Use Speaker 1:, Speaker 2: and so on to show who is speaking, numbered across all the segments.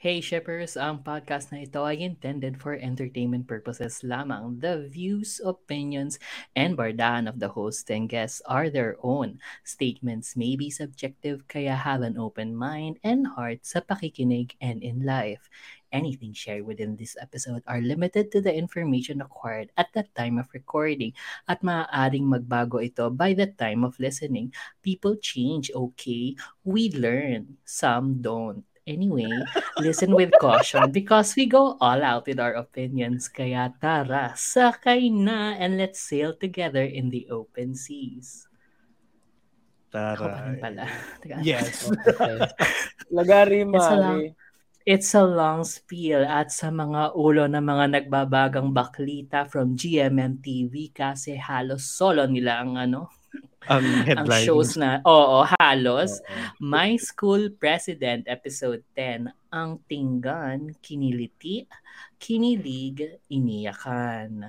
Speaker 1: Hey Shippers, ang podcast na ito ay intended for entertainment purposes lamang. The views, opinions, and bardahan of the host and guests are their own. Statements may be subjective kaya have an open mind and heart sa pakikinig and in life. Anything shared within this episode are limited to the information acquired at the time of recording at maaaring magbago ito by the time of listening. People change, okay? We learn, some don't. Anyway, listen with caution because we go all out with our opinions. Kaya tara, sakay na and let's sail together in the open seas. Ako pa rin
Speaker 2: Taray.
Speaker 1: pala. Teka.
Speaker 2: Yes.
Speaker 3: Lagari,
Speaker 1: Isa lang.
Speaker 3: mami.
Speaker 1: It's a long spiel at sa mga ulo ng mga nagbabagang baklita from GMM TV kasi halos solo nila ang ano, ang
Speaker 2: Ang headline.
Speaker 1: shows na. Oo, halos.
Speaker 2: Oo.
Speaker 1: My School President, Episode 10, Ang Tinggan, Kiniliti, Kinilig, Iniyakan.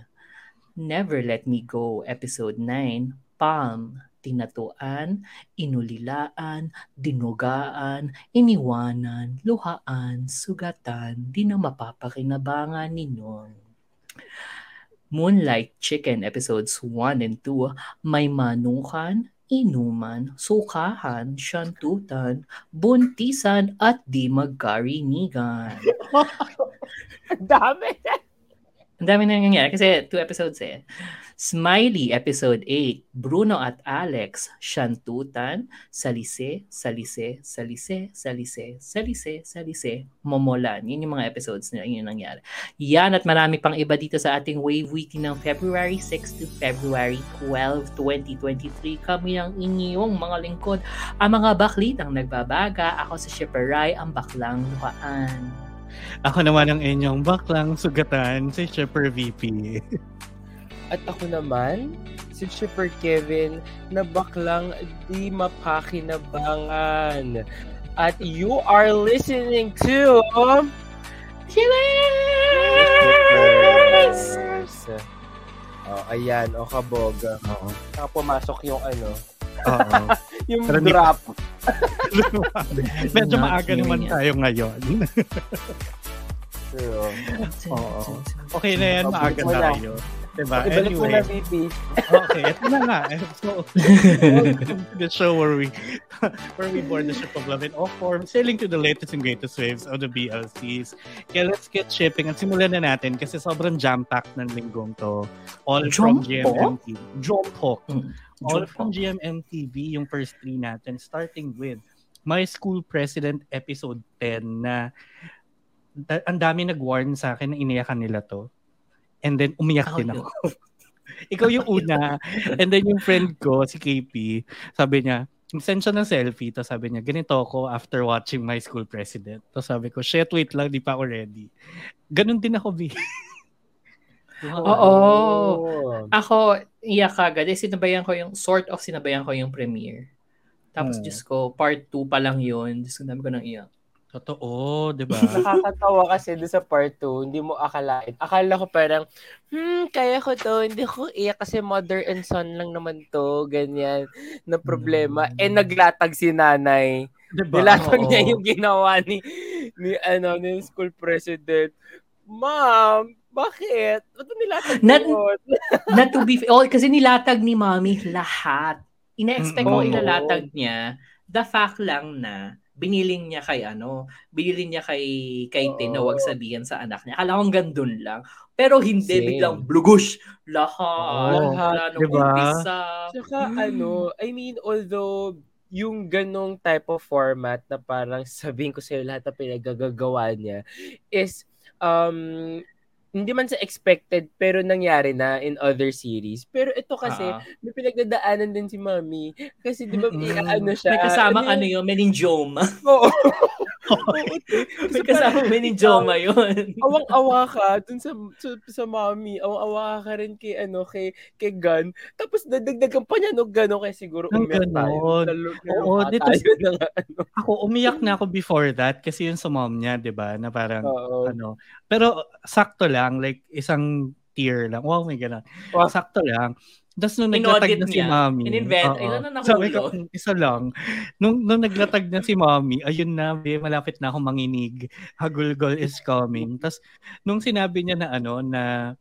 Speaker 1: Never Let Me Go, Episode 9, Palm, Tinatuan, Inulilaan, Dinugaan, Iniwanan, Luhaan, Sugatan, Di na mapapakinabangan ninyon. Moonlight Chicken, Episodes 1 and 2, May Manukan, inuman, sukahan, syantutan, buntisan at di magkarinigan.
Speaker 3: Ang dami.
Speaker 1: Ang dami na nangyayari kasi two episodes eh. Smiley, episode 8. Bruno at Alex, syantutan, salise, salise, salise, salise, salise, salise, momolan. Yun yung mga episodes nila, yun yung nangyari. Yan at marami pang iba dito sa ating Wave Week ng February 6 to February 12, 2023. Kami ang inyong mga lingkod, ang mga baklitang nagbabaga. Ako si Shipperay, ang baklang luhaan.
Speaker 2: Ako naman ang inyong baklang sugatan si Shipper VP.
Speaker 3: At ako naman, si Chipper Kevin, na baklang di mapakinabangan. At you are listening to...
Speaker 1: Yes!
Speaker 3: Oh, ayan, o kabog.
Speaker 2: Oo.
Speaker 3: Saka pumasok yung ano,
Speaker 2: Oo.
Speaker 3: yung
Speaker 2: Pero hindi-
Speaker 3: drop.
Speaker 2: Medyo
Speaker 1: Not
Speaker 2: maaga
Speaker 1: hearing
Speaker 2: naman
Speaker 1: it.
Speaker 2: tayo ngayon.
Speaker 3: True.
Speaker 2: Oo. Okay na yan, maaga
Speaker 3: Wala.
Speaker 2: tayo. Diba?
Speaker 3: Ibalik mo na,
Speaker 2: Anyway,
Speaker 3: VP.
Speaker 2: okay, ito na nga. So, welcome to the show where we where we board the ship of love in all forms, sailing to the latest and greatest waves of the BLCs. Kaya let's get shipping at simulan na natin kasi sobrang jam-packed ng linggong to. All from
Speaker 1: Jump
Speaker 2: GMMT. Jump-hook.
Speaker 1: Mm.
Speaker 2: All from GMMTV, yung first three natin, starting with My School President Episode 10 na da- ang dami nag-warn sa akin na iniyakan nila to. And then umiyak
Speaker 1: Ako
Speaker 2: din
Speaker 1: yun.
Speaker 2: ako. Ikaw yung una. And then yung friend ko, si KP, sabi niya, send siya ng selfie. Tapos sabi niya, ganito ako after watching My School President. Tapos sabi ko, shit, wait lang, di pa ako ready. Ganun din ako, V.
Speaker 1: Oo. Ako, iyak agad. Eh, sinabayan ko yung, sort of sinabayan ko yung premiere. Tapos,
Speaker 2: Hmm.
Speaker 1: Diyos ko, part 2 pa lang yun. Diyos ko, dami ko nang iyak.
Speaker 2: Totoo, di ba?
Speaker 3: Nakakatawa kasi doon sa part 2, hindi mo akalain. Akala ko parang, hmm, kaya ko to, hindi ko iyak kasi mother and son lang naman to, ganyan, na problema.
Speaker 2: No.
Speaker 3: Eh, naglatag si nanay.
Speaker 2: Di ba?
Speaker 3: Nilatag
Speaker 1: Hmm. Diba? Oo.
Speaker 3: niya yung ginawa ni, ni, ano, ni school president. Ma'am, bakit? Ba't mo nilatag
Speaker 1: Nat-
Speaker 3: yun?
Speaker 1: Na to be, oh, kasi nilatag ni mommy lahat. Ina-expect ko
Speaker 2: Mm, oo.
Speaker 1: ilalatag niya. The fact lang na, biniling niya kay ano, biniling niya kay, kay Tin na
Speaker 3: Oo.
Speaker 1: wag sabihin sa anak niya. Akala kong gandun lang. Pero hindi,
Speaker 3: Same.
Speaker 1: biglang blugush. Lahat.
Speaker 2: Oo.
Speaker 1: Wala nung
Speaker 2: Diba?
Speaker 1: umpisa.
Speaker 3: Tsaka
Speaker 1: Mm.
Speaker 3: ano, I mean, although yung ganong type of format na parang sabihin ko sa'yo lahat na pinagagagawa niya is um hindi man sa expected pero nangyari na in other series. Pero ito kasi
Speaker 1: Ah.
Speaker 3: may pinagdadaanan din si Mami kasi 'di ba
Speaker 1: Mm-mm.
Speaker 3: may ano siya.
Speaker 1: May kasama
Speaker 3: yun?
Speaker 1: ano yun, meningioma.
Speaker 3: Oo.
Speaker 1: May kasama meningioma yun.
Speaker 3: awang-awa ka dun sa, sa, sa mami, awang-awa ka rin kay, ano, kay, kay Gun. Tapos dadagdagan pa niya, no, gano'n, kaya siguro
Speaker 2: Ng
Speaker 3: umiyak tayo.
Speaker 2: ganon.
Speaker 3: Lalo-
Speaker 2: Oo,
Speaker 3: nalupa
Speaker 2: dito-
Speaker 3: tayo ng, ano,
Speaker 2: Ako, umiyak na ako before that kasi yun sa mom niya, di ba? Na parang,
Speaker 3: oo.
Speaker 2: ano. Pero sakto lang, like isang tear lang. Wow, may ganun.
Speaker 3: Wow.
Speaker 2: Sakto lang. Tapos nung
Speaker 4: Inaudit
Speaker 2: naglatag na si
Speaker 4: niya.
Speaker 2: mami.
Speaker 4: In-invent.
Speaker 2: oo.
Speaker 4: Ay, ano nahulog?
Speaker 2: Sabi ko, "Hmm, isa lang. Nung, nung naglatag na si mami, ayun na, be, malapit na akong manginig. Hagulgol is coming. Tapos nung sinabi niya na ano, na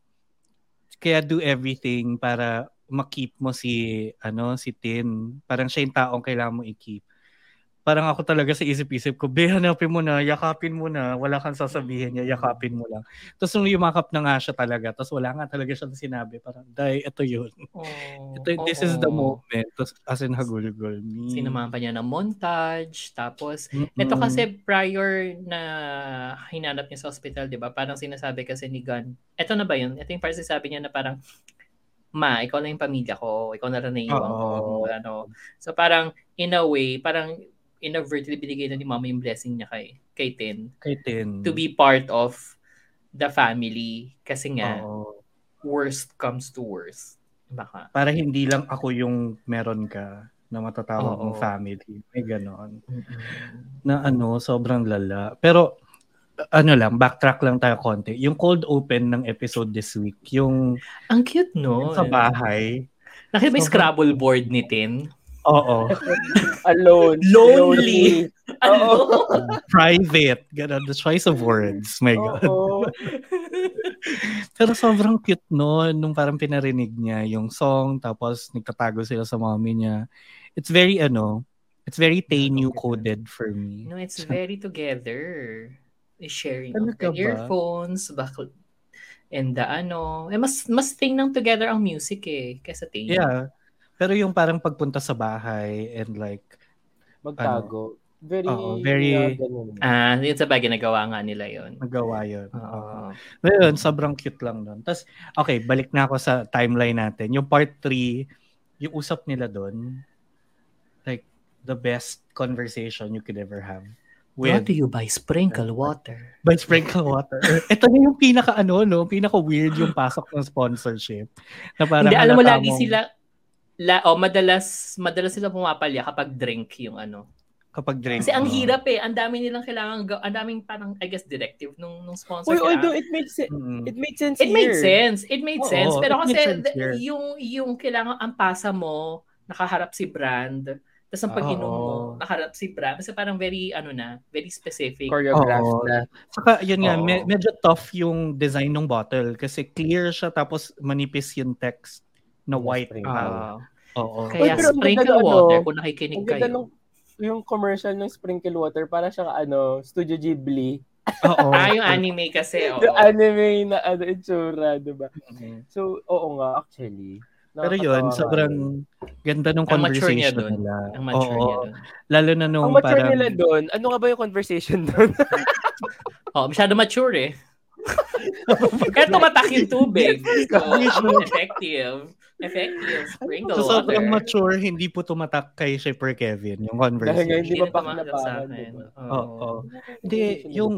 Speaker 2: kaya do everything para makip mo si ano si Tin. Parang siya yung taong kailangan mo i-keep. Parang ako talaga sa isip-isip ko, be, hanapin mo na, yakapin mo na, wala kang sasabihin niya, yakapin mo lang. Tapos nung yumakap na nga siya talaga, tapos wala nga talaga siya sinabi, parang, day, ito yun.
Speaker 1: Oh,
Speaker 2: Ito, this is the
Speaker 1: oo. Hmm.
Speaker 2: moment. Tapos as in hagulgol me.
Speaker 1: Sinamahan pa niya ng montage. Tapos,
Speaker 2: Mm-mm.
Speaker 1: ito kasi prior na hinanap niya sa hospital, di ba? Parang sinasabi kasi ni Gun, ito na ba yun? Ito yung parang sinasabi niya na parang, ma, ikaw na yung pamilya ko. Ikaw na lang naiiwan ko.
Speaker 2: Oo.
Speaker 1: Ano. So parang, in a way, parang inadvertently binigay na ni mama yung blessing niya kay, kay Tin
Speaker 2: kay Tin.
Speaker 1: to be part of the family. Kasi nga,
Speaker 2: Oo.
Speaker 1: worst comes to worst. Baka.
Speaker 2: Para hindi lang ako yung meron ka na matatawag
Speaker 1: Oo.
Speaker 2: mong family. May ganon. Na ano, sobrang lala. Pero ano lang, backtrack lang tayo konti. Yung cold open ng episode this week, yung
Speaker 1: Ang cute, no?
Speaker 2: sa bahay.
Speaker 1: Nakita mo yung
Speaker 2: Sobrang-
Speaker 1: Scrabble board ni Tin?
Speaker 2: Oo.
Speaker 3: Alone.
Speaker 1: Lonely. Ano?
Speaker 2: Private. Ganon. The choice of words. My God.
Speaker 3: Lonely. Oo.
Speaker 2: Pero sobrang cute no, nung parang pinarinig niya yung song, tapos nagtatago sila sa mommy niya. It's very, ano, it's very Tainu coded for me.
Speaker 1: No, it's very together. Sharing
Speaker 2: Ano
Speaker 1: of the
Speaker 2: ka ba?
Speaker 1: earphones, bakl- and the ano. Eh, mas, mas ting ng together ang music eh, kaysa ting.
Speaker 2: Yeah. Pero yung parang pagpunta sa bahay and like,
Speaker 3: Magtago. Very,
Speaker 2: Oo, very-
Speaker 3: yeah, ganun.
Speaker 1: Ah, yun sa bagay, nagawa nga nila yun.
Speaker 2: nagawa yun. Oo.
Speaker 1: Oo.
Speaker 2: Pero yun, sobrang cute lang nun. Tapos, okay, balik na ako sa timeline natin. Yung part 3, yung usap nila doon, like, the best conversation you could ever have.
Speaker 1: What
Speaker 2: With
Speaker 1: do you buy? Sprinkle water.
Speaker 2: by sprinkle water. Ito na yung pinaka ano no, pinaka weird yung pasok ng sponsorship. Na parang
Speaker 1: Hindi, alam mo,
Speaker 2: halata
Speaker 1: lagi
Speaker 2: mong-
Speaker 1: sila, la, oh, madalas, madalas sila pumapalya kapag drink yung ano.
Speaker 2: kapag drink.
Speaker 1: Kasi ang
Speaker 2: mo.
Speaker 1: hirap eh, ang dami nilang kailangan, ga- ang daming parang, I guess, directive nung, nung sponsor.
Speaker 3: Uy,
Speaker 1: kaya-
Speaker 3: although it makes sense.
Speaker 2: Mm.
Speaker 3: It made sense
Speaker 1: It made
Speaker 3: here.
Speaker 1: sense. It made
Speaker 2: Oo,
Speaker 1: sense. Pero
Speaker 2: it
Speaker 1: kasi
Speaker 2: made sense
Speaker 1: th-
Speaker 2: here.
Speaker 1: yung yung kailangan ang pasa mo, nakaharap si brand. Tapos ang
Speaker 2: Ah,
Speaker 1: pag-inom mo,
Speaker 2: oo.
Speaker 1: nakaharap si brand. Kasi parang very, ano na, very specific.
Speaker 3: Choreographed
Speaker 2: Oo.
Speaker 3: na.
Speaker 2: Saka yun nga,
Speaker 1: Oo.
Speaker 2: me- medyo tough yung design ng bottle kasi clear siya tapos manipis yung text na white.
Speaker 3: Sprinkle.
Speaker 2: pa.
Speaker 1: Ah,
Speaker 2: Oo.
Speaker 1: kaya
Speaker 3: Uy, pero ang
Speaker 1: sprinkle
Speaker 3: ganda ng
Speaker 1: water
Speaker 3: ano,
Speaker 1: kung nakikinig
Speaker 3: Ang ganda
Speaker 1: kayo.
Speaker 3: nung yung commercial ng Sprinkle Water para siya ano, Studio Ghibli.
Speaker 2: Oo.
Speaker 1: Ah, yung anime kasi. Oo.
Speaker 3: The anime na ano, itsura, di ba?
Speaker 2: Mm.
Speaker 3: So, oo nga, actually.
Speaker 2: Pero yun,
Speaker 3: Nakakatawa nga
Speaker 2: sobrang
Speaker 3: yun.
Speaker 2: ganda nung
Speaker 1: Ang mature
Speaker 2: conversation
Speaker 1: niya dun.
Speaker 2: nila.
Speaker 1: Ang mature
Speaker 2: Oo.
Speaker 1: niya doon.
Speaker 2: Lalo na nung
Speaker 3: Ang mature
Speaker 2: parang...
Speaker 3: nila doon, ano nga ba yung conversation doon?
Speaker 1: Oh, masyado mature eh. Kaya tumatak yung tubig. So, effective. Effective. Sprinkle
Speaker 2: So, sobrang
Speaker 1: water.
Speaker 2: mature, hindi po tumatak kay Shipper Kevin yung
Speaker 3: Dahil nga
Speaker 2: conversation.
Speaker 3: hindi
Speaker 1: Hindi
Speaker 3: pa
Speaker 1: na
Speaker 3: pakilapakan,
Speaker 1: tumatak sa akin.
Speaker 3: diba?
Speaker 2: Oo. Hindi, yung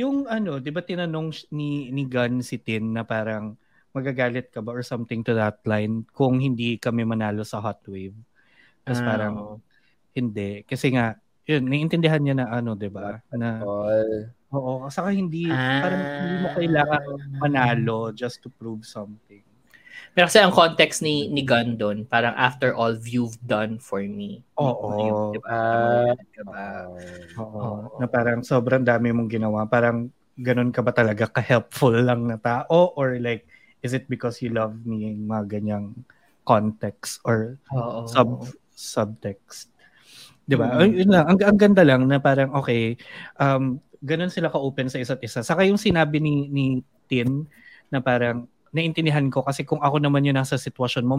Speaker 2: yung ano, 'di ba tinanong sh- ni ni Gun si Tin na parang magagalit ka ba or something to that line kung hindi kami manalo sa Hot Wave. Tapos
Speaker 1: Ah,
Speaker 2: parang
Speaker 1: oo.
Speaker 2: hindi kasi nga yun, naiintindihan niya na ano, 'di ba? Na
Speaker 3: All.
Speaker 2: oo, saka hindi
Speaker 1: Ah.
Speaker 2: parang hindi mo kailangan manalo just to prove something.
Speaker 1: Pero kasi ang context ni ni Gun doon, parang after all you've done for me.
Speaker 2: Oo.
Speaker 1: Diba?
Speaker 3: Ah.
Speaker 1: Diba?
Speaker 2: Oo.
Speaker 1: Oo.
Speaker 2: Na parang sobrang dami mong ginawa. Parang ganun ka ba talaga ka-helpful lang na tao? Or like, is it because you love me? Yung Mga ganyang context or
Speaker 1: Oo.
Speaker 2: sub subtext. Di ba?
Speaker 1: Mm.
Speaker 2: Ay, Yun lang. Ang, ang ganda lang na parang, okay, um, ganun sila ka-open sa isa't isa. Saka yung sinabi ni, ni Tin na parang, naintindihan ko kasi kung ako naman yung nasa sitwasyon mo,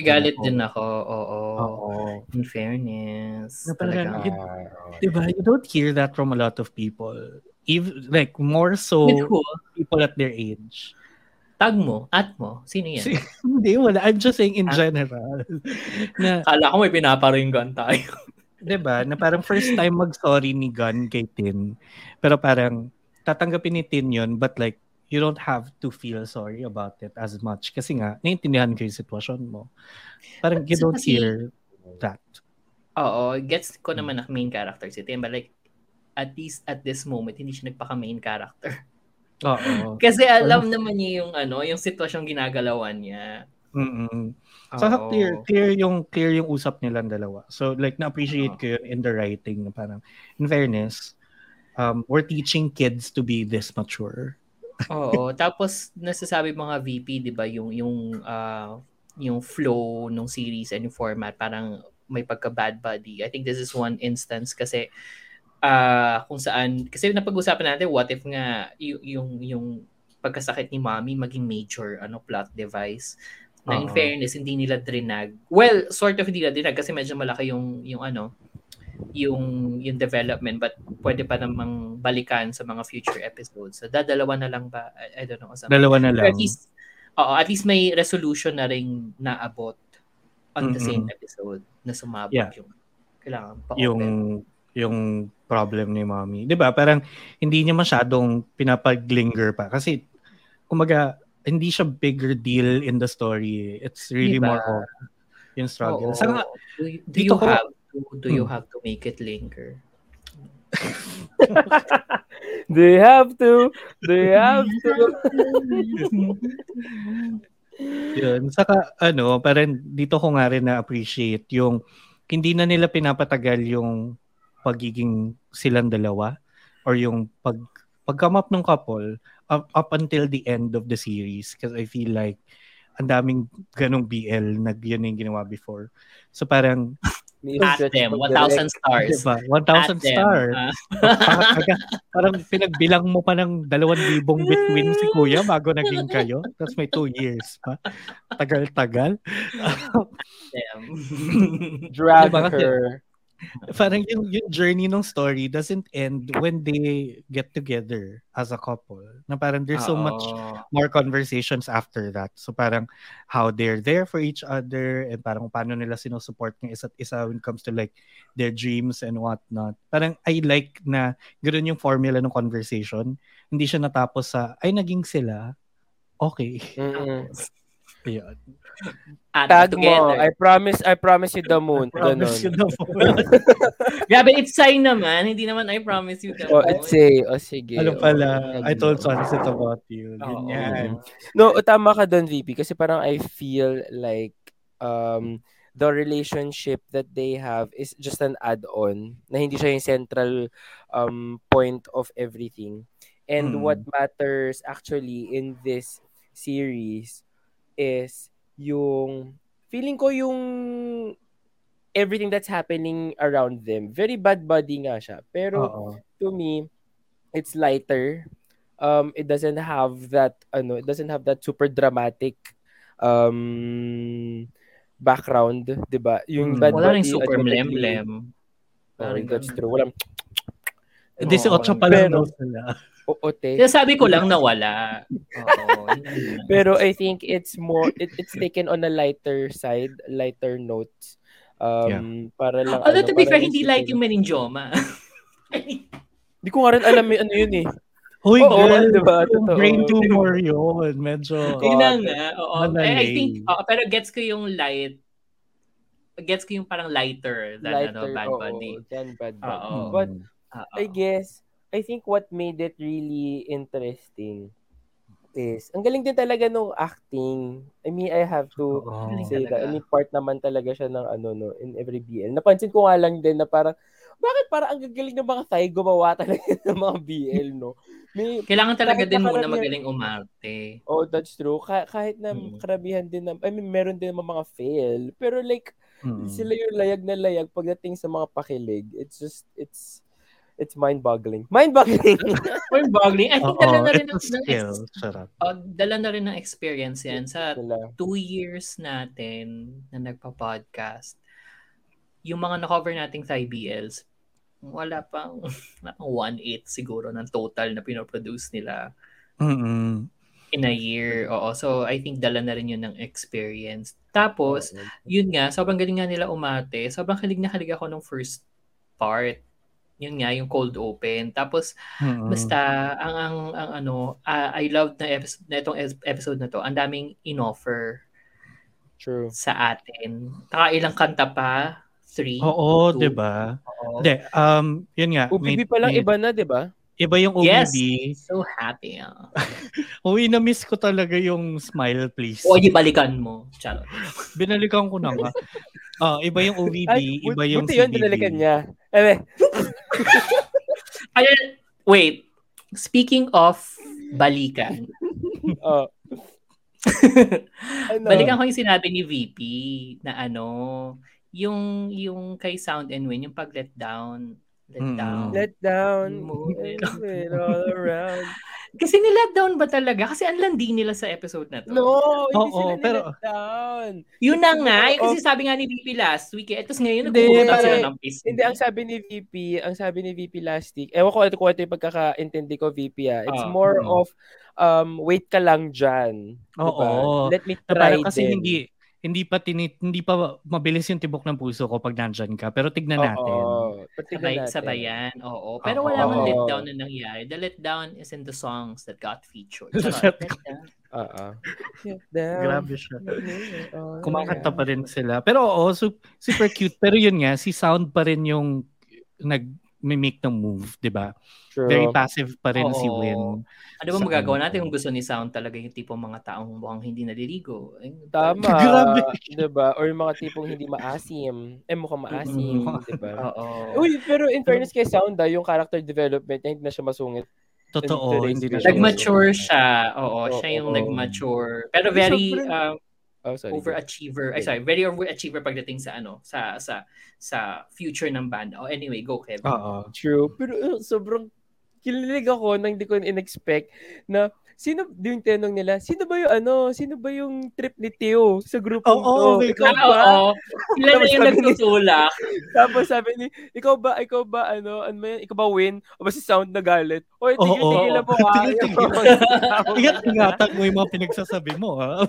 Speaker 1: May galit
Speaker 2: ako.
Speaker 1: din ako. Oo.
Speaker 2: Oo. Ano
Speaker 1: In fairness.
Speaker 2: Na parang,
Speaker 1: talaga.
Speaker 2: yun,
Speaker 3: ah.
Speaker 2: Diba? You don't hear that from a lot of people. Even, like,
Speaker 1: With
Speaker 2: more so
Speaker 1: who?
Speaker 2: people at their age.
Speaker 1: Tag mo? At mo? Sino yan?
Speaker 2: Si- Hindi, wala. I'm just saying
Speaker 1: Ah.
Speaker 2: in general. na,
Speaker 1: Kala ko may pinaparinggan tayo.
Speaker 2: diba? Na parang first time mag-sorry ni Gun kay Tin. Pero parang tatanggapin ni Tin yun, but like, you don't have to feel sorry about it as much. Kasi nga, naiintindihan ko yung sitwasyon mo. Parang you
Speaker 1: Kasi-
Speaker 2: don't
Speaker 1: kasi-
Speaker 2: hear that.
Speaker 1: Oo. Gets ko naman na main character si Tim. But like, at least at this moment, hindi siya nagpaka-main character.
Speaker 2: Oo.
Speaker 1: Kasi alam naman niya yung ano, yung sitwasyong ginagalawan niya.
Speaker 2: Mm-mm. So
Speaker 1: Oo.
Speaker 2: clear clear yung clear yung usap nilang dalawa. So like na-appreciate
Speaker 1: Oo.
Speaker 2: ko yun in the writing na parang in fairness um we're teaching kids to be this mature.
Speaker 1: Oo, tapos nasasabi mga VP, 'di ba, yung yung ah, yung flow ng series and yung format parang may pagka bad body. I think this is one instance kasi ah kung saan kasi napag-usapan natin what if nga y- yung yung pagkasakit ni Mommy maging major ano plot device na in
Speaker 2: Oo.
Speaker 1: fairness hindi nila drinag. Well, sort of hindi nila drinag kasi medyo malaki yung yung ano yung yung development but pwede pa namang balikan sa mga future episodes. So dadalawa na lang ba? I, I don't know. Something.
Speaker 2: Dalawa na lang.
Speaker 1: At least oo, at least may resolution na ring naabot on the same
Speaker 2: Mm-mm.
Speaker 1: episode na sumabot
Speaker 2: Mm-hmm. Yeah.
Speaker 1: yung kailangan pa
Speaker 2: yung yung problem ni mommy. 'Di ba? Parang hindi niya masyadong pinapaglinger pa kasi kumaga hindi siya bigger deal in the story. It's really
Speaker 1: Diba?
Speaker 2: more of yung struggle.
Speaker 1: Oo.
Speaker 2: Sana
Speaker 1: do you, do
Speaker 2: dito
Speaker 1: you
Speaker 2: ko-
Speaker 1: have to do you
Speaker 2: Hmm.
Speaker 1: have to make it linger?
Speaker 3: Do you have to? Do you have to?
Speaker 2: Yun. Saka ano, parang dito ko nga rin na-appreciate yung hindi na nila pinapatagal yung pagiging silang dalawa or yung pag pag-come up ng couple up, up until the end of the series because I feel like ang daming ganong BL na yun na yung ginawa before. So parang,
Speaker 1: At them, 1,000
Speaker 2: di
Speaker 1: stars.
Speaker 2: ba?
Speaker 1: At
Speaker 2: 1,000
Speaker 1: them.
Speaker 2: star.
Speaker 1: Ah.
Speaker 2: parang, parang pinagbilang mo pa ng 2,000 between si kuya bago naging kayo. Tapos may 2 years pa. Tagal-tagal.
Speaker 1: them.
Speaker 3: Drag
Speaker 2: Diba kasi-
Speaker 3: her.
Speaker 2: parang yung, yung journey ng story doesn't end when they get together as a couple. Na parang there's so much
Speaker 1: Oo.
Speaker 2: more conversations after that. So parang how they're there for each other and parang paano nila sinusupport ng isa't isa when it comes to like their dreams and whatnot. Parang I like na ganoon yung formula ng conversation. Hindi siya natapos sa ay naging sila. Okay.
Speaker 3: Mm-mm.
Speaker 2: Ayun.
Speaker 1: At
Speaker 3: Tag mo.
Speaker 1: together.
Speaker 3: I promise, I promise you the moon.
Speaker 2: Promise you
Speaker 3: Ganun.
Speaker 2: na
Speaker 1: Grabe, it's sign naman. Hindi naman I promise you.
Speaker 3: Oh,
Speaker 1: naman.
Speaker 3: it's a, oh, sige.
Speaker 2: Ano
Speaker 3: oh,
Speaker 2: pala,
Speaker 3: tag
Speaker 2: I
Speaker 3: mo.
Speaker 2: told Sunset about you.
Speaker 1: Oo.
Speaker 2: Ganyan.
Speaker 3: No, tama ka doon, VP. Kasi parang I feel like um, the relationship that they have is just an add-on na hindi siya yung central um, point of everything. And
Speaker 2: Mm.
Speaker 3: what matters actually in this series is yung feeling ko yung everything that's happening around them. Very bad body nga siya. Pero
Speaker 2: Oo.
Speaker 3: to me, it's lighter. Um, it doesn't have that ano, it doesn't have that super dramatic um background, 'di ba? Yung
Speaker 2: Mm.
Speaker 3: bad
Speaker 1: Hmm. Wala rin
Speaker 3: body,
Speaker 1: super
Speaker 3: automatically-
Speaker 1: mlemlem.
Speaker 3: Oh,
Speaker 1: Parang
Speaker 3: that's
Speaker 1: ganun.
Speaker 3: true. Walang
Speaker 1: Oo.
Speaker 2: 18 pa lang
Speaker 3: Pero-
Speaker 2: daw sila.
Speaker 3: oote.
Speaker 1: Sinasabi ko lang na wala. Oo. yun lang.
Speaker 3: Pero I think it's more it, it's taken on a lighter side, lighter notes. Um
Speaker 2: Yeah.
Speaker 3: para lang ano,
Speaker 1: Although to be
Speaker 3: para
Speaker 1: fair, hindi
Speaker 3: isipin-
Speaker 1: light yung meningioma.
Speaker 3: Hindi ko nga rin alam yung ano yun eh.
Speaker 2: Hoy,
Speaker 3: Oo,
Speaker 2: girl,
Speaker 3: di ba?
Speaker 2: yung
Speaker 3: Totoo.
Speaker 2: brain tumor yun. Medyo,
Speaker 3: Oo.
Speaker 1: Yun na nga. Oo.
Speaker 2: Malay.
Speaker 1: Eh, I think, oo, pero gets ko yung light. Gets ko yung parang lighter than
Speaker 3: Lighter,
Speaker 1: ano, bad
Speaker 3: oo,
Speaker 1: body.
Speaker 3: than bad body.
Speaker 1: Oo.
Speaker 3: But
Speaker 1: Oo.
Speaker 3: I guess, I think what made it really interesting is, ang galing din talaga nung acting. I mean, I have to
Speaker 2: Oo.
Speaker 1: Galing
Speaker 3: say that. I
Speaker 1: talaga.
Speaker 3: mean, part naman talaga siya ng ano, no, in every BL. Napansin ko nga lang din na parang, bakit parang ang gagaling ng mga Thai gumawa talaga ng mga BL, no? May,
Speaker 1: Kailangan talaga
Speaker 3: Kahit
Speaker 1: din muna
Speaker 3: nakarami-
Speaker 1: magaling umarte.
Speaker 3: oh, that's true. Ka- kahit na
Speaker 1: Mm.
Speaker 3: karamihan din, na, I mean, meron din naman mga fail. Pero like,
Speaker 2: Mm.
Speaker 3: sila yung layag na layag pagdating sa mga pakilig. It's just, it's, it's mind-boggling. Mind-boggling!
Speaker 1: Or boggling. I think dala
Speaker 2: Oo,
Speaker 1: na rin ng,
Speaker 2: it's a
Speaker 1: ng
Speaker 2: skill.
Speaker 1: ex-
Speaker 2: Sarap.
Speaker 1: oh, dala na rin ng experience yan sa
Speaker 3: Sila.
Speaker 1: two years natin na nagpa-podcast. Yung mga na-cover nating Thai BLs, wala pang, wala pang 1/8 siguro ng total na pinoproduce nila
Speaker 2: Mm-mm.
Speaker 1: in a year. Oo. So, I think dala na rin yun ng experience. Tapos, yun nga, sobrang galing nga nila umate. Sobrang kilig na kilig ako nung first part. Yun nga, yung cold open. Tapos,
Speaker 2: Mm-mm.
Speaker 1: Basta ang ang, ang ano, ah, I loved na episode na itong es- episode na to. Ang daming inoffer
Speaker 3: True.
Speaker 1: sa atin. Taka ilang kanta pa? Three?
Speaker 2: Oo,
Speaker 1: Two?
Speaker 2: di ba?
Speaker 1: Oo.
Speaker 2: Hindi, um, yun nga.
Speaker 3: UBB
Speaker 2: may-
Speaker 3: pa lang
Speaker 2: may-
Speaker 3: iba na, diba? 'di ba?
Speaker 2: Iba yung OVB.
Speaker 1: Yes. So happy. ah.
Speaker 2: Uy, na-miss ko talaga yung smile, please.
Speaker 1: O, di balikan mo. Charot.
Speaker 2: Binalikan ko na nga. Ah, iba yung OVB, iba
Speaker 3: but-
Speaker 2: yung
Speaker 3: buti yun,
Speaker 2: CBB.
Speaker 3: binalikan niya. Eh, Ebe,
Speaker 1: Ayun, wait. Speaking of balikan.
Speaker 3: oh. Ano?
Speaker 1: balikan ko yung sinabi ni VP na ano, yung yung kay Sound and Wind, yung pag-let down. Let
Speaker 2: Mm.
Speaker 1: down.
Speaker 3: Let Ano? down.
Speaker 1: Move it all
Speaker 3: Move it all around.
Speaker 1: Kasi nilet down ba talaga? Kasi ang landi nila sa episode na to.
Speaker 3: No, hindi
Speaker 2: Oo,
Speaker 3: sila
Speaker 2: pero-
Speaker 3: let down.
Speaker 1: Yun na nga. eh,
Speaker 3: Oo.
Speaker 1: kasi sabi nga ni VP last week eh. Tapos ngayon
Speaker 3: Oh. Hindi,
Speaker 1: nagkukutan sila
Speaker 3: pare.
Speaker 1: ng piss.
Speaker 3: Hindi, ang sabi ni VP, ang sabi ni VP last week, ewan ko, ito, ko ito yung pagkakaintindi ko, VP, ah. It's
Speaker 1: Ah,
Speaker 3: more
Speaker 2: oo.
Speaker 3: of, um, wait ka lang dyan. Diba?
Speaker 2: Oo.
Speaker 3: Let me
Speaker 2: Na
Speaker 3: try
Speaker 2: parang kasi
Speaker 3: din.
Speaker 2: hindi hindi pa tinit, hindi pa mabilis yung tibok ng puso ko pag nandyan ka. Pero tignan
Speaker 3: Oo,
Speaker 2: natin.
Speaker 3: patignan
Speaker 1: Sabay,
Speaker 3: natin.
Speaker 1: sabayan, oo. Pero
Speaker 2: Oo.
Speaker 1: wala man
Speaker 3: Oo.
Speaker 1: letdown na nangyari. The letdown is in the songs that got featured.
Speaker 2: The
Speaker 1: Charot,
Speaker 2: let
Speaker 1: letdown.
Speaker 3: Oo. Let down.
Speaker 2: Grabe siya.
Speaker 3: Move it all
Speaker 2: Kumakanta
Speaker 3: around.
Speaker 2: pa rin sila. Pero oo, su- super cute. Pero yun nga, si Sound pa rin yung nag-mimic ng move, di ba?
Speaker 3: True.
Speaker 2: Very passive pa rin
Speaker 1: Oo.
Speaker 2: si Win.
Speaker 1: Ano ba
Speaker 2: Saan?
Speaker 1: magagawa natin kung gusto ni Sound talaga yung tipong mga taong mukhang hindi naliligo? Eh,
Speaker 3: Tama.
Speaker 2: Grabe.
Speaker 3: Diba? Or yung mga tipong hindi maasim. Eh, mukhang
Speaker 2: Mm-hmm.
Speaker 3: maasim. Diba?
Speaker 1: Oo.
Speaker 3: Uy, pero in fairness kay Sound, ah, yung character development niya, hindi na siya masungit.
Speaker 2: Totoo. Hindi na siya-
Speaker 1: Nag-mature siya. Oo, siya yung
Speaker 3: Oo.
Speaker 1: nag-mature. Pero
Speaker 3: Yung
Speaker 1: very
Speaker 3: sobrang-
Speaker 1: um,
Speaker 3: Oh, sorry.
Speaker 1: overachiever. Ay, sorry, very overachiever pagdating sa ano, sa sa sa future ng band. Oh, anyway, go Kevin.
Speaker 3: Ah.
Speaker 2: Oo.
Speaker 3: True. Pero uh, sobrang kinilig ako nang hindi ko in-expect na sino yung tinanong nila, sino ba yung ano, sino ba yung trip ni Teo sa grupo
Speaker 2: Oo, oh
Speaker 1: Ah,
Speaker 2: my
Speaker 3: Ikaw
Speaker 1: Oo.
Speaker 3: ba?
Speaker 1: Sila na yung
Speaker 3: Sabi-
Speaker 1: nagtutulak.
Speaker 3: Tapos sabi ni, ikaw ba, ikaw ba, ano, ano ba yan, ikaw ba win? O ba si Sound na galit? O, tigil-tigilan
Speaker 2: Oo,
Speaker 3: mo
Speaker 2: oo.
Speaker 3: ka.
Speaker 2: Tigil-tigil. Ingat-ingatan mo yung mga pinagsasabi mo, ah. ha?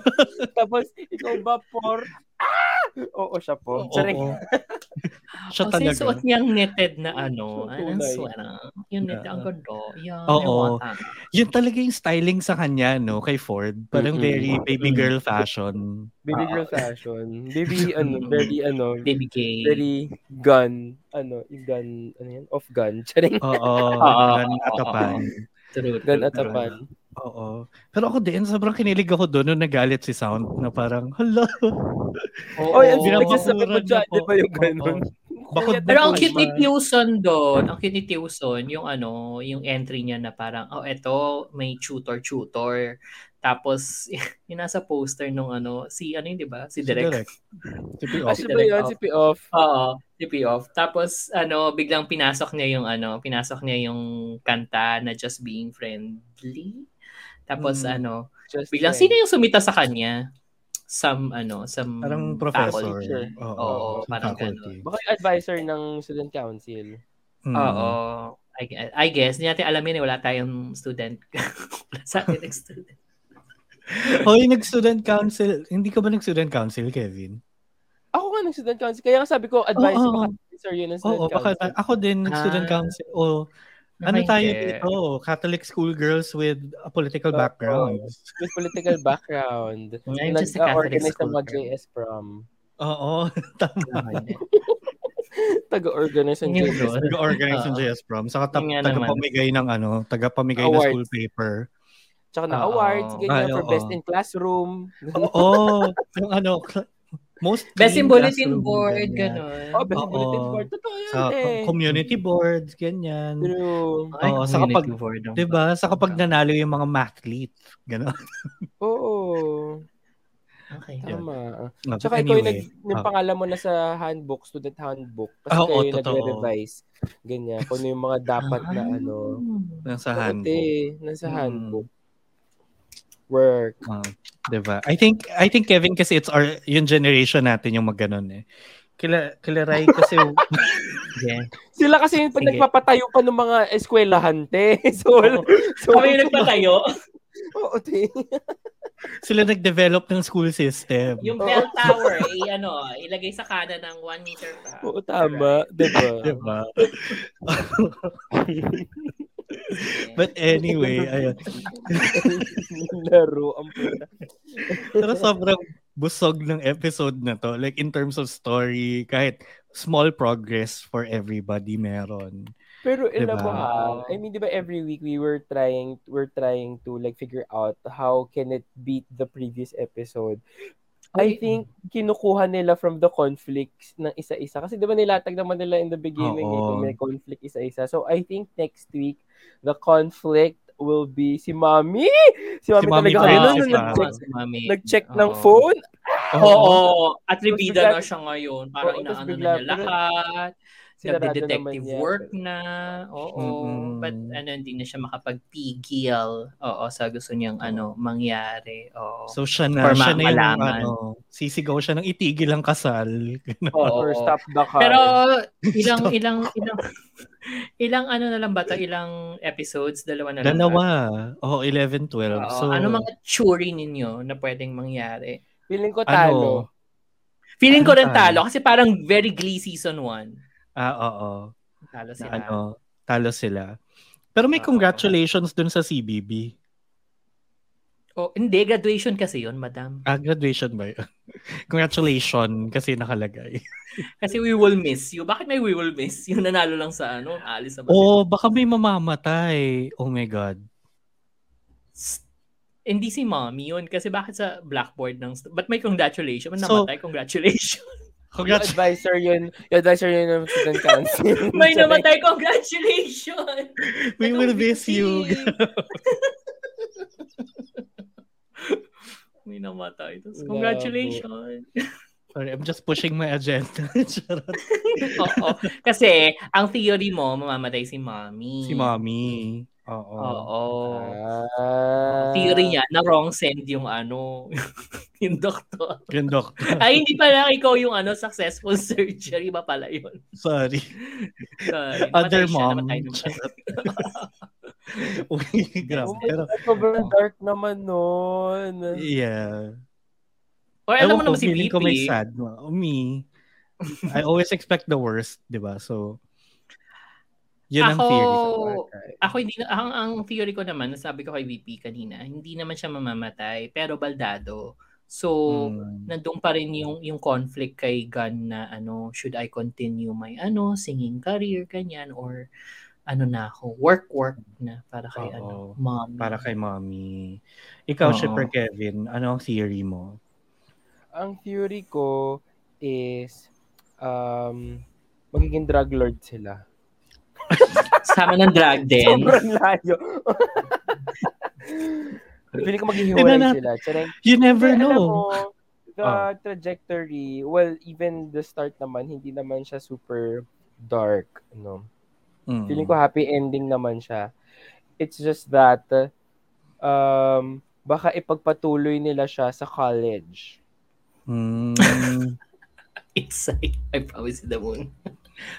Speaker 3: Tapos, ikaw ba, por? Ah! Oo, siya po.
Speaker 2: Oo.
Speaker 3: Charing.
Speaker 2: Siya
Speaker 1: Kasi
Speaker 2: talaga.
Speaker 1: suot niyang netted na ano.
Speaker 3: Suot
Speaker 1: Anong
Speaker 3: kulay.
Speaker 1: suwara? Yung netted,
Speaker 2: Yeah.
Speaker 1: ang ganda. Yeah,
Speaker 2: Oo.
Speaker 1: iwata.
Speaker 2: Yun talaga yung styling sa kanya, no? Kay Ford. Parang
Speaker 3: Mm-mm.
Speaker 2: very baby girl fashion.
Speaker 3: Baby girl fashion. Baby, ano, very, ano,
Speaker 1: Baby gay.
Speaker 3: very gun, ano, yung gun, ano yan, off gun. Charing.
Speaker 2: Oo.
Speaker 1: Oo,
Speaker 2: Gan
Speaker 1: oo,
Speaker 2: atapan.
Speaker 1: True,
Speaker 3: Gun
Speaker 1: true,
Speaker 3: at
Speaker 1: true.
Speaker 3: tapan.
Speaker 2: Oo. Pero ako din, sobrang kinilig ako doon nung nagalit si Sound na parang, hala.
Speaker 1: Oo.
Speaker 3: Oh, yan,
Speaker 2: Binabura
Speaker 3: pinagsasabi ko dyan,
Speaker 2: niya po.
Speaker 3: di ba yung ganun?
Speaker 2: Bakod
Speaker 1: Pero ang
Speaker 2: Bakod
Speaker 1: cute ni
Speaker 2: ba?
Speaker 1: Tiuson doon, ang cute ni Tiuson, yung ano, yung entry niya na parang, oh, eto, may tutor-tutor. Tapos, yung nasa poster nung ano, si ano yun, di ba? Si Direk.
Speaker 2: Direk.
Speaker 3: Ah,
Speaker 2: Oh,
Speaker 3: si ba yun? Si P-Off.
Speaker 1: Oo, DP off. Tapos ano, biglang pinasok niya yung ano, pinasok niya yung kanta na just being friendly. Tapos
Speaker 2: Hmm.
Speaker 1: ano,
Speaker 3: Just
Speaker 1: biglang sino
Speaker 3: friend.
Speaker 1: yung sumita sa kanya? Some ano, some
Speaker 2: Oh, Parang
Speaker 1: faculty.
Speaker 2: professor.
Speaker 3: faculty.
Speaker 2: Oo,
Speaker 1: Oo,
Speaker 2: sa
Speaker 1: parang
Speaker 2: faculty.
Speaker 3: Baka yung advisor ng student council.
Speaker 2: Mm.
Speaker 1: Oo. I, gue- I guess, hindi natin alamin eh, wala tayong student. wala sa atin ng student.
Speaker 2: Hoy, nag-student council. Hindi ka ba nag-student council, Kevin?
Speaker 3: Ako nga ng student council. Kaya nga sabi ko, advisor,
Speaker 2: Oo.
Speaker 3: baka advisor yun ng student
Speaker 2: Oo, baka
Speaker 3: council.
Speaker 2: ako din nag-student
Speaker 1: Ah.
Speaker 2: council. Oo. ano
Speaker 1: Ay,
Speaker 2: tayo
Speaker 1: hindi.
Speaker 2: dito? Catholic schoolgirls with a political
Speaker 3: Oo.
Speaker 2: background.
Speaker 3: With political background.
Speaker 1: I'm just a Catholic
Speaker 3: Nag-organize ng
Speaker 1: school.
Speaker 3: mga JS prom.
Speaker 2: Oo, tama.
Speaker 3: Taga-organize ng
Speaker 1: Yun
Speaker 3: JS
Speaker 1: yun.
Speaker 2: Nag-organize ng
Speaker 1: Oo.
Speaker 2: JS Prom. Saka ta-
Speaker 1: Yun nga
Speaker 2: tagapamigay ng ano, tagapamigay ng
Speaker 3: Awards.
Speaker 2: school paper.
Speaker 3: Tsaka na
Speaker 1: Oo.
Speaker 3: awards, ganyan,
Speaker 2: Ay,
Speaker 3: for
Speaker 2: oo.
Speaker 3: best in classroom.
Speaker 2: Oo, yung ano, cl- most
Speaker 1: Best in
Speaker 2: clean
Speaker 1: bulletin
Speaker 2: classroom,
Speaker 1: board,
Speaker 2: ganyan.
Speaker 1: ganun.
Speaker 3: Oh, best in
Speaker 2: Oo.
Speaker 3: bulletin board. Totoo yun
Speaker 2: Sa
Speaker 3: eh.
Speaker 2: community boards, ganyan.
Speaker 3: True.
Speaker 1: Ay,
Speaker 2: Oo, diba? sa
Speaker 1: community
Speaker 2: kapag-
Speaker 1: board ang-
Speaker 2: 'Di ba? Sa kapag nanalo yung mga mathlete, gano'n.
Speaker 3: Oo.
Speaker 1: Okay.
Speaker 3: Tama.
Speaker 2: No,
Speaker 3: Tsaka ikaw yung, nag,
Speaker 2: anyway. Ah.
Speaker 3: yung pangalan mo na sa handbook, student handbook. Kasi
Speaker 2: Ah, oo,
Speaker 3: kayo yung
Speaker 2: totoo.
Speaker 3: nagre-revise. Ganyan. Kung ano yung mga dapat na
Speaker 1: Ah.
Speaker 3: ano.
Speaker 2: Nasa handbook.
Speaker 3: Dati, nasa
Speaker 2: Mm.
Speaker 3: handbook. Work.
Speaker 2: Ah, 'di ba? I think I think Kevin kasi it's our yung generation natin yung magganon eh. Kila kilaray kasi
Speaker 1: Yeah.
Speaker 3: Sila kasi yung pag
Speaker 1: Sige.
Speaker 3: nagpapatayo pa ng mga eskwelahan, te. So,
Speaker 1: Oo.
Speaker 3: so
Speaker 1: Kami yung nagpatayo.
Speaker 3: Oo, te.
Speaker 2: sila nag-develop ng school system.
Speaker 1: Yung
Speaker 3: Oo.
Speaker 1: bell tower, i ano, ilagay sa kanan ng 1 meter pa.
Speaker 3: Oo, tama. Diba?
Speaker 2: 'Di ba?
Speaker 1: Okay.
Speaker 2: But anyway, ayun.
Speaker 3: Laro ang puta.
Speaker 2: Pero sobrang busog ng episode na to. Like in terms of story, kahit small progress for everybody meron.
Speaker 3: Pero
Speaker 2: Diba?
Speaker 3: elabohan. I mean, di ba every week we were trying we're trying to like figure out how can it beat the previous episode.
Speaker 1: Ay,
Speaker 3: I think kinukuha nila from the conflicts ng isa-isa. Kasi di ba nilatag naman nila in the beginning eh,
Speaker 2: Oo.
Speaker 3: kung may conflict isa-isa. So I think next week, the conflict will be si Mami! Si Mami,
Speaker 2: Mami
Speaker 3: talaga.
Speaker 2: pa,
Speaker 3: Ayun,
Speaker 2: si
Speaker 3: ano, nag-check,
Speaker 1: si Mami.
Speaker 3: nag-check ng
Speaker 1: Oo.
Speaker 3: phone.
Speaker 1: Oo, oo. at ribida
Speaker 3: bigla-
Speaker 1: na siya ngayon. Parang
Speaker 3: Oo, tapos
Speaker 1: inaano na
Speaker 3: bigla-
Speaker 1: niya lahat.
Speaker 3: Sinarado naman
Speaker 1: Nagde-detective
Speaker 3: niya.
Speaker 1: work na. Oo.
Speaker 2: Mm-mm.
Speaker 1: But ano, hindi na siya makapagpigil. Oo, sa gusto niyang ano, mangyari. Oo.
Speaker 2: So siya na,
Speaker 1: Or
Speaker 2: siya na yung
Speaker 1: malaman.
Speaker 2: ano, sisigaw siya ng itigil ang kasal.
Speaker 1: Oo.
Speaker 3: Or stop the car.
Speaker 1: Pero ilang ilang ilang ilang ano na lang ba to? Ilang episodes? Dalawa na lang.
Speaker 2: Dalawa. Oo, 11, 12.
Speaker 1: Oo.
Speaker 2: so,
Speaker 1: ano mga churi ninyo na pwedeng mangyari?
Speaker 3: Feeling ko
Speaker 2: ano?
Speaker 3: talo.
Speaker 1: Feeling ko
Speaker 2: Ano
Speaker 1: rin
Speaker 2: tayo?
Speaker 1: talo kasi parang very Glee season 1.
Speaker 2: Ah, oo.
Speaker 1: Talo
Speaker 2: Na,
Speaker 1: sila.
Speaker 2: ano, talo sila. Pero may
Speaker 1: Oo.
Speaker 2: congratulations dun sa CBB.
Speaker 1: Oh, hindi, graduation kasi yun, madam.
Speaker 2: Ah, graduation ba yun? Congratulations kasi nakalagay.
Speaker 1: Kasi we will miss you. Bakit may we will miss? Yung nanalo lang sa ano, alis sa bahay.
Speaker 2: Oo, baka may mamamatay. Oh my God.
Speaker 1: Sst. Hindi si mommy yun. Kasi bakit sa blackboard ng... St- Ba't may congratulations? Ba't
Speaker 2: So-
Speaker 1: namatay? Congratulations.
Speaker 3: Yung
Speaker 2: Congrats.
Speaker 3: advisor yun. Yung advisor yun ng student council.
Speaker 1: may namatay. Congratulations!
Speaker 2: We will miss you.
Speaker 1: may namatay. Tapos,
Speaker 3: Labo.
Speaker 1: congratulations.
Speaker 2: Sorry, I'm just pushing my agenda. Charot.
Speaker 1: Oo. Kasi, ang theory mo, mamamatay si mommy.
Speaker 2: si Mommy. Oo.
Speaker 1: Mm. Oo.
Speaker 3: Ah.
Speaker 1: Theory niya, na wrong send yung ano, yung doktor.
Speaker 2: Yung doctor.
Speaker 1: Ay, hindi pala ikaw yung ano, successful surgery. Iba pala yun.
Speaker 2: Sorry.
Speaker 1: Sorry.
Speaker 2: Other
Speaker 1: Namatay siya,
Speaker 2: mom.
Speaker 1: namatay naman.
Speaker 2: Uy, grabe. Pero,
Speaker 3: Sobrang dark naman nun.
Speaker 2: yeah.
Speaker 1: Or alam mo
Speaker 2: Ewan
Speaker 1: naman
Speaker 2: ko,
Speaker 1: si
Speaker 2: feeling
Speaker 1: BP.
Speaker 2: ko may sad. mo. Oh, me. I always expect the worst, di ba? So, yun ang
Speaker 1: Ako-
Speaker 2: theory.
Speaker 1: Ako hindi na- ang, ang theory ko naman, nasabi ko kay VP kanina, hindi naman siya mamamatay, pero baldado. So,
Speaker 2: Mm.
Speaker 1: nandun pa rin yung yung conflict kay Gun na ano, should I continue my ano, singing career ganyan or ano na ako, work work na para kay ano,
Speaker 2: Oo.
Speaker 1: mom.
Speaker 2: Para kay Mommy. Ikaw,
Speaker 1: Oo.
Speaker 2: Shipper Kevin, ano ang theory mo?
Speaker 3: Ang theory ko is um, magiging drug lord sila.
Speaker 1: Sama ng drag din.
Speaker 3: Sobrang layo. Feeling ko maghihiwalay
Speaker 2: Tignan natin.
Speaker 3: sila. Charing.
Speaker 2: You never
Speaker 3: Hindi, alam
Speaker 2: know.
Speaker 3: mo, the
Speaker 2: Oh.
Speaker 3: trajectory, well, even the start naman, hindi naman siya super dark. No?
Speaker 2: Mm.
Speaker 3: Feeling ko happy ending naman siya. It's just that, um, baka ipagpatuloy nila siya sa college.
Speaker 2: Mm.
Speaker 1: It's like, I promise you the moon.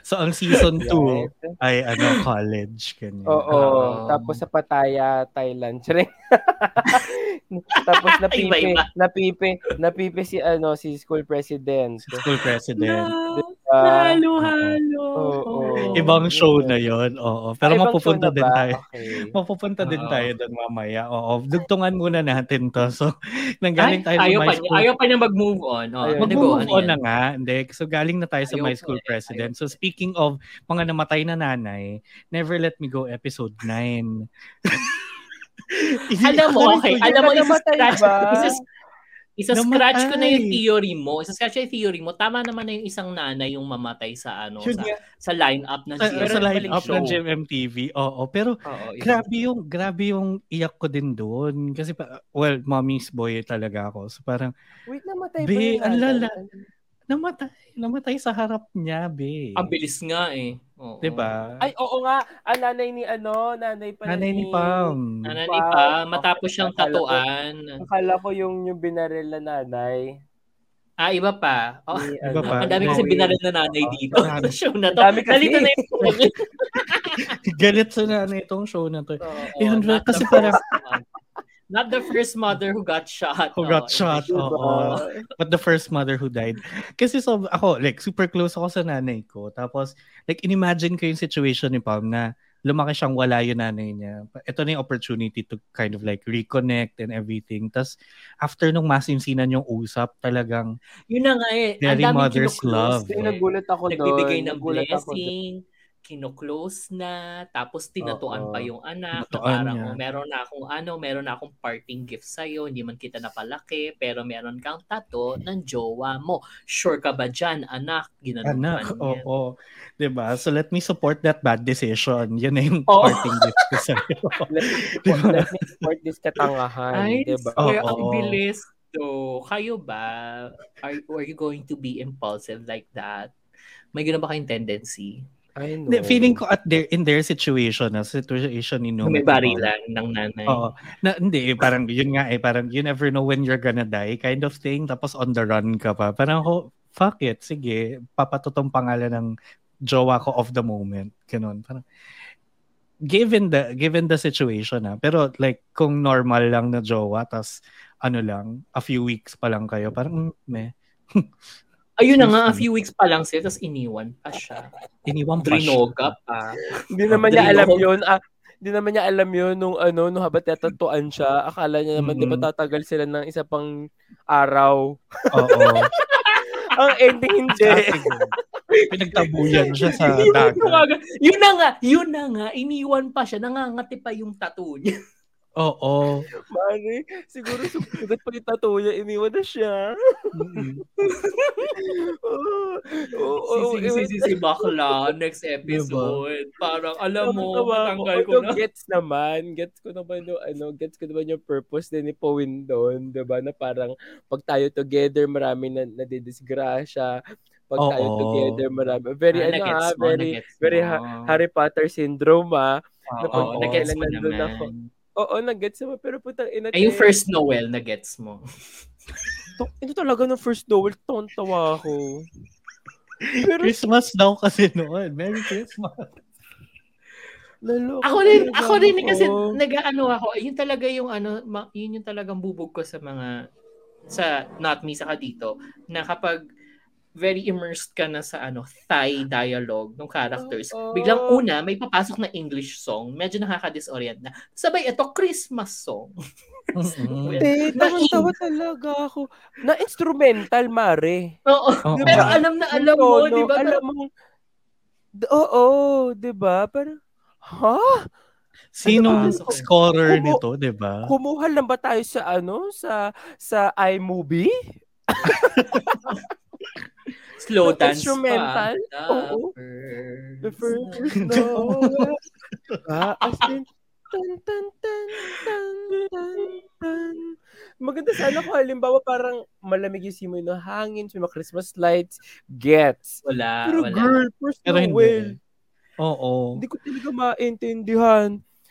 Speaker 2: so, ang season 2
Speaker 3: Right?
Speaker 2: ay ano, college. Ganyan.
Speaker 3: Oo.
Speaker 1: Oo.
Speaker 3: Tapos sa Pattaya, Thailand. Charing. Tapos napipi,
Speaker 1: Iba-iba.
Speaker 3: napipi, napipi si ano si school president.
Speaker 2: School president.
Speaker 3: Ah,
Speaker 1: halo.
Speaker 3: oo.
Speaker 2: Ibang show na yon oo. Pero
Speaker 3: Ah, ibang
Speaker 2: mapupunta
Speaker 3: show na
Speaker 2: din
Speaker 3: ba?
Speaker 2: tayo.
Speaker 3: Okay.
Speaker 2: Mapupunta din
Speaker 1: Oo.
Speaker 2: tayo doon mamaya. Oo, dugtungan muna natin to. So, nanggaling tayo
Speaker 1: ayaw
Speaker 2: sa
Speaker 1: pa,
Speaker 2: my
Speaker 1: niya,
Speaker 2: school.
Speaker 1: ayaw pa niya mag-move on. Oh,
Speaker 3: Ayaw.
Speaker 1: ano
Speaker 2: Mag-move
Speaker 1: go,
Speaker 2: on
Speaker 1: ano
Speaker 2: na nga. Hindi. So, galing na tayo sa
Speaker 1: Ayaw
Speaker 2: my
Speaker 1: pa
Speaker 2: school
Speaker 1: eh.
Speaker 2: president. So, speaking of mga namatay na nanay, Never Let Me Go episode 9.
Speaker 1: yan? Alam mo, okay.
Speaker 3: Hindi
Speaker 1: Alam mo,
Speaker 3: ka namatay
Speaker 1: isa-scratch,
Speaker 3: ba?
Speaker 1: isa- isa-scratch ko na yung
Speaker 2: Namatay.
Speaker 1: theory mo. Isa-scratch ko yung theory mo. Tama naman na yung isang nanay yung mamatay sa ano,
Speaker 2: Yun
Speaker 1: sa,
Speaker 2: nga.
Speaker 1: sa line-up ng
Speaker 2: Sa,
Speaker 1: GMM
Speaker 2: sa line-up
Speaker 1: show.
Speaker 2: ng GMMTV. Oo, pero
Speaker 1: Oo, yun.
Speaker 2: Grabe yung, grabe yung iyak ko din doon. Kasi, pa, well, mommy's boy talaga ako. So parang,
Speaker 3: Wait, namatay
Speaker 2: Be,
Speaker 3: ba yung
Speaker 2: ang
Speaker 3: nanay?
Speaker 2: lala. namatay, namatay sa harap niya, be. Diba?
Speaker 1: Ang bilis nga eh. Oo.
Speaker 2: 'Di ba?
Speaker 3: Ay, oo nga. Ang nanay ni ano, nanay pa
Speaker 2: Nanay ni Pam.
Speaker 1: Nanay
Speaker 3: Wow.
Speaker 1: pa, matapos siyang
Speaker 3: Akala ko-
Speaker 1: tatuan.
Speaker 3: Akala ko yung yung binaril na nanay.
Speaker 1: Ah, iba pa. Oh,
Speaker 3: ni,
Speaker 2: Iba pa.
Speaker 1: ang dami kasi
Speaker 2: Bowie.
Speaker 1: binaril na nanay dito.
Speaker 2: Marami.
Speaker 1: Sa show na to.
Speaker 3: Ang dami kasi.
Speaker 1: Nalito na yung
Speaker 2: Galit sa nanay itong show na to.
Speaker 1: Oo,
Speaker 2: Yun,
Speaker 1: not
Speaker 2: kasi
Speaker 1: the
Speaker 2: parang-
Speaker 1: first one. Not the first mother who got shot.
Speaker 2: Who
Speaker 1: Oo,
Speaker 2: got shot,
Speaker 1: iba yun.
Speaker 2: oo. But the first mother who died. Kasi so, ako, like, super close ako sa nanay ko. Tapos, like, imagine ko yung situation ni Pam na lumaki siyang wala yung nanay niya. Ito na yung opportunity to kind of like reconnect and everything. Tapos, after nung masimsinan yung usap, talagang
Speaker 1: Yun na nga eh. Ang
Speaker 2: Very
Speaker 1: daming
Speaker 2: mother's
Speaker 1: kinuklose.
Speaker 2: love.
Speaker 3: Yung nagulat ako doon.
Speaker 1: Nagbibigay ng
Speaker 3: nagulat ako doon.
Speaker 1: blessing. kino-close na, tapos tinatuan
Speaker 3: Oo.
Speaker 1: pa yung anak, na
Speaker 2: Tinatuan
Speaker 1: parang
Speaker 2: niya.
Speaker 1: oh, meron na akong ano, meron na akong parting gift sa'yo, hindi man kita napalaki, pero meron kang tato ng jowa mo. Sure ka ba dyan, anak? Ginanong
Speaker 2: Anak,
Speaker 1: pa Ano niya.
Speaker 2: oo. 'Di ba? So let me support that bad decision. Yun na yung
Speaker 1: Oh.
Speaker 3: Oo.
Speaker 2: parting gift ko sa'yo.
Speaker 3: Let me support, let me support this katangahan,
Speaker 1: Ay,
Speaker 3: di ba?
Speaker 1: swear,
Speaker 2: Oo.
Speaker 1: ang bilis. So, kayo ba, are, are you going to be impulsive like that? May gano'n ba kayong tendency?
Speaker 3: I know.
Speaker 2: Hindi, Feeling ko at their, in their situation, na situation ni Nung.
Speaker 1: may barilan ng nanay.
Speaker 2: Oo. Na, hindi, eh, parang yun nga eh. Parang you never know when you're gonna die kind of thing. Tapos on the run ka pa. Parang ako, fuck it. Sige, papatutong pangalan ng jowa ko of the moment. Ganun. Parang, given the given the situation ah pero like kung normal lang na jowa tas ano lang a few weeks pa lang kayo parang mm, meh
Speaker 1: Ayun na nga, a few weeks pa lang siya, tapos iniwan pa siya.
Speaker 2: iniwan pa siya.
Speaker 1: Drinoga pa.
Speaker 3: Hindi naman niya
Speaker 1: Hindi
Speaker 3: alam
Speaker 1: ako-
Speaker 3: yun. Ah, hindi naman niya alam yun nung ano, nung habat natatuan siya. Akala niya naman, di ba
Speaker 2: Mm-mm.
Speaker 3: tatagal sila ng isa pang araw.
Speaker 2: oo Ah,
Speaker 3: Ang ending hindi.
Speaker 2: Pinagtabuyan siya sa
Speaker 1: Iniwan ko
Speaker 2: dagat.
Speaker 1: nga. yun na nga, yun na nga, iniwan pa siya, nangangati pa yung tattoo niya.
Speaker 2: Oo.
Speaker 3: Mare, siguro sumunod pa yung tattoo niya, iniwan na siya. Oo, oo, oo, Diba?
Speaker 1: si, si, si, si, si bakla, next episode. Parang, alam mo,
Speaker 3: Tama ako.
Speaker 1: matanggal ko
Speaker 3: Although,
Speaker 1: na.
Speaker 3: Gets naman. Gets ko naman yung, ano, gets ko naman yung purpose din ni Powin doon. 'di ba Na parang, pag tayo together, marami na nadidisgrasya. Pag tayo
Speaker 2: Oo.
Speaker 3: together, marami. Very,
Speaker 1: Ah,
Speaker 3: ano,
Speaker 1: nagets
Speaker 3: ah,
Speaker 1: mo,
Speaker 3: very,
Speaker 1: nagets
Speaker 3: very
Speaker 1: mo.
Speaker 3: Harry Potter syndrome, ah.
Speaker 1: Oo,
Speaker 3: na pag-
Speaker 1: nagets mo
Speaker 3: kailan nandun
Speaker 1: naman.
Speaker 3: ako. Oo, nag-gets naman. Pero putang ina.
Speaker 1: Ay, yung
Speaker 3: te.
Speaker 1: first Noel, nagets mo.
Speaker 3: To- Ito talaga ng first Noel, tontawa ako. Pero,
Speaker 2: Christmas daw kasi noon. Merry Christmas.
Speaker 3: lalo.
Speaker 1: Ako rin,
Speaker 3: talaga
Speaker 1: ako rin eh, kasi
Speaker 3: ako.
Speaker 1: nag-ano ako, yun talaga yung ano, ma- yun yung talagang bubog ko sa mga sa not me saka dito na kapag very immersed ka na sa ano Thai dialogue ng characters.
Speaker 3: Oo.
Speaker 1: Biglang una, may papasok na English song. Medyo nakaka-disorient na. Sabay, ito Christmas song.
Speaker 2: Mm-mm.
Speaker 3: Te,
Speaker 1: Na-
Speaker 3: tawang-tawa talaga ako. Na-instrumental, mare.
Speaker 1: Oo.
Speaker 2: Oo.
Speaker 1: Pero
Speaker 3: Diba?
Speaker 1: alam na alam mo, diba?
Speaker 3: Tono,
Speaker 1: di ba?
Speaker 3: Alam mo. D- Oo, di ba? Parang, ha?
Speaker 1: Ano
Speaker 2: Sinong
Speaker 1: ba?
Speaker 2: scorer
Speaker 3: Kumu-
Speaker 2: nito, di ba?
Speaker 3: Kumuha lang ba tayo sa ano? Sa sa iMovie?
Speaker 1: Slow dance
Speaker 3: Instrumental?
Speaker 1: pa.
Speaker 3: Oo. The first no. ah, as in, tan, tan, tan, tan, tan, tan. Maganda sana kung halimbawa parang malamig yung simoy ng hangin, may mga Christmas lights, gets.
Speaker 1: Wala,
Speaker 3: Pero
Speaker 1: wala.
Speaker 3: girl, first
Speaker 2: Ah, Pero
Speaker 3: Noel,
Speaker 2: hindi. Oo.
Speaker 3: hindi ko talaga maintindihan.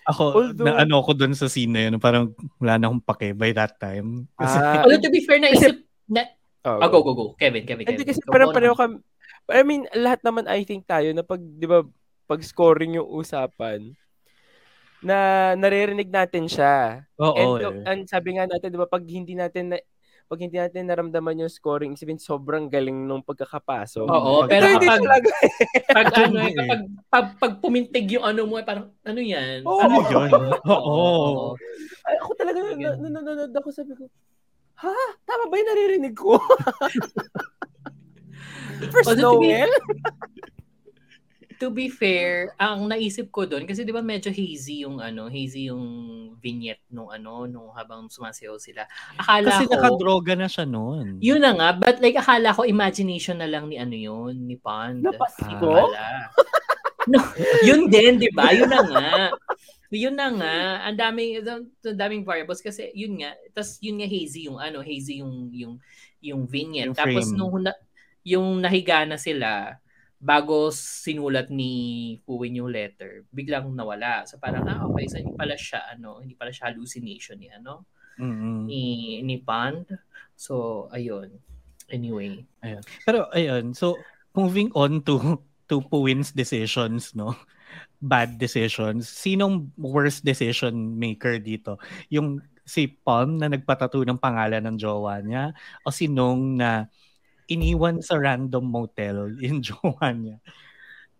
Speaker 2: Ako,
Speaker 3: Although-
Speaker 2: na ano ko dun sa scene na yun, parang wala na akong pake by that time. Kasi,
Speaker 3: Ah,
Speaker 1: Although to be fair, naisip,
Speaker 3: oh,
Speaker 1: Ah, go, go, go. Kevin, Kevin, Kevin.
Speaker 3: Hindi kasi
Speaker 1: Go,
Speaker 3: parang
Speaker 1: go
Speaker 3: pareho
Speaker 1: naman.
Speaker 3: kami. I mean, lahat naman I think tayo na pag, di ba, pag scoring yung usapan, na naririnig natin siya.
Speaker 2: oo.
Speaker 3: And,
Speaker 2: eh.
Speaker 3: to- and sabi nga natin, di ba, pag hindi natin na, pag hindi natin naramdaman yung scoring, isipin sobrang galing nung pagkakapasok.
Speaker 1: Oo, pero
Speaker 2: Pag-
Speaker 3: Pero hindi
Speaker 1: kapag,
Speaker 3: talaga.
Speaker 1: pag, ano,
Speaker 2: Hindi
Speaker 1: eh,
Speaker 2: eh.
Speaker 1: kapag, pag, pag pumintig yung ano mo, eh, parang, ano yan?
Speaker 3: Oo.
Speaker 1: ano
Speaker 2: Yun. Oo.
Speaker 3: Ay, ako talaga,
Speaker 1: Talaga.
Speaker 3: na- na- nanonood ako, sabi ko, ha? Tama ba yung naririnig ko? First
Speaker 1: Although to be-
Speaker 3: Noel?
Speaker 1: To be fair, ang naisip ko doon, kasi di ba medyo hazy yung ano, hazy yung vignette nung ano, nung habang sumasayaw sila. Akala
Speaker 2: Kasi
Speaker 1: ko,
Speaker 2: nakadroga na siya noon.
Speaker 1: yun na nga, but like akala ko imagination na lang ni ano yun, ni Pond.
Speaker 3: Napasiko?
Speaker 1: Hindi pala. no, yun din, di ba? Yun na nga. Yun na nga, ang daming ang daming variables kasi yun nga, tas yun nga hazy yung ano, hazy yung yung yung vignette.
Speaker 2: Yung
Speaker 1: Tapos
Speaker 2: frame.
Speaker 1: nung na, yung nahiga na sila bago sinulat ni Puwin yung letter, biglang nawala. So parang ah okay, so hindi pala siya ano, hindi pala siya hallucination ni ano
Speaker 2: Mm-mm.
Speaker 1: ni ni Pond. So ayun. Anyway.
Speaker 2: Pero ayun, so moving on to to Puwin's decisions, no? Bad decisions. Sinong worst decision maker dito? Yung si Pom na nagpatato ng pangalan ng jowa niya o si Nong na iniwan sa random motel in jowa niya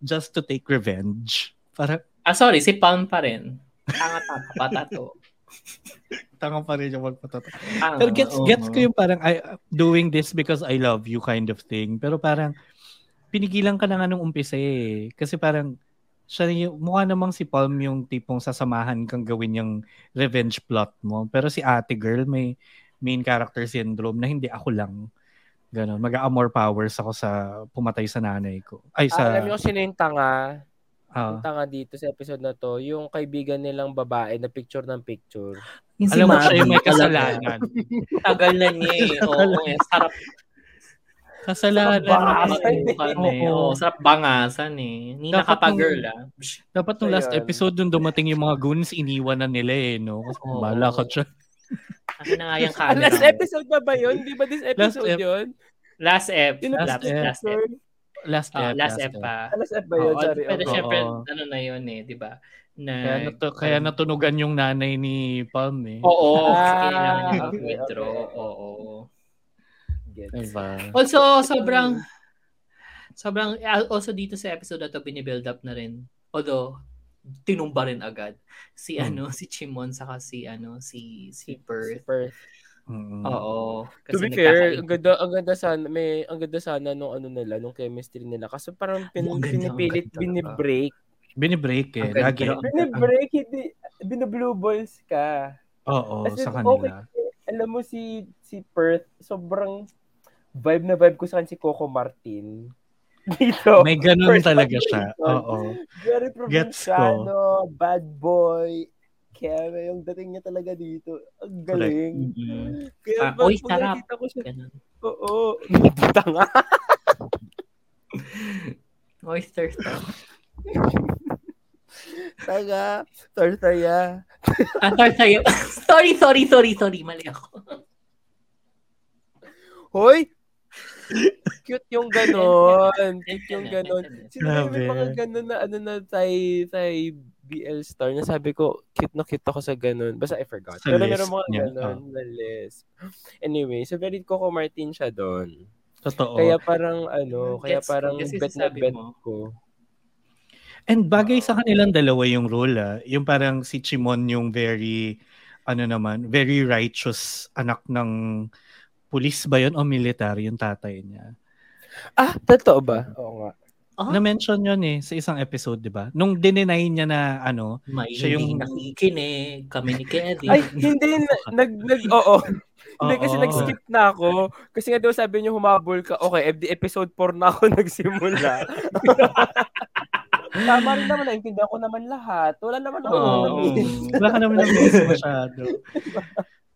Speaker 2: just to take revenge? Para
Speaker 1: Ah sorry, si Pond pa rin. Tanga tanga patato.
Speaker 2: tanga pa rin yung magpatato.
Speaker 1: Tanga,
Speaker 2: Pero gets,
Speaker 1: oo.
Speaker 2: gets ko yung parang I, doing this because I love you kind of thing. Pero parang pinigilan ka na nga nung umpisa eh. Kasi parang siya yung, mukha namang si Palm yung tipong sasamahan kang gawin yung revenge plot mo. Pero si ate girl, may main character syndrome na hindi ako lang. Ganon. Mag-amor powers ako sa pumatay sa nanay ko. Ay, sa...
Speaker 3: Ah, alam niyo kung sino yung tanga?
Speaker 2: ah.
Speaker 3: Yung tanga dito sa episode na to, yung kaibigan nilang babae na picture ng picture.
Speaker 5: Yung si
Speaker 2: alam mo
Speaker 5: Mabi,
Speaker 2: siya yung may
Speaker 5: talaga.
Speaker 2: kasalanan.
Speaker 1: Tagal na niya eh. Oo, eh. Sarap,
Speaker 5: Bangasan
Speaker 1: sarap bangasan eh.
Speaker 2: Oo.
Speaker 1: Oo, sarap bangasan eh. Nina
Speaker 2: Dapat
Speaker 1: ka pa
Speaker 2: nung-
Speaker 1: girl ah.
Speaker 2: Dapat nung last
Speaker 3: Ayan.
Speaker 2: episode, nung dumating yung mga goons, iniwan na nila eh, no? Kasi
Speaker 1: Oo.
Speaker 2: bala ka siya.
Speaker 1: Akin na nga yung
Speaker 3: Ah,
Speaker 1: camera.
Speaker 3: last episode na ba yun? Di ba this episode
Speaker 2: ep-
Speaker 3: yun?
Speaker 1: Last F.
Speaker 3: Yun ang
Speaker 1: Last F. Last F.
Speaker 2: Last
Speaker 1: Oh,
Speaker 2: F.
Speaker 1: last F pa.
Speaker 3: Ah, Last F ba
Speaker 1: Oo,
Speaker 3: yun? Sorry.
Speaker 1: pero
Speaker 2: okay.
Speaker 3: oo.
Speaker 1: syempre,
Speaker 2: Oo.
Speaker 1: ano na yun eh, di ba? Na,
Speaker 2: Kaya, natu- kaya natunugan yung nanay ni Palm eh.
Speaker 1: Oo, kasi
Speaker 3: Ah,
Speaker 1: kailangan niya
Speaker 3: okay,
Speaker 1: withdraw.
Speaker 3: okay.
Speaker 1: Oo.
Speaker 3: Gets.
Speaker 2: Diba?
Speaker 1: Also, sobrang, sobrang, uh, also dito sa episode na to, binibuild up na rin. Although, tinumba rin agad si
Speaker 2: Hmm.
Speaker 1: ano si Chimon saka si ano si si
Speaker 3: Perth.
Speaker 1: Perth.
Speaker 3: Perth.
Speaker 2: Mm.
Speaker 1: Oo.
Speaker 3: To be fair, ang ganda, ang ganda sana, may, ang ganda sana nung ano nila, nung chemistry nila. Kasi parang pin,
Speaker 1: Oo, ang ganda, ang
Speaker 3: pinipilit,
Speaker 1: ganda.
Speaker 3: binibreak.
Speaker 2: Binibreak eh.
Speaker 1: Ang ganda.
Speaker 2: Lagi.
Speaker 1: Ang
Speaker 3: Binibreak, hindi, binablue balls ka.
Speaker 2: Oo,
Speaker 3: As
Speaker 2: sa
Speaker 3: in, okay.
Speaker 2: kanila.
Speaker 3: Alam mo si si Perth, sobrang vibe na vibe ko sa kanya si Coco Martin. Dito.
Speaker 2: May ganun
Speaker 3: First
Speaker 2: talaga siya.
Speaker 3: observation.
Speaker 2: Oo.
Speaker 3: Very
Speaker 2: Gets ko.
Speaker 3: probinsyano, bad boy. Kaya may yung dating niya talaga dito. Ang galing. Kaya
Speaker 1: Ah,
Speaker 3: pag-
Speaker 1: oy,
Speaker 3: pag
Speaker 1: sarap.
Speaker 3: nakita ko siya, oo. Tanga.
Speaker 1: Oyster.
Speaker 3: Tanga. Tortaya.
Speaker 1: Ah, sorry, sorry. sorry, sorry, sorry, sorry. Mali ako.
Speaker 3: Hoy! Cute yung ganon. Cute yung ganon. Sino
Speaker 2: Grabe.
Speaker 3: may mga ganon na ano na tay tay BL star na sabi ko cute na cute ako sa ganon. Basta I forgot.
Speaker 2: Sa
Speaker 3: Pero
Speaker 2: lisp
Speaker 3: meron mga
Speaker 2: niya, ah.
Speaker 3: ganon na list. Anyway, so very Coco Martin siya doon.
Speaker 2: Totoo.
Speaker 3: Kaya parang ano, kaya
Speaker 1: Gets ko,
Speaker 3: parang
Speaker 1: gets yung
Speaker 3: bet na
Speaker 1: sinasabi
Speaker 3: bet
Speaker 1: mo.
Speaker 3: ko.
Speaker 2: And bagay sa kanilang dalawa yung role ah. Yung parang si Chimon yung very, ano naman, very righteous anak ng pulis ba yun o military yung tatay niya.
Speaker 3: Ah, totoo ba? Oo nga.
Speaker 1: Ah.
Speaker 2: Na-mention yun eh sa isang episode, di ba? Nung dininay niya na ano,
Speaker 1: May
Speaker 2: Siya
Speaker 1: hindi
Speaker 2: yung-
Speaker 1: nakikinig. Kami ni Kevin.
Speaker 3: Ay, hindi na- nag nag oo. Hindi kasi
Speaker 2: Oo.
Speaker 3: nag-skip na ako. Kasi nga daw sabi niyo humabol ka. Okay, FD episode 4 na ako nagsimula. Tama rin naman, naintindihan ko naman lahat. Wala naman eh. ako.
Speaker 1: Oo.
Speaker 2: wala ka naman nag-miss masyado.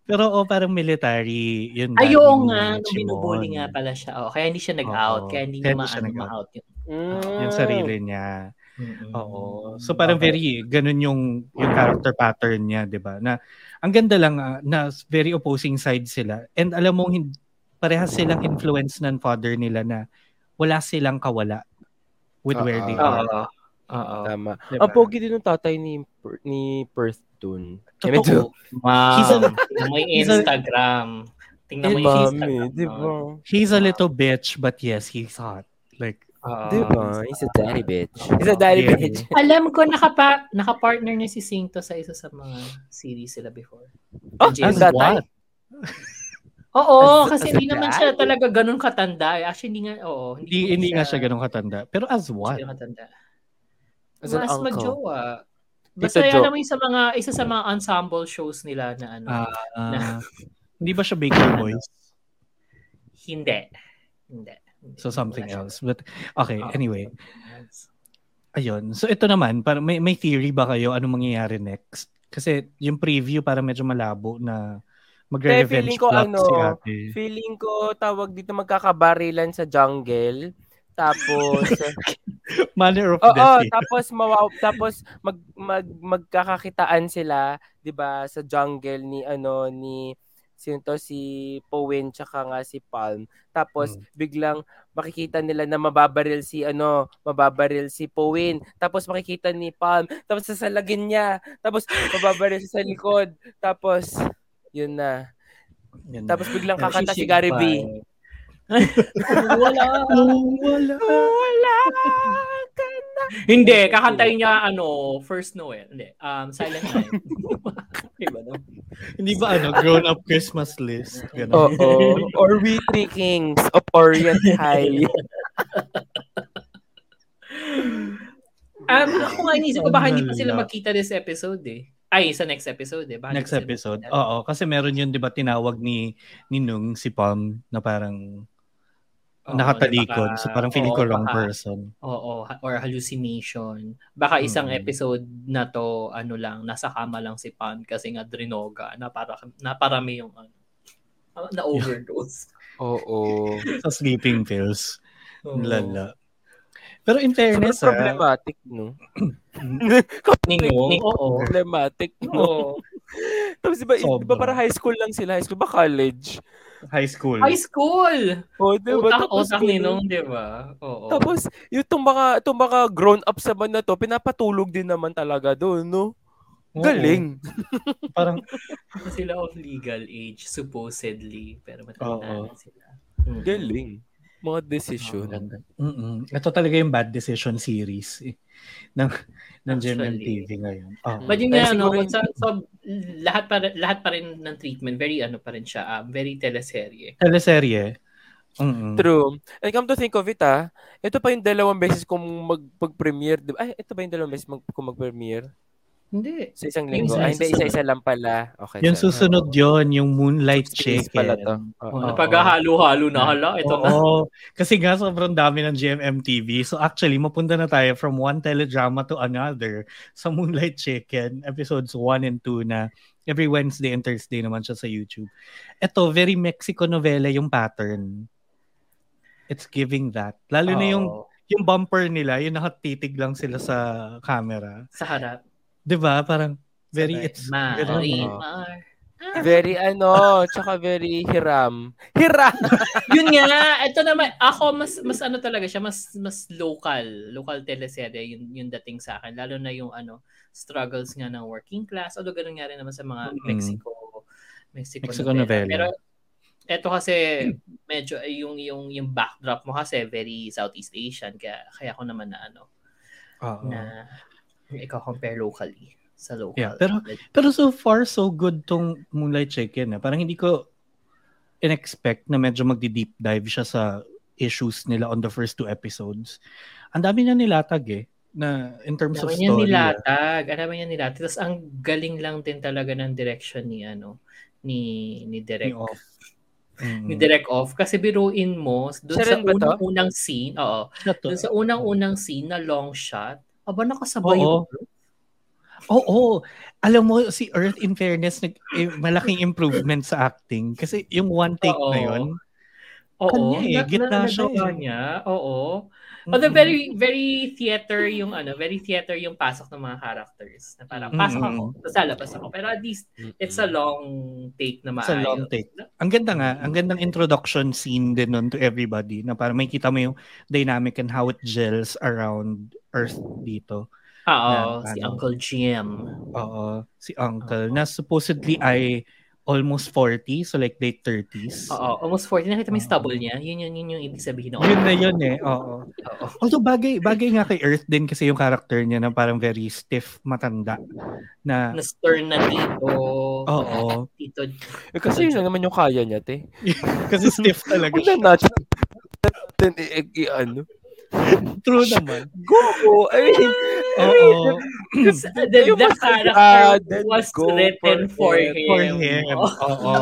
Speaker 2: Pero oh, parang military, yun.
Speaker 1: Ay,
Speaker 2: daddy
Speaker 1: oo
Speaker 2: ni
Speaker 1: nga. Nung
Speaker 2: Chimon.
Speaker 1: binubuli nga pala siya. Oh, kaya hindi siya nag-out.
Speaker 2: Oo.
Speaker 1: Kaya hindi
Speaker 2: Kaya
Speaker 1: niya
Speaker 2: hindi siya
Speaker 1: maano
Speaker 2: nag-out.
Speaker 1: ma-out. yun.
Speaker 3: Mm.
Speaker 2: Yung sarili
Speaker 1: Oh.
Speaker 2: niya.
Speaker 1: Mm-mm.
Speaker 2: Oo. So parang very ganun yung yung character pattern niya, 'di ba? Na ang ganda lang ah, na very opposing side sila. And alam mong hin- parehas silang influence ng father nila na wala silang kawala with where they
Speaker 3: Oo.
Speaker 2: are.
Speaker 1: Oo. Oo.
Speaker 3: Tama.
Speaker 2: Diba?
Speaker 3: Ang pogi din ng tatay ni Per- ni Perth dun.
Speaker 2: Totoo.
Speaker 1: Wow.
Speaker 2: He's a-
Speaker 1: Tingnan mo yung
Speaker 2: he's a-
Speaker 1: Instagram. Tingnan mo
Speaker 3: Diba,
Speaker 2: Diba,
Speaker 1: yung Instagram.
Speaker 3: Mami, di
Speaker 1: nun.
Speaker 3: ba?
Speaker 2: He's a little bitch but yes, he's hot. Like
Speaker 1: Oo.
Speaker 3: Di
Speaker 2: Diba?
Speaker 3: ba? Diba? He's a daddy bitch. He's a daddy
Speaker 2: Yeah.
Speaker 3: bitch.
Speaker 1: Alam ko, nakapa, nakapartner niya si Singto sa isa sa mga series sila before.
Speaker 3: Oh,
Speaker 1: James
Speaker 3: ang tatay.
Speaker 2: what?
Speaker 1: Oo,
Speaker 3: As-
Speaker 1: kasi
Speaker 3: as a
Speaker 1: hindi naman
Speaker 3: guy?
Speaker 1: siya talaga ganun katanda. eh. Actually, hindi nga, oo.
Speaker 2: Hindi hindi nga siya ganun katanda. Pero as what?
Speaker 1: Hindi siya katanda.
Speaker 3: As an
Speaker 1: Mas
Speaker 3: uncle.
Speaker 1: magjowa. Basta
Speaker 3: Tito
Speaker 1: alam
Speaker 3: Jo.
Speaker 1: mo yung sa mga, isa sa mga ensemble shows nila na ano.
Speaker 2: Ah, ah, hindi ba siya Baker Boys?
Speaker 1: hindi. Hindi. Hindi.
Speaker 2: So something
Speaker 1: Wala siya.
Speaker 2: else. But okay,
Speaker 1: Oo,
Speaker 3: Ah.
Speaker 2: anyway.
Speaker 1: something else.
Speaker 2: Ayun. So ito naman, para may may theory ba kayo ano mangyayari next? Kasi yung preview para medyo malabo na magre-revenge
Speaker 3: feeling ko,
Speaker 2: plot
Speaker 3: ano,
Speaker 2: si ate.
Speaker 3: Feeling ko tawag dito magkakabarilan sa jungle. Tapos
Speaker 2: Manner of
Speaker 3: Oo,
Speaker 2: death. eh.
Speaker 3: tapos mawaw, tapos mag, mag magkakakitaan sila, 'di ba, sa jungle ni ano ni sino to si Powin tsaka nga si Palm. Tapos biglang makikita nila na mababaril si ano, mababaril si Powin. Tapos makikita ni Palm, tapos sasalagin niya. Tapos mababaril siya sa likod. Tapos yun na.
Speaker 2: Yun.
Speaker 3: Tapos biglang
Speaker 1: Pero
Speaker 3: kakanta
Speaker 1: she
Speaker 3: si Gary
Speaker 1: should
Speaker 2: eh.
Speaker 3: B.
Speaker 1: buy. Wala.
Speaker 2: Oh, wala.
Speaker 3: Wala.
Speaker 1: Hindi, kakantahin niya ano, First Noel. Hindi, um, Silent Night. Iba, no?
Speaker 2: Hindi ba ano, grown up Christmas list? Ganun.
Speaker 3: Oo. Or we three kings of Orient High.
Speaker 1: Um, ako nga inisip ko baka hindi pa sila
Speaker 2: Wala.
Speaker 1: magkita this episode eh. Ay, sa next episode eh. Baka
Speaker 2: Next
Speaker 1: hindi pa sila
Speaker 2: episode. Oh,
Speaker 1: magkita.
Speaker 2: Oo, kasi meron yun, di ba, tinawag ni, ni Nung si Pam na parang
Speaker 1: Oo,
Speaker 2: nakatalikod.
Speaker 1: baka-
Speaker 2: so parang feeling ko
Speaker 1: oo,
Speaker 2: wrong
Speaker 1: baka-
Speaker 2: person.
Speaker 1: Oo, ha- or hallucination. Baka isang
Speaker 2: Mm.
Speaker 1: episode na to, ano lang, nasa kama lang si Pan kasi nga drinoga, napara, naparami yung ano, na-overdose.
Speaker 3: Oo.
Speaker 2: Sa sleeping pills.
Speaker 1: Oo.
Speaker 2: Lala. Pero in
Speaker 3: Sobrang
Speaker 2: fairness, ah,
Speaker 3: problematic, no?
Speaker 1: Ningo, oo.
Speaker 3: Problematic,
Speaker 1: Oo.
Speaker 3: no? Tapos diba,
Speaker 2: Sobra.
Speaker 3: diba para high school lang sila? High school ba college?
Speaker 2: high school.
Speaker 1: High school!
Speaker 3: Oh, diba?
Speaker 1: Utak,
Speaker 3: Tapos
Speaker 1: utak ni Nung, di ba? Oo.
Speaker 3: Tapos, yung itong mga, itong mga grown-up sa band na to, pinapatulog din naman talaga doon, no?
Speaker 2: Oo,
Speaker 3: Galing.
Speaker 2: parang,
Speaker 1: Hindi sila of legal age, supposedly. Pero
Speaker 2: Oo.
Speaker 1: matanda na sila. Mm.
Speaker 3: Galing. Mga decision.
Speaker 2: mm Ito talaga yung bad decision series eh, ng, ng
Speaker 1: Actually.
Speaker 2: GMMTV ngayon. Oh. Oo.
Speaker 1: But yun
Speaker 3: Kaya
Speaker 1: nga, no,
Speaker 3: siguro-
Speaker 1: sa, so, lahat, pa, lahat pa rin ng treatment, very ano pa rin siya, ah, very teleserye.
Speaker 2: teleserye. Mm-mm.
Speaker 3: True. And come to think of it, ah, ito pa yung dalawang beses kung mag-premiere. Diba? Ay, ito ba yung dalawang beses mag- kung mag-premiere?
Speaker 1: Hindi.
Speaker 3: Sa isang
Speaker 1: Yung
Speaker 3: linggo?
Speaker 1: isa-
Speaker 3: Ay, hindi,
Speaker 1: susunod.
Speaker 3: isa-isa lang pala. Okay.
Speaker 2: Yung
Speaker 3: sorry.
Speaker 2: susunod yon yung Moonlight
Speaker 3: Space
Speaker 2: Chicken.
Speaker 3: pala to. Oo.
Speaker 1: Oh, Napaghahalo-halo na, hala, ito na.
Speaker 2: Oo. Kasi nga sobrang dami ng GMMTV. So actually, mapunta na tayo from one teledrama to another sa Moonlight Chicken, episodes 1 and 2 na every Wednesday and Thursday naman siya sa YouTube. Ito, very Mexico novela yung pattern. It's giving that. Lalo na yung,
Speaker 1: Oo.
Speaker 2: yung bumper nila, yung nakatitig lang sila sa camera.
Speaker 1: sa harap. eh,
Speaker 2: 'Di ba Parang very,
Speaker 1: Sabay,
Speaker 2: it's...
Speaker 1: Mar,
Speaker 2: ganun.
Speaker 1: Mar.
Speaker 3: Oh. Very ano, tsaka very hiram. Hiram!
Speaker 1: Yun nga, ito naman, ako mas mas ano talaga siya, mas mas local, local teleserye yun, yung dating sa akin. Lalo na yung ano, struggles nga ng working class, although ganun nga rin naman sa mga
Speaker 2: Mm.
Speaker 1: Mexico Mexico,
Speaker 2: Mexico novela.
Speaker 1: novela. Pero eto kasi medyo eh, yung yung yung backdrop mo kasi very Southeast Asian kaya kaya ko naman na ano
Speaker 2: Oo.
Speaker 1: na ikaw compare locally sa local.
Speaker 2: Yeah, pero- Pero so far, so good tong Moonlight Chicken. Eh. Parang hindi ko in-expect na medyo magdi-deep dive siya sa issues nila on the first two episodes. Ang dami niya nilatag eh, na in terms
Speaker 1: Alam
Speaker 2: of
Speaker 1: niya
Speaker 2: story. ah.
Speaker 1: nilatag. Alam niya nilatag. Tapos ang galing lang din talaga ng direction ni ano ni ni
Speaker 2: Ni
Speaker 1: Direk.
Speaker 2: off.
Speaker 1: Ni
Speaker 2: Mm.
Speaker 1: Direk off kasi biruin mo doon
Speaker 3: Siya
Speaker 1: sa
Speaker 3: rin ba to?
Speaker 1: unang-unang scene. Oo.
Speaker 2: Siya to.
Speaker 1: Doon sa unang-unang scene na long shot. Aba nakasabay
Speaker 2: Oo.
Speaker 1: yung
Speaker 2: Oo. Alam mo, si Earth, in fairness, nag, eh, malaking improvement sa acting. Kasi yung one take
Speaker 1: Oo.
Speaker 2: na yun.
Speaker 1: Oo.
Speaker 2: Kanya eh,
Speaker 1: na- na-
Speaker 2: gitna siya
Speaker 1: nagawa
Speaker 2: eh.
Speaker 1: niya. Oo. Although
Speaker 2: Mm.
Speaker 1: very very theater yung ano, very theater yung pasok ng mga characters. Na parang
Speaker 3: Mm.
Speaker 1: pasok ako, tapos lalabas ako. Pero at least it's a long take na maayos.
Speaker 2: It's a long take. Ang ganda nga, ang gandang introduction scene din nun to everybody na para makita mo yung dynamic and how it gels around Earth dito.
Speaker 1: Oo,
Speaker 2: Na,
Speaker 1: si
Speaker 2: ano.
Speaker 1: Uncle Jim.
Speaker 2: Oo, si Uncle na supposedly ay almost 40, so like late 30s.
Speaker 1: Oo, almost 40. Nakita mo yung
Speaker 2: Oo.
Speaker 1: stubble niya. Yun yun, yun yung ibig sabihin.
Speaker 2: Yun na yun eh, oo.
Speaker 1: Oo.
Speaker 2: Although bagay, bagay nga kay Earth din kasi yung character niya na parang very stiff, matanda. Na,
Speaker 1: Na stern na dito.
Speaker 2: Oh. oo,
Speaker 1: Dito.
Speaker 3: Eh, kasi yun lang naman yung kaya niya, te.
Speaker 2: kasi stiff talaga
Speaker 3: Huwag
Speaker 2: siya.
Speaker 3: na natin, natin i- i- i- ano.
Speaker 2: True naman.
Speaker 3: Go! I mean,
Speaker 2: Oo,
Speaker 1: Because the,
Speaker 3: Yung
Speaker 1: the
Speaker 3: mas- Ah,
Speaker 1: character
Speaker 3: then
Speaker 1: was
Speaker 3: go
Speaker 1: written for
Speaker 3: for it,
Speaker 1: him.
Speaker 2: for him.
Speaker 1: Oo.
Speaker 2: Oo.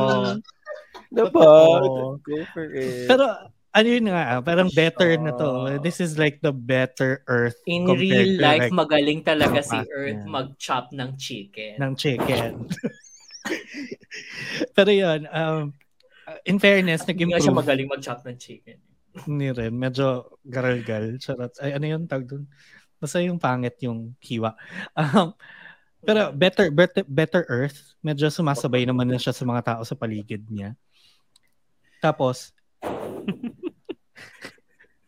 Speaker 3: diba?
Speaker 2: Totoo.
Speaker 3: Go for it.
Speaker 2: Pero ano yun nga, ah, parang better na to.
Speaker 3: Ah.
Speaker 2: This is like the better Earth
Speaker 1: Oh. In
Speaker 2: compared
Speaker 1: real
Speaker 2: to
Speaker 1: life,
Speaker 2: like,
Speaker 1: magaling talaga si
Speaker 2: Ah,
Speaker 1: Earth
Speaker 2: yeah.
Speaker 1: mag-chop ng chicken.
Speaker 2: ng chicken. Pero yun, um, in fairness,
Speaker 1: Hindi nga siya
Speaker 2: nag-improve
Speaker 1: magaling mag-chop ng chicken.
Speaker 2: ni Ren. Medyo garalgal. Charot. Ay, ano yun tawag dun? Basta yung pangit yung kiwa. Um, pero better, better, better Earth, medyo sumasabay naman na siya sa mga tao sa paligid niya. Tapos,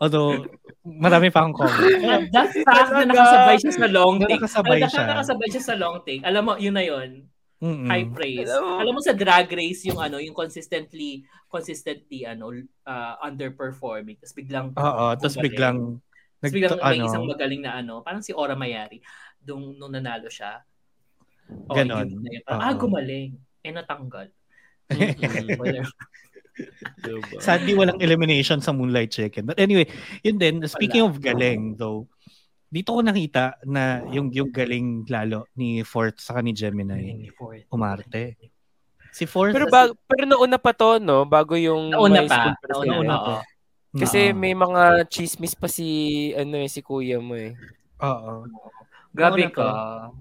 Speaker 2: although, marami pa akong comment.
Speaker 1: And the fact na
Speaker 3: Talaga.
Speaker 1: nakasabay siya sa long
Speaker 2: Na
Speaker 1: take.
Speaker 2: nakasabay
Speaker 1: Alam, the fact
Speaker 2: siya.
Speaker 1: na nakasabay siya sa long take. Alam mo, yun na yun.
Speaker 2: Mm-mm.
Speaker 1: high praise.
Speaker 3: Alam mo-
Speaker 1: Alam mo sa drag race yung ano, yung consistently consistently ano uh, underperforming. Tapos biglang
Speaker 2: Oo, tapos
Speaker 1: Kumbaga,
Speaker 2: biglang
Speaker 1: tapos
Speaker 2: nag
Speaker 1: biglang may
Speaker 2: ano,
Speaker 1: isang magaling na ano, parang si Ora Mayari nung nung nanalo siya. Oh,
Speaker 2: Ganon.
Speaker 1: yun na yun. Parang,
Speaker 2: Oo.
Speaker 1: ah, gumaling. Eh, natanggal.
Speaker 3: Mm. Diba?
Speaker 2: sadly walang elimination sa Moonlight Chicken. But anyway, yun din speaking of galing though, dito ko nakita na yung yung galing lalo ni Fourth sa ni Gemini.
Speaker 6: Fourth.
Speaker 2: Umarte. Si Fourth
Speaker 3: Pero bag, pero nauna pa to, no? Bago yung
Speaker 1: Nauna
Speaker 3: high
Speaker 1: pa.
Speaker 3: school president.
Speaker 1: Nauna
Speaker 2: Nauna
Speaker 1: pa.
Speaker 2: pa.
Speaker 3: Kasi
Speaker 6: Oo.
Speaker 3: may mga chismis pa si ano eh, si kuya mo eh.
Speaker 2: Oo.
Speaker 1: Grabe ka.
Speaker 2: Nauna pa.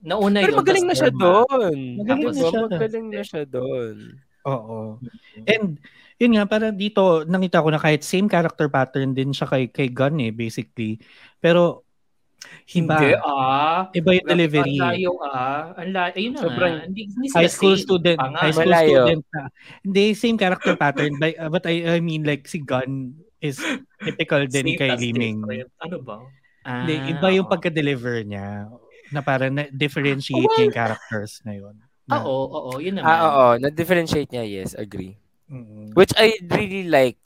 Speaker 1: Nauna
Speaker 3: Pero
Speaker 1: yun,
Speaker 3: magaling na
Speaker 1: tas
Speaker 3: siya
Speaker 1: Burma.
Speaker 3: doon.
Speaker 2: Magaling
Speaker 3: Diba?
Speaker 2: na siya doon.
Speaker 3: Magaling na siya doon.
Speaker 2: Oo. And yun nga parang dito nakita ko na kahit same character pattern din siya kay kay Gun eh basically. Pero
Speaker 6: Hindi.
Speaker 1: Hindi ah.
Speaker 2: iba yung delivery.
Speaker 1: Ang layo ah. Ang layo. Ayun na
Speaker 3: Sobrang-
Speaker 1: nga. Hindi, hindi sila
Speaker 2: high school
Speaker 1: same.
Speaker 2: student
Speaker 1: Pa nga.
Speaker 2: high school
Speaker 3: Malayo.
Speaker 2: student na. Hindi same character pattern but, uh, but I I mean like si Gun is typical
Speaker 1: Same
Speaker 2: din kay
Speaker 1: tas
Speaker 2: Liming.
Speaker 1: different. Ano ba?
Speaker 6: Ah,
Speaker 2: Hindi, iba yung
Speaker 6: oo.
Speaker 2: pagka-deliver niya na para na differentiate niya yung characters na yun. Na,
Speaker 1: Oo, oo, yun naman.
Speaker 3: Ah, oo. Na-differentiate niya, yes. Agree.
Speaker 2: Mm.
Speaker 3: Which I really liked.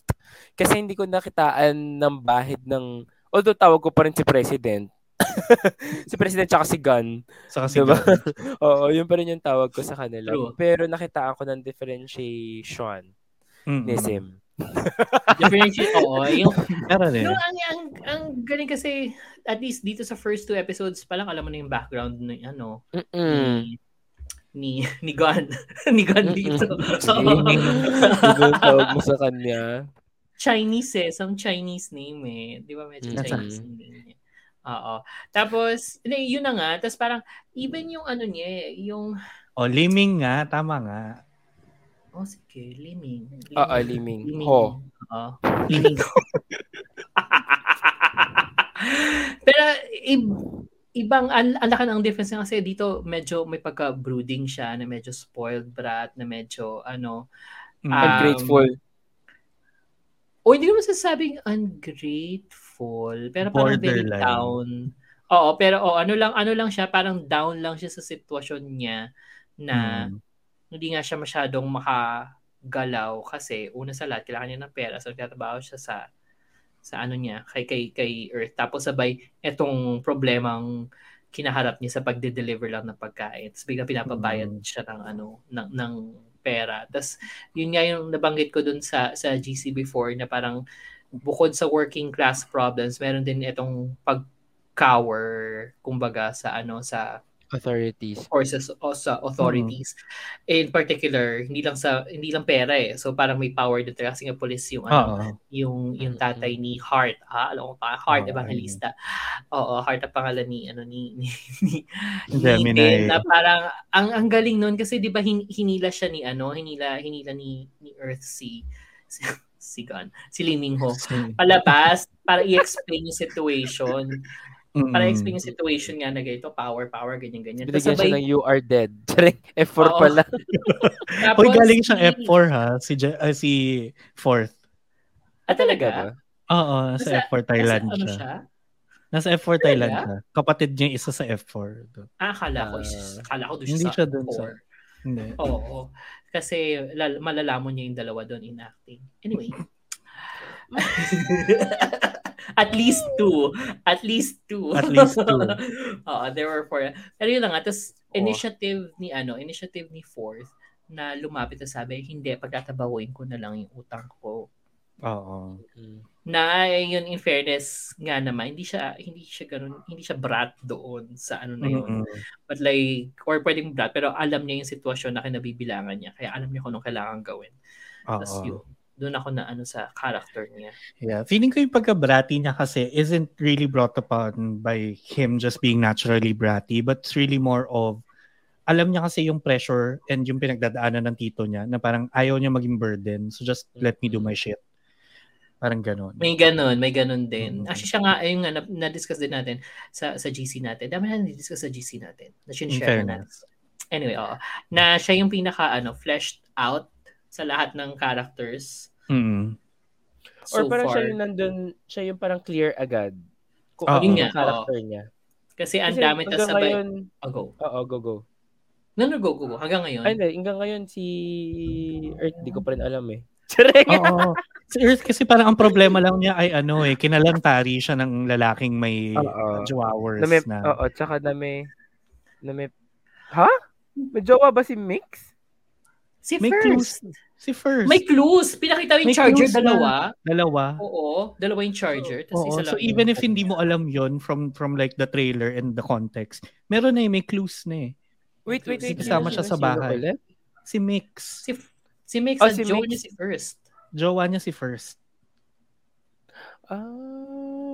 Speaker 3: Kasi hindi ko nakitaan ng bahid ng... Although tawag ko pa rin si President. si President tsaka si Gun.
Speaker 2: Saka si
Speaker 3: Diba?
Speaker 2: Gun.
Speaker 3: Oo, yun pa rin yung tawag ko sa kanila.
Speaker 1: True.
Speaker 3: Pero nakitaan ko ng differentiation.
Speaker 2: Mm.
Speaker 3: Nism.
Speaker 1: Differentiate, oo. Yung,
Speaker 2: Meron eh.
Speaker 1: no, ang, ang, ang galing kasi, at least dito sa first two episodes pa lang, alam mo na yung background ng ano,
Speaker 3: Mm-mm.
Speaker 1: ni, ni Gon. ni Gon dito.
Speaker 3: Diba yung tawag mo sa kanya?
Speaker 1: Chinese eh. Some Chinese name eh. Di ba medyo
Speaker 3: Mm.
Speaker 1: Chinese name eh. Oo. Tapos, hindi, yun na nga. Tapos parang, even yung ano niya eh, yung,
Speaker 2: O, Liming oh, nga, tama nga.
Speaker 1: oh sige, Liming.
Speaker 3: Oo, Liming. Ho.
Speaker 1: Oo. Liming Ho. Pero, i- ibang, al- alakan ang difference niya kasi dito medyo may pagka-brooding siya na medyo spoiled brat, na medyo ano,
Speaker 2: Mm.
Speaker 1: Ah,
Speaker 3: Ungrateful.
Speaker 1: O hindi ko masasabing ungrateful, pero parang very
Speaker 2: Borderline.
Speaker 1: down. Oo, pero oh, ano lang ano lang siya, parang down lang siya sa sitwasyon niya na
Speaker 2: Mm.
Speaker 1: hindi nga siya masyadong makagalaw kasi una sa lahat kailangan niya ng pera so nagtatrabaho siya sa sa ano niya kay kay kay Earth tapos sabay etong problemang kinaharap niya sa pagde-deliver lang ng pagkain. Tapos bigla pinapabayad
Speaker 2: Mm.
Speaker 1: siya ng ano ng ng pera. Tapos yun nga yung nabanggit ko dun sa sa GC before na parang bukod sa working class problems, meron din itong pagcower kumbaga sa ano sa
Speaker 3: Authorities.
Speaker 1: or sa, o sa authorities.
Speaker 2: Mm-hmm.
Speaker 1: In particular, hindi lang sa hindi lang pera eh. So parang may power din talaga kasi nga police yung ano,
Speaker 2: Oo.
Speaker 1: yung yung
Speaker 3: Mm-hmm.
Speaker 1: tatay ni Hart, ah, alam ko pa, Hart
Speaker 2: Oo,
Speaker 1: Evangelista. Oo, Hart ang pangalan ni ano ni ni, ni Din,
Speaker 2: Gemini.
Speaker 1: na parang ang ang galing noon kasi 'di ba hin- hinila siya ni ano, hinila hinila ni ni Earth si si, si Gun, si Lee Ming Ho palabas para i-explain yung situation.
Speaker 2: Mm.
Speaker 1: Para i-explain yung situation nga na ganito, power, power, ganyan, ganyan. Tapos
Speaker 3: Binigyan siya
Speaker 1: sabay-
Speaker 3: ng you are dead. Charing, F4
Speaker 1: Oo.
Speaker 3: pala.
Speaker 1: Tapos,
Speaker 2: Hoy, galing siyang
Speaker 1: si-
Speaker 2: F4 ha, si, Je- ah, si Fourth.
Speaker 1: Ah, talaga?
Speaker 3: ba?
Speaker 2: Oo, sa
Speaker 1: Nasa-
Speaker 2: F4 Thailand
Speaker 1: Nasa, ano
Speaker 2: siya.
Speaker 1: siya?
Speaker 2: Nasa F4 Thailand siya. Kapatid niya isa sa F4.
Speaker 1: Ah, akala ko.
Speaker 3: Ah.
Speaker 1: is- akala ko doon
Speaker 2: Hindi
Speaker 1: siya
Speaker 2: siya dun
Speaker 1: four.
Speaker 2: Hindi.
Speaker 3: Oh.
Speaker 1: Oo. Kasi lal- malalaman niya yung dalawa doon in acting. Anyway. At least two. At least two.
Speaker 2: At least two.
Speaker 1: Oo, there were four. Pero yun na nga, tapos
Speaker 3: Oo.
Speaker 1: initiative ni ano, initiative ni Fourth na lumapit na sabi, hindi, pagtatabawin ko na lang yung utang ko.
Speaker 2: Oo.
Speaker 1: na eh, yun in fairness nga naman hindi siya hindi siya ganun hindi siya brat doon sa ano na yun
Speaker 2: Mm-mm.
Speaker 1: but like or pwedeng brat pero alam niya yung sitwasyon na kinabibilangan niya kaya alam niya kung anong kailangan gawin tapos
Speaker 2: Oo.
Speaker 1: yun doon ako na ano sa character niya
Speaker 2: Yeah, feeling ko yung pagka-bratty niya kasi isn't really brought upon by him just being naturally bratty, but it's really more of, alam niya kasi yung pressure and yung pinagdadaanan ng tito niya na parang ayaw niya maging burden, so just let me do
Speaker 3: Mm.
Speaker 2: my shit. Parang ganun.
Speaker 1: may ganun may ganun din
Speaker 2: Mm.
Speaker 1: actually siya nga ayun nga na- na-discuss din natin sa sa GC natin dami na na-discuss sa GC natin na
Speaker 2: In
Speaker 1: sinishare na natin
Speaker 2: fairness.
Speaker 1: anyway oo na siya yung pinaka ano fleshed out sa lahat ng characters
Speaker 2: Mm.
Speaker 3: Or
Speaker 1: so
Speaker 3: parang
Speaker 1: far
Speaker 3: siya yung nandun, siya yung parang clear agad. Kung
Speaker 2: Ah, Oo.
Speaker 3: ano yung
Speaker 1: Yun nga,
Speaker 3: character niya.
Speaker 1: kasi ang
Speaker 3: Kasi
Speaker 1: dami
Speaker 3: hanggang
Speaker 1: tas sabay
Speaker 3: Ngayon,
Speaker 1: oh, go
Speaker 3: oo, go, go.
Speaker 1: No, no, go, go, go. Hanggang ngayon.
Speaker 3: Ay, hindi. Hanggang ngayon, si Earth, di ko pa rin alam eh.
Speaker 2: Oo. Si Earth kasi parang ang problema lang niya ay ano eh, kinalantari siya ng lalaking may
Speaker 3: Oo.
Speaker 2: jowers
Speaker 3: Na may, oh.
Speaker 2: na.
Speaker 3: oo, tsaka na may, na may, ha? May jowa ba si Mix?
Speaker 1: si
Speaker 2: May
Speaker 1: First.
Speaker 2: clues. Si First.
Speaker 1: May clues. Pinakita yung
Speaker 2: May
Speaker 1: charger
Speaker 2: clues na.
Speaker 1: dalawa.
Speaker 2: Dalawa.
Speaker 1: Oo, dalawa yung charger. tas
Speaker 2: Oo,
Speaker 1: isa lang
Speaker 2: so
Speaker 1: yung-
Speaker 2: even if hindi mo alam yon from from like the trailer and the context, meron na eh, may clues na eh.
Speaker 3: Wait, wait, wait.
Speaker 2: Kasama siya sa
Speaker 3: sino- sino
Speaker 2: bahay.
Speaker 3: ulit?
Speaker 2: Si Mix.
Speaker 1: Si, si Mix
Speaker 3: Oh,
Speaker 1: at
Speaker 3: si
Speaker 1: Joe
Speaker 3: Mix.
Speaker 1: niya si First.
Speaker 2: Jowa niya si First.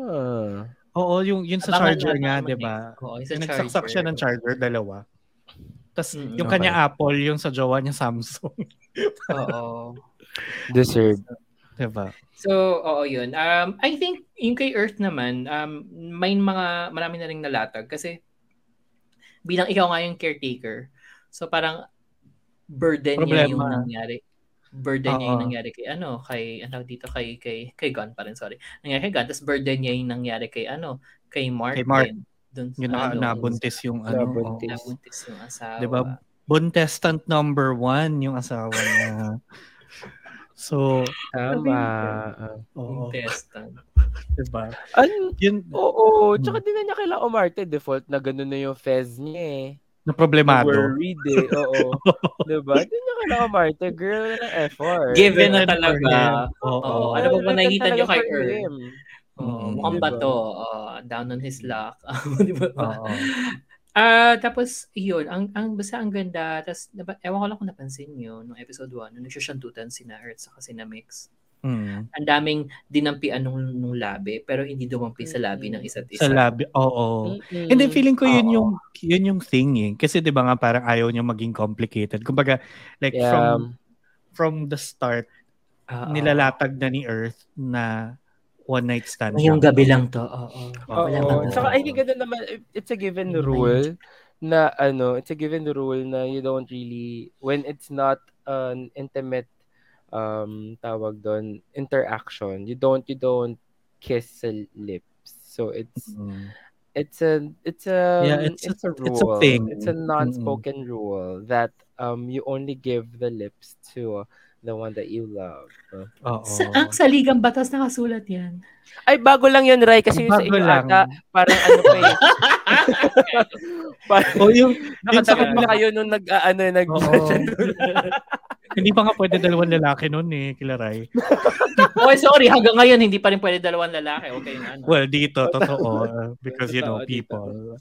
Speaker 3: Ah.
Speaker 2: Oo, yung yun sa
Speaker 1: Abangan
Speaker 2: charger
Speaker 1: natin
Speaker 2: nga,
Speaker 1: naman
Speaker 2: 'di ba?
Speaker 1: next. Oo, yung sa
Speaker 2: Yung Nagsaksak siya ng charger dalawa. Tapos
Speaker 1: Mm,
Speaker 2: yung
Speaker 3: okay.
Speaker 2: kanya Apple, yung sa jowa niya Samsung,
Speaker 1: Oo.
Speaker 3: Deserve.
Speaker 2: 'di ba?
Speaker 1: So, oo yun. Um, I think yung kay Earth naman, um, may mga marami na rin nalatag kasi bilang ikaw nga yung caretaker, so parang burden niya yung
Speaker 2: Problema.
Speaker 1: nangyari. Burden niya yung
Speaker 2: Oo.
Speaker 1: nangyari kay ano, kay ano dito kay kay kay Gun pa rin, sorry. Nangyari kay Gun, tapos burden niya yung nangyari kay ano, kay Mark.
Speaker 2: Kay Mark.
Speaker 1: din. Dun sa
Speaker 2: Yung
Speaker 1: ano,
Speaker 2: na, nabuntis yung ano. oo.
Speaker 3: Nabuntis.
Speaker 1: nabuntis yung asawa.
Speaker 2: Di ba? Buntestant number one yung asawa niya. so,
Speaker 3: Tama.
Speaker 2: oo,
Speaker 1: Contestant.
Speaker 2: di ba?
Speaker 3: An-
Speaker 2: Yun, Hmm.
Speaker 3: Oo, tsaka di na niya kailang umarte. Default na ganun na yung fez niya eh.
Speaker 2: na problemado.
Speaker 3: Worried eh. Oo. diba? Di niya kailang umarte. Girl na effort.
Speaker 1: Given na
Speaker 2: Good for
Speaker 1: talaga.
Speaker 2: him. Oo.
Speaker 1: Oo, ano ba ba
Speaker 3: Ganun
Speaker 1: nakikita
Speaker 3: talaga
Speaker 1: niyo kay
Speaker 3: for
Speaker 1: Earth?
Speaker 3: him.
Speaker 1: Oh,
Speaker 2: Mm,
Speaker 1: mukhang
Speaker 3: diba?
Speaker 1: bato. Oh, down on his luck. Di ba?
Speaker 2: Oo.
Speaker 1: Ah, tapos yun, ang ang basta ang ganda. Tapos napa, ewan ko lang kung napansin niyo nung episode 1, nung nagsasantutan si na Earth sa kasi na Mix.
Speaker 2: Mm.
Speaker 1: Ang daming dinampian nung, nung labi pero hindi dumampi sa labi ng
Speaker 3: Mm.
Speaker 1: isa't isa.
Speaker 2: Sa labi. Oo.
Speaker 3: Mm-mm.
Speaker 2: And then feeling ko yun
Speaker 1: Oo.
Speaker 2: yung yun yung thing eh. Kasi 'di ba nga parang ayaw niya maging complicated. Kumbaga like
Speaker 3: Yeah.
Speaker 2: from from the start
Speaker 1: Oo.
Speaker 2: nilalatag na ni Earth na one night stand.
Speaker 1: Ngayong
Speaker 2: lang.
Speaker 1: gabi lang to. Oo.
Speaker 2: Oo.
Speaker 1: Wala
Speaker 3: Oo.
Speaker 1: bang-
Speaker 3: Tsaka I think ganun naman, it's a given
Speaker 2: Yung
Speaker 3: rule na ano, it's a given rule na you don't really, when it's not an intimate um tawag doon interaction you don't you don't kiss sa lips so it's
Speaker 2: Mm.
Speaker 3: it's a it's a um,
Speaker 2: Yeah, it's
Speaker 3: it's
Speaker 2: a-
Speaker 3: a
Speaker 2: it's a
Speaker 3: rule
Speaker 2: thing.
Speaker 3: it's a non-spoken rule that um you only give the lips to the one that you love
Speaker 2: Oo.
Speaker 1: Sa, ang saligang batas nakasulat yan.
Speaker 3: ay bago lang yun Ray kasi yun sa
Speaker 2: Bago
Speaker 3: inyo
Speaker 2: lang.
Speaker 3: ata parang ano pa yun parang
Speaker 2: O yung, yung sa
Speaker 3: Nakatakot na kayo nung nag ah, ano nag
Speaker 2: Oo. Hindi pa nga pwede dalawang lalaki nun eh, kilaray.
Speaker 1: Okay, sorry. Hanggang ngayon, hindi pa rin pwede dalawang lalaki. Okay na. Ano.
Speaker 2: Well, dito, totoo. Because, you know,
Speaker 3: Totoo, dito.
Speaker 2: people.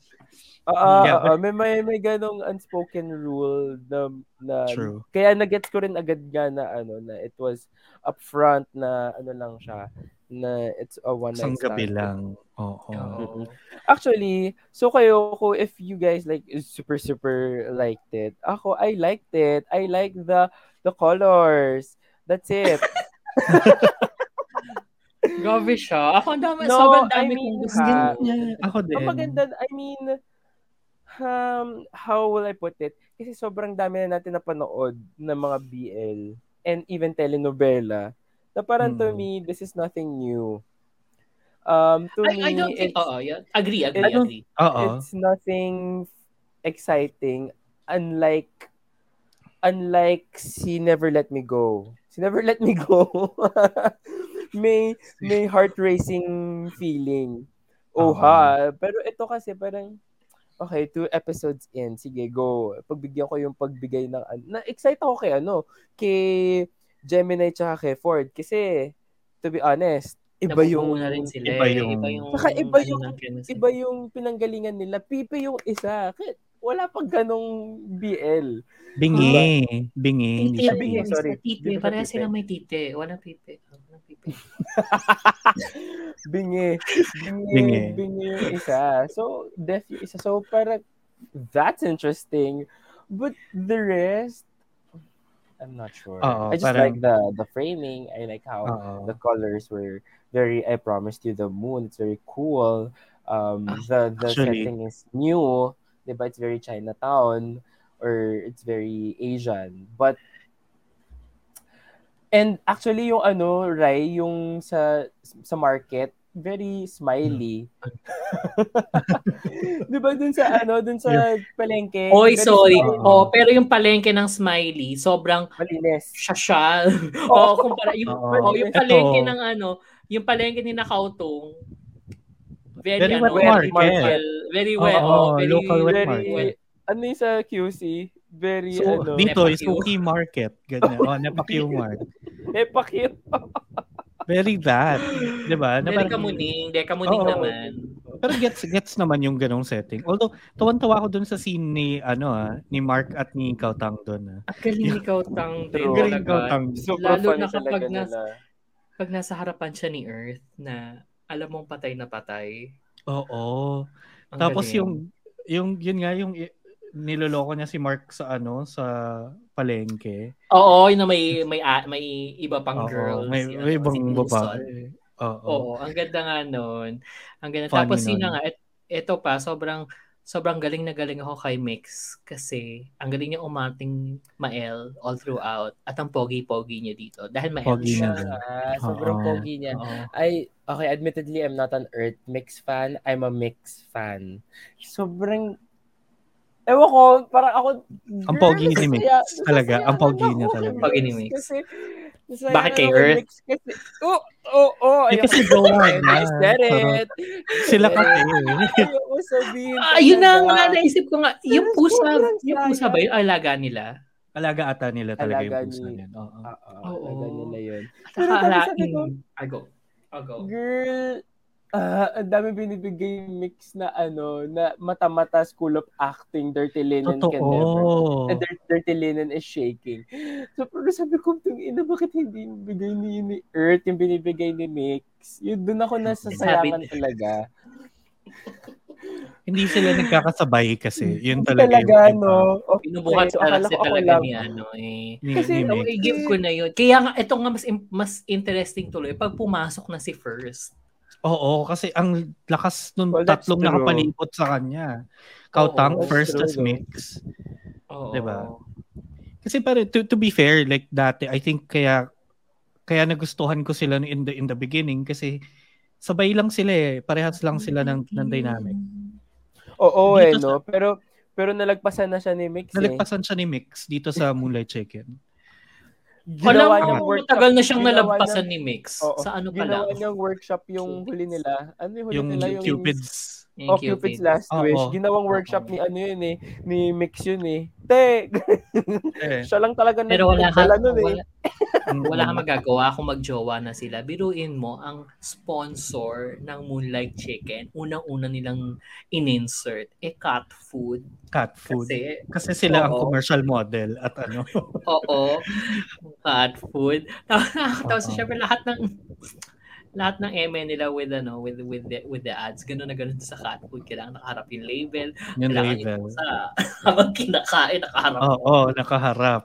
Speaker 3: Ah, ah,
Speaker 2: Yeah,
Speaker 3: ah, ah, may may may ganong unspoken rule na na
Speaker 2: True.
Speaker 3: kaya nagets ko rin agad nga na ano na it was upfront na ano lang siya na it's a one
Speaker 2: Isang
Speaker 3: night
Speaker 2: gabi
Speaker 3: stand.
Speaker 2: lang. Oo.
Speaker 1: Oo.
Speaker 3: Actually, so kayo ko if you guys like super super liked it. Ako I liked it. I like the the colors. That's it.
Speaker 1: Grabe siya. Ako, ang dami,
Speaker 3: No,
Speaker 1: sobrang
Speaker 3: I
Speaker 1: dami
Speaker 3: mean,
Speaker 1: kong gusto.
Speaker 3: ha,
Speaker 2: Yeah, ako din.
Speaker 3: Ang maganda, I mean, um, how will I put it? Kasi sobrang dami na natin napanood ng mga BL and even telenovela na parang to
Speaker 1: Hmm.
Speaker 2: Mm.
Speaker 3: me, this is nothing new. Um, to me,
Speaker 1: I, I don't think,
Speaker 3: it's,
Speaker 1: oo, yeah. agree, agree,
Speaker 3: I don't-
Speaker 1: agree.
Speaker 2: Oo.
Speaker 3: it's nothing exciting unlike unlike si Never Let Me Go. Si Never Let Me Go. may may heart racing feeling. Oh ha, pero ito kasi parang okay, two episodes in. Sige, go. Pagbigyan ko yung pagbigay ng ano. Na-excite ako kay ano, kay Gemini tsaka kay Ford kasi to be honest, iba yung
Speaker 1: Nabubuo na rin sila.
Speaker 2: iba
Speaker 1: eh.
Speaker 2: yung-
Speaker 1: iba yung,
Speaker 3: Saka iba
Speaker 1: ano
Speaker 3: yung-
Speaker 1: ng chemistry.
Speaker 3: iba yung pinanggalingan nila. Pipe yung isa. Kahit Wala pag ganong BL.
Speaker 2: Bingi. Bingi.
Speaker 1: Titi, sabi
Speaker 2: Hindi siya
Speaker 3: Sabi niya,
Speaker 2: bingi.
Speaker 1: niya,
Speaker 3: sorry.
Speaker 1: sorry.
Speaker 3: Hindi
Speaker 1: Titi,
Speaker 3: ko
Speaker 1: pareha
Speaker 3: pipe.
Speaker 1: silang may titi. Walang pipi. Walang pipi.
Speaker 3: Bingi. Bingi.
Speaker 2: Bingi.
Speaker 3: Bingi. yung isa. So, deaf yung isa. So, parang, that's interesting. But the rest, I'm not sure.
Speaker 2: Oo,
Speaker 3: I just
Speaker 2: parang-
Speaker 3: like the the framing. I like how
Speaker 2: Oo.
Speaker 3: the colors were very, I promised you the moon. It's very cool. Um, the
Speaker 2: Ah,
Speaker 3: the
Speaker 2: Actually-
Speaker 3: setting is new. Diba? It's very Chinatown or it's very Asian. But And actually yung ano, Ray, yung sa sa market, very smiley. 'Di ba dun sa ano, dun sa palengke?
Speaker 1: Oy,
Speaker 3: very
Speaker 1: sorry.
Speaker 3: smiley,
Speaker 1: Oh, pero yung palengke ng smiley, sobrang
Speaker 3: Malinis.
Speaker 1: syasyal. Oo, oh, kumpara yung,
Speaker 2: Oo.
Speaker 1: oh, yung
Speaker 2: Ito.
Speaker 1: palengke ng ano, yung palengke ni Nakautong, very,
Speaker 2: Very
Speaker 1: ano,
Speaker 2: wet
Speaker 1: very
Speaker 2: market.
Speaker 1: local. Very well.
Speaker 2: Oo,
Speaker 1: oh, very,
Speaker 2: local wet
Speaker 1: very
Speaker 2: market.
Speaker 1: well.
Speaker 3: Very, ano yung sa QC? Very,
Speaker 2: So,
Speaker 3: ano,
Speaker 2: dito is
Speaker 1: Nepakyu.
Speaker 2: Suki Market. Ganyan. Oh, Nepakyu Mart.
Speaker 3: eh, epakyo.
Speaker 2: Very that. Di ba? Na
Speaker 1: Deka
Speaker 2: parang-
Speaker 1: muning, deka muning
Speaker 2: Oo.
Speaker 1: naman.
Speaker 2: Pero gets gets naman yung ganong setting. Although tuwan-tuwa ako dun sa scene ni ano ah, ni Mark at ni Kautang doon. Ah.
Speaker 1: Ang galing ni Kautang din
Speaker 3: True.
Speaker 2: Galing
Speaker 1: talaga.
Speaker 2: Kautang.
Speaker 3: Super
Speaker 1: Lalo
Speaker 3: funny
Speaker 1: na kapag
Speaker 3: talaga
Speaker 1: nas-
Speaker 3: nila.
Speaker 1: Pag nasa harapan siya ni Earth na alam mong patay na patay.
Speaker 2: Oo.
Speaker 1: Ang
Speaker 2: Tapos
Speaker 1: galing.
Speaker 2: yung yung yun nga yung i- niloloko niya si Mark sa ano sa palengke.
Speaker 1: Oo, yun na may may a- may iba pang
Speaker 2: Oo,
Speaker 1: girls.
Speaker 2: may,
Speaker 1: yun,
Speaker 2: may
Speaker 1: ano,
Speaker 2: ibang
Speaker 1: si Wilson.
Speaker 2: babae. Oo.
Speaker 1: Oo, ang ganda nga nun. Ang ganda.
Speaker 2: Funny
Speaker 1: Tapos yun
Speaker 2: nun.
Speaker 1: na nga, et, eto pa, sobrang sobrang galing na galing ako kay Mix kasi ang galing niya umating Mael all throughout at ang pogi-pogi niya dito dahil Mael
Speaker 2: Pogi
Speaker 1: siya.
Speaker 2: na din.
Speaker 3: Ah, sobrang
Speaker 2: Oo.
Speaker 3: pogi niya.
Speaker 1: Oo.
Speaker 3: I okay, admittedly I'm not an Earth Mix fan. I'm a Mix fan. Sobrang Ewan ko, parang ako...
Speaker 2: Ang pogi ni Mix. Talaga, ang pogi
Speaker 3: ano
Speaker 2: niya talaga.
Speaker 1: Pogi ni Mix. Bakit
Speaker 3: Bakit
Speaker 1: kay
Speaker 3: kay
Speaker 1: Earth?
Speaker 3: ano, Mix kasi, oh, oh, oh.
Speaker 2: Eh,
Speaker 3: ayoko-
Speaker 2: kasi gawa na.
Speaker 3: I said it.
Speaker 2: Sila ka
Speaker 3: Ayoko sabihin.
Speaker 1: Ah, yun na
Speaker 3: talaga.
Speaker 1: nga, naisip ko nga. Yung
Speaker 3: Sobrang
Speaker 1: pusa,
Speaker 3: sayang.
Speaker 1: yung pusa ba yung alaga nila?
Speaker 2: Alaga ata nila talaga
Speaker 3: Alaga
Speaker 2: yung pusa
Speaker 3: ni-
Speaker 2: nila. Oo.
Speaker 3: Ah,
Speaker 1: Oo.
Speaker 3: Oo, talaga nila yun.
Speaker 1: At
Speaker 3: Pero sabi-
Speaker 1: akala-
Speaker 3: sabi ko,
Speaker 1: Mm, I'll go. I'll go.
Speaker 3: Girl, ah, ang dami binibigay yung mix na ano, na mata-mata school of acting, dirty linen can never.
Speaker 2: Totoo.
Speaker 3: And dirty, dirty linen is shaking. So, pero sabi ko, itong ina, bakit hindi yung bigay ni, ni Earth yung binibigay ni Mix? Yun, doon ako nasasayangan talaga.
Speaker 2: Hindi sila nagkakasabay kasi. Yun
Speaker 3: Hmm.
Speaker 2: talaga,
Speaker 3: Hindi talaga,
Speaker 2: yung
Speaker 3: no? Okay,
Speaker 1: Pinubuhat
Speaker 3: so,
Speaker 1: na
Speaker 3: akala
Speaker 1: kasi
Speaker 3: ko ako
Speaker 1: talaga
Speaker 3: lang.
Speaker 1: ni ano eh.
Speaker 2: Ni,
Speaker 3: Kasi
Speaker 2: ni
Speaker 3: ako
Speaker 2: Meg.
Speaker 3: eh,
Speaker 1: I-give ko na yun. Kaya nga, ito nga mas, im- mas interesting tuloy pag pumasok na si First.
Speaker 2: Oo, kasi ang lakas nung
Speaker 3: Well, that's
Speaker 2: tatlong
Speaker 3: true.
Speaker 2: nakapalipot sa kanya. Kautang,
Speaker 1: Oo, that's
Speaker 2: first,
Speaker 3: true,
Speaker 2: as
Speaker 3: though.
Speaker 2: mix.
Speaker 1: Oo.
Speaker 2: Diba? Kasi pare, to, to be fair, like dati, I think kaya kaya nagustuhan ko sila in the in the beginning kasi sabay lang sila eh. Parehas lang sila ng, ng dynamic.
Speaker 3: Oo, eh,
Speaker 2: Dito
Speaker 3: no? Pero, pero nalagpasan na siya ni Mix, eh.
Speaker 2: Nalagpasan siya ni Mix dito sa Moonlight Chicken.
Speaker 1: Alam
Speaker 3: Ginawa
Speaker 1: mo,
Speaker 3: niyang workshop.
Speaker 1: matagal na siyang
Speaker 3: Ginawa
Speaker 1: nalagpasan ni Mix.
Speaker 3: Oo.
Speaker 1: Sa ano pa lang?
Speaker 3: Ginawa niyang workshop yung huli nila. Ano yung huli
Speaker 2: Yung
Speaker 3: nila?
Speaker 2: Cupids.
Speaker 1: Yung
Speaker 3: Oh, Cupid's Last
Speaker 2: Oo.
Speaker 3: Wish. Ginawang workshop ni ano yun eh. Ni Mix yun eh. Te,
Speaker 2: Eh,
Speaker 3: siya lang talaga
Speaker 1: Pero wala ka,
Speaker 3: nagdala nun eh.
Speaker 1: wala, wala kang magagawa kung magjowa na sila. Biruin mo ang sponsor ng Moonlight Chicken. Unang-una nilang in-insert. E cat food.
Speaker 2: cat food. Kasi,
Speaker 1: Kasi,
Speaker 2: sila ang
Speaker 1: Oo.
Speaker 2: commercial model at ano.
Speaker 1: oo, cat food. Tapos
Speaker 2: Oo.
Speaker 1: syempre lahat ng lahat ng MN nila with ano with with the, with the ads ganun na ganun sa cat food kailangan nakaharap yung label
Speaker 2: yung
Speaker 1: kailangan
Speaker 2: label. Oh.
Speaker 1: yung sa habang kinakain nakaharap
Speaker 2: Oo, nakaharap.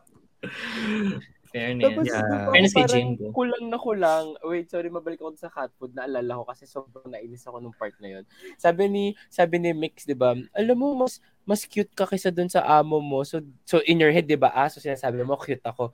Speaker 1: fairness
Speaker 3: Tapos
Speaker 2: Yeah.
Speaker 3: yeah.
Speaker 1: Fairness kay
Speaker 3: parang
Speaker 1: Jingo.
Speaker 3: kulang na kulang. Wait, sorry, mabalik ako sa cat food. Naalala ko kasi sobrang nainis ako nung part na yun. Sabi ni, sabi ni Mix, di ba, alam mo, mas mas cute ka kaysa dun sa amo mo. So, so in your head, di ba, ah, so sinasabi mo, cute ako.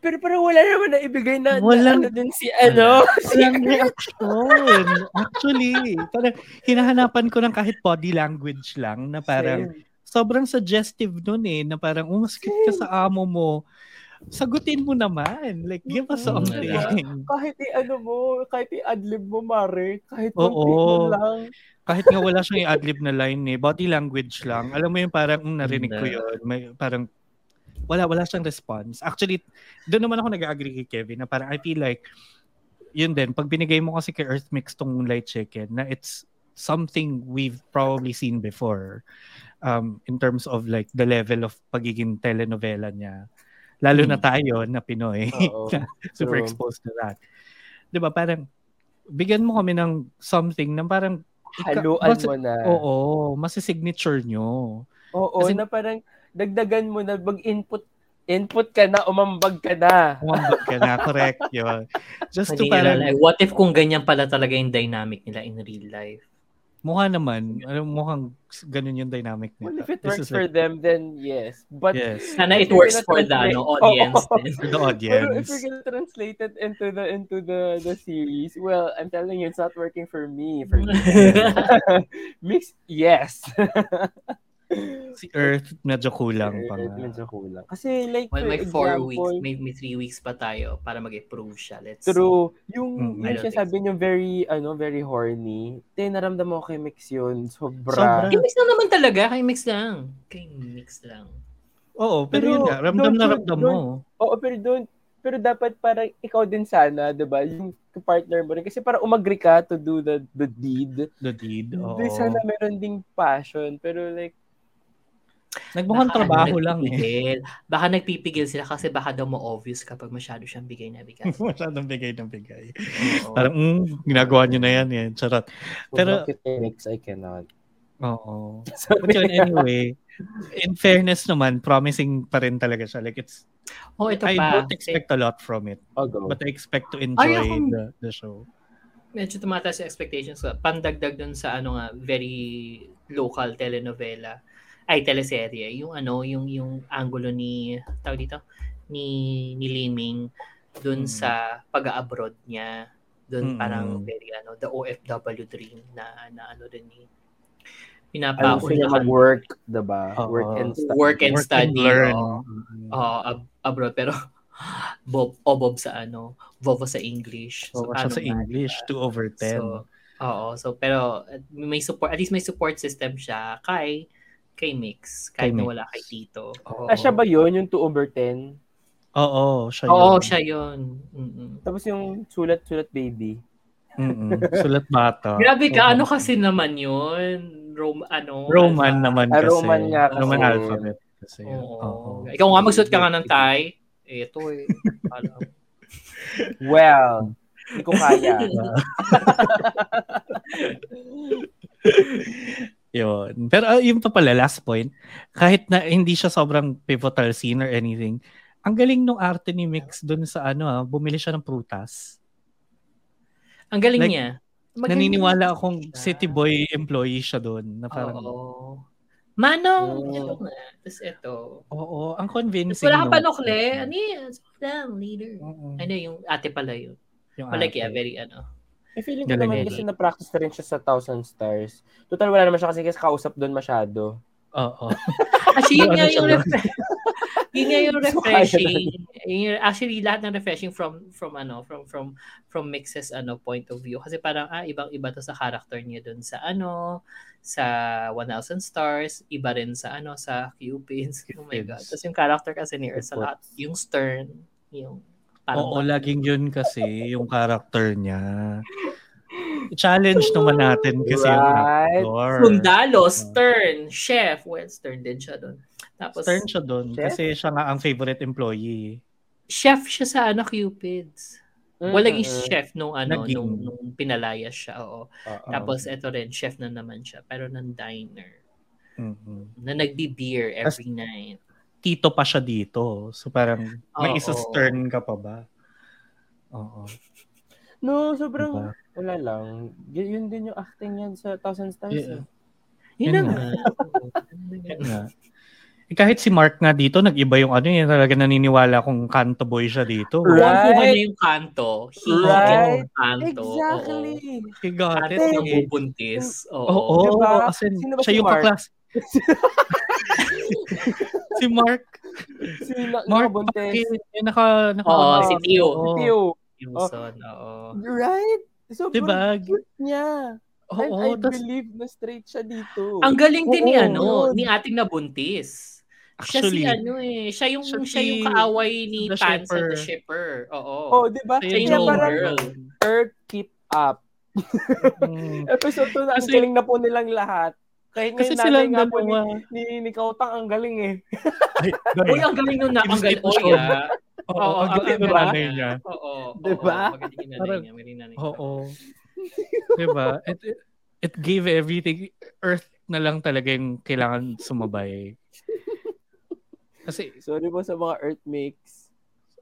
Speaker 3: Pero parang wala naman na ibigay na,
Speaker 2: Walang-
Speaker 3: na ano dun si ano. si
Speaker 2: Walang reaction. Actually, parang hinahanapan ko ng kahit body language lang na parang sobrang suggestive nun eh, na parang umaskit ka sa amo mo, sagutin mo naman. Like, give us
Speaker 1: Mm,
Speaker 2: something.
Speaker 3: kahit i ano mo, kahit i adlib mo mare, kahit
Speaker 2: Oo.
Speaker 3: konti mo lang.
Speaker 2: Kahit nga wala siyang i-adlib na line eh, body language lang. Alam mo yung parang mm, narinig ko yun, may, parang wala, wala siyang response. Actually, doon naman ako nag-agree kay Kevin na parang I feel like, yun din, pag binigay mo kasi kay Earth Mix tong Moonlight Chicken, na it's something we've probably seen before um, in terms of like the level of pagiging telenovela niya. Lalo na tayo na Pinoy.
Speaker 3: Oo.
Speaker 2: super
Speaker 3: True.
Speaker 2: exposed to that. 'Di ba? Parang bigyan mo kami ng something na parang ika-
Speaker 3: Haluan
Speaker 2: mas-
Speaker 3: mo na.
Speaker 2: Oo, masisignature nyo.
Speaker 3: Oo,
Speaker 2: Kasi-
Speaker 3: na parang dagdagan mo na mag input input ka na, umambag ka na.
Speaker 2: Umambag ka na, correct yun. Just to
Speaker 1: Hindi nila
Speaker 2: parang,
Speaker 1: like, what if kung ganyan pala talaga yung dynamic nila in real life
Speaker 2: mukha naman, alam, mukhang ganun yung dynamic
Speaker 3: Well,
Speaker 2: nila.
Speaker 3: if it
Speaker 2: This
Speaker 3: works
Speaker 2: is
Speaker 3: for
Speaker 2: like-
Speaker 3: them, then yes. But
Speaker 2: Yes,
Speaker 1: sana it
Speaker 3: If you're
Speaker 1: works
Speaker 3: gonna
Speaker 1: for the ano,
Speaker 3: translate- Oh.
Speaker 1: audience din
Speaker 3: Oo.
Speaker 2: for the
Speaker 3: Pero if
Speaker 2: audience.
Speaker 3: you're gonna translate it into the into the the series, well, I'm telling you, it's not working for me. For me. Mix, yes.
Speaker 2: Si Earth, medyo kulang pa nga.
Speaker 3: Eh, Medyo kulang. Kasi like,
Speaker 1: well
Speaker 3: for
Speaker 1: may four
Speaker 3: example,
Speaker 1: weeks may, may three weeks pa tayo para mag-improve siya let's
Speaker 3: True.
Speaker 2: Mm,
Speaker 3: Yung, yung
Speaker 1: I don't
Speaker 3: sinasabi niyo very, ano, very horny. Te, naramdaman ko kay Mix yun. Sobra.
Speaker 2: Sobra.
Speaker 1: kay mix lang naman talaga kay mix lang kay mix lang
Speaker 2: Oo, pero, yun
Speaker 3: Pero,
Speaker 2: nga, ramdam na
Speaker 3: don't-
Speaker 2: ramdam mo.
Speaker 3: Oo, pero doon, pero dapat parang ikaw din sana, di ba? Yung partner mo rin. Kasi para umagri ka to do the, the deed.
Speaker 2: The deed, oo.
Speaker 3: Hindi sana meron ding passion. Pero like,
Speaker 2: Nagmukhang
Speaker 1: Baka
Speaker 2: trabaho lang eh.
Speaker 1: nagpipigil. Baka nagpipigil sila kasi baka daw ma-obvious kapag masyado siyang bigay na bigay.
Speaker 2: Masyadong bigay ng bigay.
Speaker 1: Oo.
Speaker 2: Parang, mm, ginagawa niyo na yan. eh. Charot. Pero-
Speaker 3: pero, academics, I cannot.
Speaker 2: Oo. But yun,
Speaker 3: Sorry.
Speaker 2: anyway, in fairness naman, promising pa rin talaga siya. Like, it's,
Speaker 1: oh, ito
Speaker 2: I
Speaker 1: pa.
Speaker 2: don't expect a lot from it.
Speaker 3: I'll go.
Speaker 2: But I expect to
Speaker 1: Ay,
Speaker 2: enjoy
Speaker 1: ako-
Speaker 2: the, the show.
Speaker 1: Eh, medyo tumataas yung expectations ko. Pandagdag dun sa ano nga, very local telenovela. Ay, teleserye. Yung ano, yung, yung angulo ni, tawag dito, ni, ni Liming dun
Speaker 2: Mm.
Speaker 1: sa pag-abroad niya. Dun
Speaker 2: Mm.
Speaker 1: parang very ano, the OFW dream na, na ano din ni
Speaker 3: Alam
Speaker 1: pinapaon
Speaker 3: ko niya mag-work, di ba?
Speaker 2: Oo.
Speaker 3: Work and stuff.
Speaker 1: work and
Speaker 2: Work
Speaker 1: study. oh.
Speaker 2: and learn.
Speaker 1: oo. Oo, ab- abroad. Pero, bob, obob sa ano, bobo sa English.
Speaker 2: So,
Speaker 1: paano
Speaker 2: sa
Speaker 1: nga?
Speaker 2: English, 2 over 10.
Speaker 1: So, oo. So, pero uh, may support, at least may support system siya kay kay Mix, kahit
Speaker 2: Kay
Speaker 1: na
Speaker 2: Mix.
Speaker 1: wala kay Tito. Oo,
Speaker 3: Ah, siya ba yun? Yung 2 over 10?
Speaker 2: Oo, siya yun.
Speaker 1: Oo, siya yun. Mm-mm.
Speaker 3: Tapos yung sulat-sulat baby.
Speaker 2: Mm-mm. Sulat bata.
Speaker 1: Grabe
Speaker 2: Oo.
Speaker 1: ka, ano kasi naman yun? Rom, ano? alpha.
Speaker 2: Roman naman
Speaker 3: Ah,
Speaker 2: kasi.
Speaker 3: Roman nga kasi.
Speaker 2: Roman alphabet kasi.
Speaker 1: Oo.
Speaker 2: Oo.
Speaker 1: Ikaw nga magsuot ka nga ng tie. Eto eh. Alam.
Speaker 3: Well, hindi ko kaya.
Speaker 2: Yun. Pero ah, yun pa pala, last point. Kahit na hindi siya sobrang pivotal scene or anything, ang galing nung arte ni Mix dun sa ano ah, bumili siya ng prutas.
Speaker 1: Ang galing
Speaker 2: Like,
Speaker 1: niya.
Speaker 2: Naniniwala
Speaker 1: siya.
Speaker 2: akong city boy employee siya dun. Na Ah, parang, oo,
Speaker 1: Oo. Manong!
Speaker 3: Oo.
Speaker 1: Ito nga. Tapos ito.
Speaker 2: ang
Speaker 1: Tapos
Speaker 2: convincing.
Speaker 1: wala ka
Speaker 2: nung-
Speaker 1: pa nukle. Ano yan? Lang, leader.
Speaker 2: Oo,
Speaker 1: Ano yung ate pala yun.
Speaker 2: yung
Speaker 1: Malaki,
Speaker 2: arte.
Speaker 1: ah, very ano.
Speaker 3: Eh, feeling ko
Speaker 2: Galing
Speaker 3: naman
Speaker 2: yun.
Speaker 3: kasi na-practice na rin siya sa Thousand Stars. Total, wala naman siya kasi kasi kausap doon masyado.
Speaker 2: Oo.
Speaker 1: Actually, yun
Speaker 2: Ano
Speaker 1: nga
Speaker 2: siya
Speaker 1: yung
Speaker 2: ba?
Speaker 1: refre- yun nga yung
Speaker 3: So, kaya
Speaker 1: refreshing. Yun yung- actually, lahat ng refreshing from from ano, from from from Mix's ano point of view kasi parang ah ibang-iba to sa character niya dun sa ano, sa 1000 Stars, iba rin sa ano sa Cupids. Oh my god.
Speaker 2: Cupids.
Speaker 1: Tapos yung character kasi ni Ursula,
Speaker 3: Cupids.
Speaker 1: yung stern, yung
Speaker 2: Oo,
Speaker 1: parang
Speaker 2: laging yun kasi, yung character niya. Challenge naman natin kasi yung
Speaker 3: Right?
Speaker 2: actor.
Speaker 1: sundalo,
Speaker 2: Ah.
Speaker 1: stern, chef, well, stern din siya doon. Tapos
Speaker 2: Stern siya doon
Speaker 3: Chef?
Speaker 2: kasi siya nga ang favorite employee.
Speaker 1: chef siya sa ano Cupids. Wala yung
Speaker 3: Mm-mm.
Speaker 1: chef nung ano
Speaker 2: Naging. Ah,
Speaker 1: nung, nung pinalayas siya. Oo.
Speaker 3: Oo.
Speaker 2: Um,
Speaker 1: Tapos eto rin chef na naman siya pero ng diner eh.
Speaker 2: Mhm.
Speaker 1: na nagbi-beer
Speaker 2: Tas-
Speaker 1: every night.
Speaker 2: Tito pa siya dito. So parang may
Speaker 1: Oo.
Speaker 2: isa stern ka pa ba? Oo.
Speaker 3: No, sobrang,
Speaker 2: Diba?
Speaker 3: wala lang. Y- yun din yung acting yan sa Thousand Stars. eh.
Speaker 2: Yeah.
Speaker 3: Yeah.
Speaker 1: Yun na
Speaker 2: Yun
Speaker 1: nga. Oo.
Speaker 2: Yun nga. Eh, kahit si Mark nga dito, nag-iba yung ano yun. Talaga naniniwala kong kanto boy siya dito.
Speaker 1: Kung kuha
Speaker 3: Right.
Speaker 1: niya yung kanto, he
Speaker 3: Right.
Speaker 1: gets yung kanto. Oo.
Speaker 3: Exactly.
Speaker 2: He got
Speaker 1: Kanto
Speaker 2: it.
Speaker 1: na
Speaker 2: eh.
Speaker 1: bubuntis. Oo.
Speaker 2: Oo,
Speaker 3: Diba?
Speaker 2: as in,
Speaker 3: Sino ba
Speaker 2: siya
Speaker 3: si
Speaker 2: yung
Speaker 3: Mark?
Speaker 2: kaklas. si Mark.
Speaker 3: Si na,
Speaker 2: Mark
Speaker 3: nakabuntis.
Speaker 2: Bakit? Yung naka, naka,
Speaker 1: Oo,
Speaker 3: si
Speaker 1: Tio.
Speaker 2: Oo.
Speaker 3: Tio.
Speaker 1: Yung
Speaker 3: Oh.
Speaker 1: son, oo.
Speaker 3: Right? Sobrang
Speaker 2: Diba?
Speaker 3: cute niya. And
Speaker 2: Oo,
Speaker 3: I
Speaker 2: tas
Speaker 3: believe na straight siya dito.
Speaker 1: Ang galing din ni
Speaker 3: Oo,
Speaker 1: ano,
Speaker 3: yun.
Speaker 1: ni ating nabuntis. Siya
Speaker 2: actually,
Speaker 1: si ano eh, siya yung
Speaker 2: siya
Speaker 1: siya,
Speaker 2: si-
Speaker 1: yung kaaway ni
Speaker 2: the
Speaker 1: Tan sa
Speaker 2: shipper.
Speaker 1: The Shipper. Oo.
Speaker 3: Oh, di ba?
Speaker 2: siya
Speaker 1: Kaya
Speaker 2: yung
Speaker 3: Kaya parang
Speaker 1: girl.
Speaker 3: Earth Keep Up.
Speaker 2: Mm.
Speaker 3: Episode 2 na, ang
Speaker 2: Kasi-
Speaker 3: galing na po nilang lahat. Kaya
Speaker 2: Kasi
Speaker 3: ngayon
Speaker 2: sila
Speaker 3: nanay
Speaker 2: ang
Speaker 3: nga po ni,
Speaker 2: dalawa.
Speaker 3: ni, ni Kautang, ang galing eh.
Speaker 2: Ay,
Speaker 1: Uy, ang galing nun na, ang galing.
Speaker 2: Ibig
Speaker 1: Uy,
Speaker 2: sabihin,
Speaker 1: ah.
Speaker 2: Oo,
Speaker 1: Oo,
Speaker 2: ang galing ah. ng
Speaker 1: galing
Speaker 2: nanay niya.
Speaker 1: Oo, oo,
Speaker 3: Diba?
Speaker 1: oo, magaling yung nanay
Speaker 2: Parang-
Speaker 1: niya, magaling yung nanay niya.
Speaker 2: Oo. diba? It, it, it gave everything. Earth na lang talaga yung kailangan sumabay. Kasi,
Speaker 3: Sorry po sa mga Earth Mix.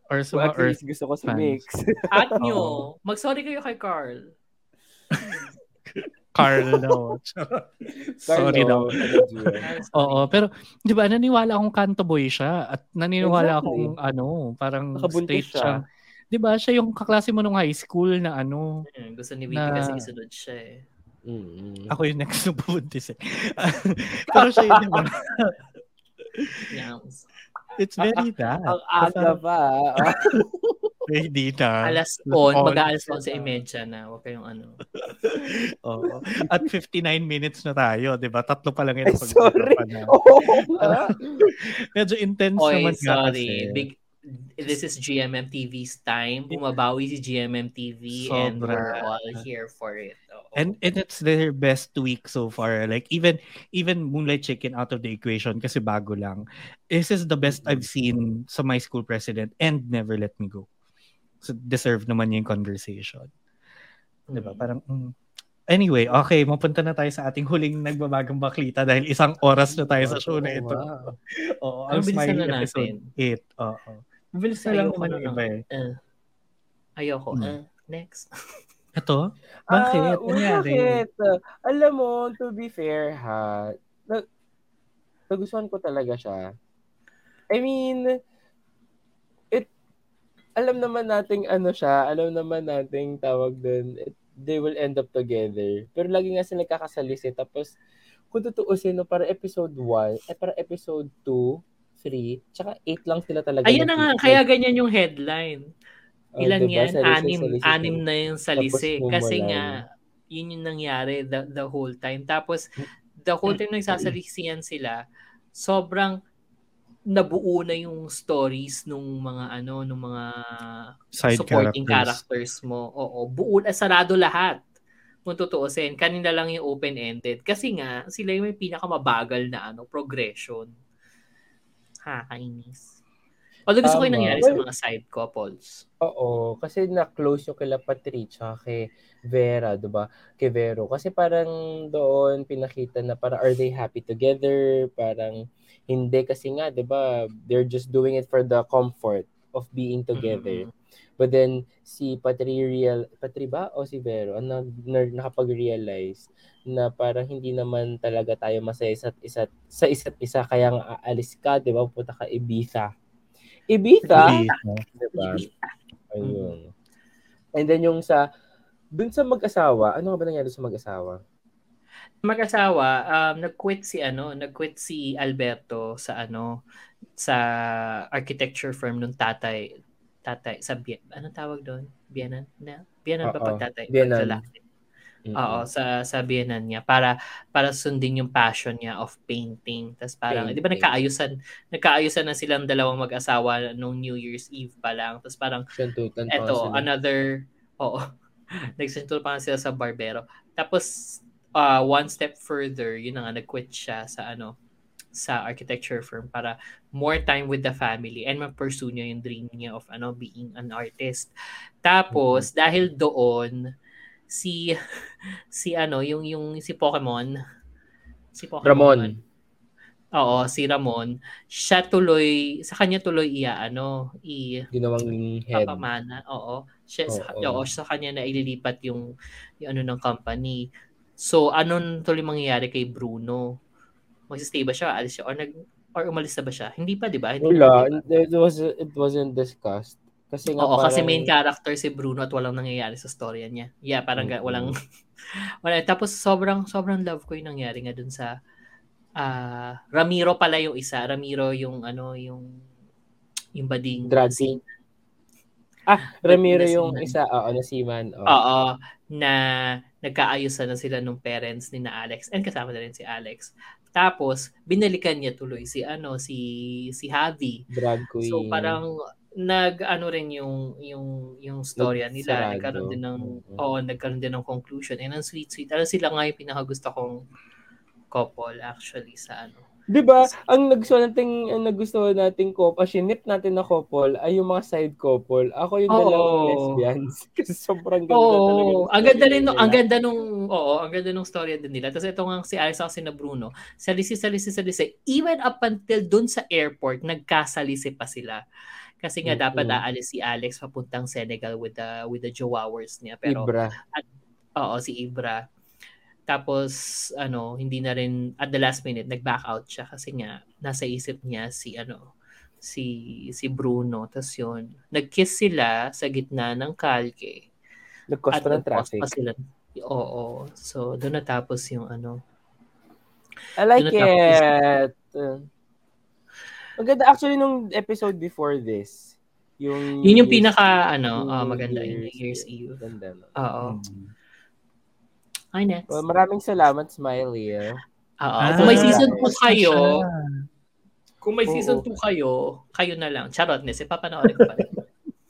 Speaker 2: or sa
Speaker 3: So,
Speaker 2: mga
Speaker 3: at
Speaker 2: Earth.
Speaker 3: least gusto ko sa
Speaker 2: fans.
Speaker 3: Mix.
Speaker 1: At nyo, mag-sorry kayo kay Carl.
Speaker 2: Carl daw. Sorry daw. Oo, pero 'di ba naniniwala akong kanto boy siya at naniniwala
Speaker 3: Exactly.
Speaker 2: akong ano, parang
Speaker 3: Nakabuntis
Speaker 2: straight siya.
Speaker 3: siya.
Speaker 2: 'Di ba siya yung kaklase mo nung high school na ano,
Speaker 1: Hmm, Gusto ni Vicky
Speaker 2: Na-
Speaker 1: kasi isunod siya eh.
Speaker 3: Mm-mm.
Speaker 2: ako yung next na pupuntis eh. pero siya yun, 'di ba?
Speaker 1: Yams.
Speaker 2: It's very that.
Speaker 3: Ang aga
Speaker 2: Parang-
Speaker 3: pa.
Speaker 2: Eh, di na.
Speaker 1: Alas
Speaker 2: Alas
Speaker 1: 11,
Speaker 2: 11.
Speaker 1: mag-aalas 11.30 na. Huwag kayong ano.
Speaker 2: Oo. At 59 minutes na tayo, di ba? Tatlo pa lang yun.
Speaker 3: Ay,
Speaker 2: pag-
Speaker 3: sorry.
Speaker 2: pa na.
Speaker 3: Oo nga.
Speaker 2: Medyo intense
Speaker 1: Oy,
Speaker 2: naman nga
Speaker 1: sorry.
Speaker 2: kasi.
Speaker 1: Big, this is GMM TV's time. Bumabawi si GMM TV and
Speaker 2: Sobra.
Speaker 1: we're all here for it. Oo.
Speaker 2: And and it's their best week so far. Like even even Moonlight Chicken out of the equation kasi bago lang. This is the best I've seen sa My School President and Never Let Me Go. So deserve naman yung conversation. Di ba? Parang mm. Anyway, okay, mapunta na tayo sa ating huling nagbabagang baklita dahil isang oras na tayo sa show na ito.
Speaker 1: Wow.
Speaker 2: Oo,
Speaker 1: Ang bilis
Speaker 2: Smiley
Speaker 1: na natin.
Speaker 2: episode eight. Oo. Mabilis na
Speaker 1: Ayoko
Speaker 2: lang naman
Speaker 1: na
Speaker 2: ng
Speaker 1: lang.
Speaker 2: iba eh.
Speaker 1: Eh, ayoko.
Speaker 2: Hmm.
Speaker 1: Eh, next.
Speaker 2: Ito?
Speaker 3: Ah,
Speaker 2: Bakit? Ano
Speaker 3: oh,
Speaker 2: Nangyari?
Speaker 3: bakit? Alam mo, to be fair ha, nag- nagustuhan ko talaga siya. I mean, it, alam naman nating ano siya, alam naman nating tawag dun, it- they will end up together. Pero lagi nga sila kakasalisi. Tapos, kung tutuusin, no, para episode 1, eh, para episode 2, 3, tsaka 8 lang sila talaga.
Speaker 1: Ayun na nga,
Speaker 3: nag-feature.
Speaker 1: kaya ganyan yung headline.
Speaker 3: Oh,
Speaker 1: Ilan
Speaker 3: diba?
Speaker 1: yan?
Speaker 3: Salisi,
Speaker 1: anim,
Speaker 3: salisi,
Speaker 1: anim na yung salisi.
Speaker 3: Tapos
Speaker 1: Kasi
Speaker 3: bumalaw.
Speaker 1: nga, yun yung nangyari the, the whole time. Tapos, the whole time nagsasalisihan sila, sobrang nabuo na yung stories nung mga ano, nung mga
Speaker 2: Side
Speaker 1: supporting
Speaker 2: characters.
Speaker 1: characters. mo. Oo, buo na sarado lahat. Kung tutuusin, kanila lang yung open-ended. Kasi nga, sila yung may pinakamabagal na ano, progression. Nakakainis. Although gusto ko yung
Speaker 3: Tama.
Speaker 1: nangyari sa mga side couples.
Speaker 3: Oo, kasi na-close yung kila Patricia kay Vera, 'di ba? Kay Vero. Kasi parang doon pinakita na para are they happy together? Parang hindi kasi nga, 'di ba? They're just doing it for the comfort of being together. But then si Patri real Patri ba o si Vero ang nag, na- nakapag-realize na parang hindi naman talaga tayo masaya sa isa't sa isa't isa kaya nga aalis ka, 'di ba? Pupunta ka Ibiza. Ibiza,
Speaker 2: Hindi.
Speaker 3: 'di ba? Ayun. Mm. And then yung sa, dun sa mag-asawa, ano nga ba nangyari sa mag-asawa?
Speaker 1: Mag-asawa, um, nag-quit si ano, nag-quit si Alberto sa ano, sa architecture firm nung tatay, tatay, sa, Bien- anong tawag doon? Bienan? Na? Bienan ba
Speaker 3: Oo,
Speaker 1: pag tatay?
Speaker 3: Bienan.
Speaker 1: Pag lalaki? Oo, sa sabihan niya para para sundin yung passion niya of painting. Tapos parang, di ba
Speaker 3: Painting.
Speaker 1: nagkaayusan, nagkaayusan na silang dalawang mag-asawa nung New Year's Eve pa lang. Tapos parang,
Speaker 3: Suntutan pa
Speaker 1: eto, ano?
Speaker 3: sila.
Speaker 1: another, oo, nagsentulo pa nga sila sa barbero. Tapos, ah, one step further, yun na nga, nag-quit siya sa ano, sa architecture firm para more time with the family and ma-pursue niya yung dream niya of ano, being an artist. Tapos,
Speaker 3: Mm-hmm.
Speaker 1: dahil doon, si, si ano, yung, yung, si Pokemon, si Pokemon.
Speaker 3: Ramon.
Speaker 1: Ano? Oo, si Ramon. Siya tuloy, sa kanya tuloy iya, ano, i,
Speaker 3: Ginawang head.
Speaker 1: papamana, oo. Siya, sa, oo,
Speaker 3: Oo.
Speaker 1: sa kanya na ililipat yung, yung ano ng company. So, anong tuloy mangyayari kay Bruno? Magsistay ba siya? Alis siya? Or, nag, or umalis na ba siya? Hindi pa, di ba? Hindi
Speaker 3: Wala.
Speaker 1: pa, di ba?
Speaker 3: It, was, it wasn't discussed. Kasi nga
Speaker 1: Oo,
Speaker 3: parang,
Speaker 1: kasi main character si Bruno at walang nangyayari sa storya niya. Yeah, parang ga-
Speaker 3: Mm-mm.
Speaker 1: walang... wala. Tapos, sobrang, sobrang love ko yung nangyari nga dun sa... ah, Ramiro pala yung isa. Ramiro yung ano, yung yung bading
Speaker 3: Drag
Speaker 1: si-
Speaker 3: king. Ah, Ramiro
Speaker 1: Nasiman.
Speaker 3: yung isa. Oo, nasiman. Oo.
Speaker 1: Oo, na nagkaayusan na sila nung parents ni na Alex and kasama na rin si Alex. Tapos binalikan niya tuloy si ano si si Javi.
Speaker 3: Drag queen.
Speaker 1: So parang nag ano rin yung yung yung storya nila
Speaker 3: Nagsarado.
Speaker 1: nagkaroon din ng
Speaker 3: Mm-mm.
Speaker 1: oo nagkaroon din ng conclusion and ang sweet sweet alam sila nga yung pinakagusto kong couple actually sa ano
Speaker 3: Di ba, Diba, ang nagustuhan nating ang nagustuhan nating couple, ah, sinip natin na couple, ay yung mga side couple. Ako yung
Speaker 1: Oo.
Speaker 3: dalawang lesbians. Kasi sobrang ganda talaga.
Speaker 1: Oo,
Speaker 3: ng
Speaker 1: ang ganda
Speaker 3: story
Speaker 1: rin, nung-
Speaker 3: nila.
Speaker 1: ang ganda nung, oo, ang ganda nung storya din nila. Tapos ito nga si Alex ako si na Bruno, salisi, salisi, salisi. Even up until dun sa airport, nagkasalisi pa sila. Kasi nga dapat
Speaker 3: Mm-mm.
Speaker 1: aalis si Alex papuntang Senegal with the with the jowawers niya pero
Speaker 3: Ibra.
Speaker 1: oo si Ibra. Tapos ano, hindi na rin at the last minute nag-back out siya kasi nga nasa isip niya si ano si si Bruno tapos yun nag-kiss sila sa gitna ng kalye
Speaker 3: Nag-cause pa ng
Speaker 1: nag-pause
Speaker 3: traffic.
Speaker 1: pa sila. Oo. So, doon natapos yung ano.
Speaker 3: I like Uh,
Speaker 1: Doon natapos.
Speaker 3: it. Ang ganda actually nung episode before this.
Speaker 4: Yun
Speaker 3: Yung
Speaker 4: yung
Speaker 3: New Year's-
Speaker 4: pinaka, ano,
Speaker 3: New
Speaker 4: ah, maganda, yung New Year's
Speaker 3: Year's
Speaker 4: Eve.
Speaker 3: Eve. Ganda. no?
Speaker 4: Oo.
Speaker 2: Mm.
Speaker 4: Ay, next.
Speaker 3: Hmm. Well,
Speaker 4: Oo.
Speaker 3: maraming salamat, Smiley. eh.
Speaker 4: Kung may
Speaker 2: Ah,
Speaker 4: season 2
Speaker 2: ayos na
Speaker 4: kayo,
Speaker 2: siya.
Speaker 4: kung may season
Speaker 3: Oo.
Speaker 4: 2 kayo, kayo na lang. Charot, Nes. Ipapanoorin ko pa rin.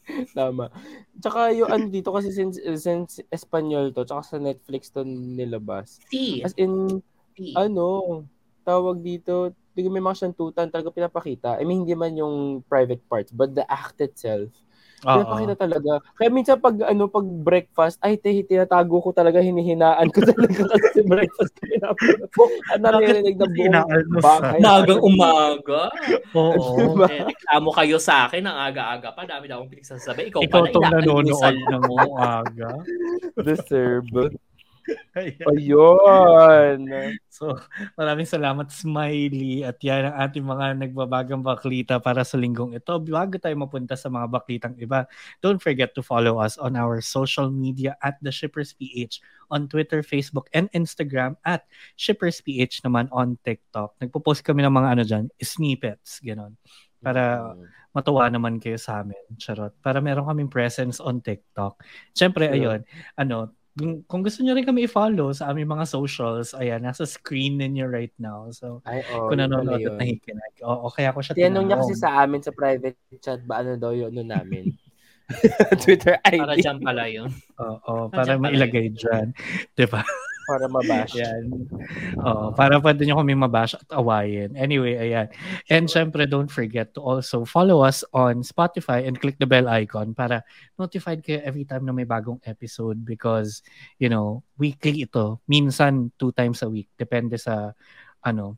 Speaker 3: Tama. Tsaka yung ano dito kasi since, since Espanyol to, tsaka sa Netflix to nilabas.
Speaker 4: T.
Speaker 3: As in,
Speaker 4: T.
Speaker 3: ano, tawag dito, hindi ko may mga syantutan talaga pinapakita. I mean, hindi man yung private parts, but the act itself. Pinapakita talaga. Kaya minsan pag ano pag breakfast, ay te, tinatago ko talaga, hinihinaan ko talaga kasi breakfast ko pinapanood. Ang naririnig na buong
Speaker 2: Inaalmos,
Speaker 3: bagay.
Speaker 4: Nagang umaga.
Speaker 2: ah. Oo.
Speaker 3: Diba?
Speaker 4: Eh, reklamo kayo sa akin ng aga-aga pa. Dami na akong pinagsasabay. Ikaw,
Speaker 2: Ikaw
Speaker 4: pa
Speaker 2: itong
Speaker 4: inaalmusal mo.
Speaker 2: nanonood ng umaga.
Speaker 3: Deserve.
Speaker 2: Ayan.
Speaker 3: Ayun.
Speaker 2: So, maraming salamat, Smiley. At yan ang ating mga nagbabagang baklita para sa linggong ito. Bago tayo mapunta sa mga baklitang iba, don't forget to follow us on our social media at The Shippers PH on Twitter, Facebook, and Instagram at Shippers PH naman on TikTok. Nagpo-post kami ng mga ano dyan, snippets, ganun. Para matuwa naman kayo sa amin. Charot. Para meron kaming presence on TikTok. Siyempre,
Speaker 3: True.
Speaker 2: ayun, ano, kung, kung gusto nyo rin kami i-follow sa aming mga socials, ayan, nasa screen ninyo right now. So,
Speaker 3: Ay, oh,
Speaker 2: kung
Speaker 3: yun pala
Speaker 2: nanonood
Speaker 3: yun.
Speaker 2: at nakikinig. Oo, kaya ko siya
Speaker 3: Tinanong niya kasi
Speaker 2: tinanong.
Speaker 3: sa amin sa private chat ba ano daw yun ano namin. Twitter ID
Speaker 4: Para
Speaker 3: para,
Speaker 4: dyan pala yun.
Speaker 2: Oo,
Speaker 4: Nandiyan
Speaker 2: para
Speaker 4: pala
Speaker 2: mailagay dyan. Diba?
Speaker 3: mabash.
Speaker 2: Ayan. Oo, para pwede nyo kami mabash at awayin. Anyway, ayan. And syempre, don't forget to also follow us on Spotify and click the bell icon para notified kayo every time na may bagong episode because, you know, weekly ito. Minsan, two times a week. Depende sa, ano,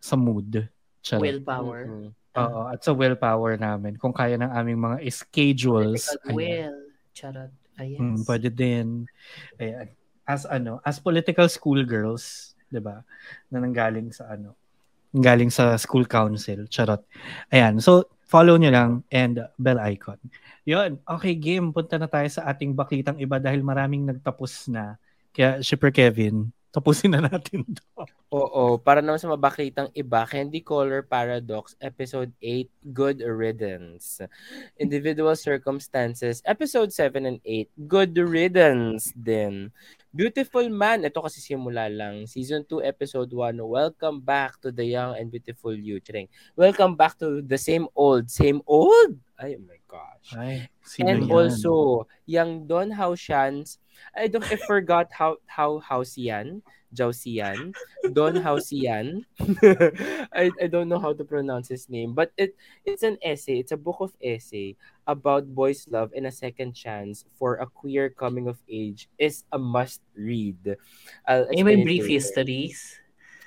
Speaker 2: sa mood. Charot.
Speaker 4: Willpower.
Speaker 3: Mhm.
Speaker 2: Oo, at sa willpower namin. Kung kaya ng aming mga schedules.
Speaker 4: Political
Speaker 2: ayan.
Speaker 4: will. Charot. Ah, Ayes.
Speaker 2: Mm, pwede din. Ayan. As ano, as political schoolgirls, 'di ba? Na nanggaling sa ano, nanggaling sa school council, charot. Ayan. So, follow nyo lang and bell icon. Yun. Okay, game. Punta na tayo sa ating baklitang iba dahil maraming nagtapos na. Kaya, Shipper Kevin, tapusin na natin to.
Speaker 3: Oo, para naman sa mabakitang iba, Candy Color Paradox, Episode 8, Good Riddance. Individual Circumstances, Episode 7 and 8, Good Riddance din. Beautiful Man, ito kasi simula lang. Season 2, Episode 1, Welcome Back to the Young and Beautiful You. Tsering. Welcome back to the same old, same old? Ay, oh my gosh.
Speaker 2: Ay, sino
Speaker 3: And
Speaker 2: yan?
Speaker 3: also, yung Don Hausian's, I don't I forgot how how Hausian, Jausian, Don Hausian. I I don't know how to pronounce his name, but it it's an essay, it's a book of essay about boys' love and a second chance for a queer coming of age is a must read. I'll
Speaker 4: Eh, may
Speaker 3: explain it
Speaker 4: brief
Speaker 3: later.
Speaker 4: histories.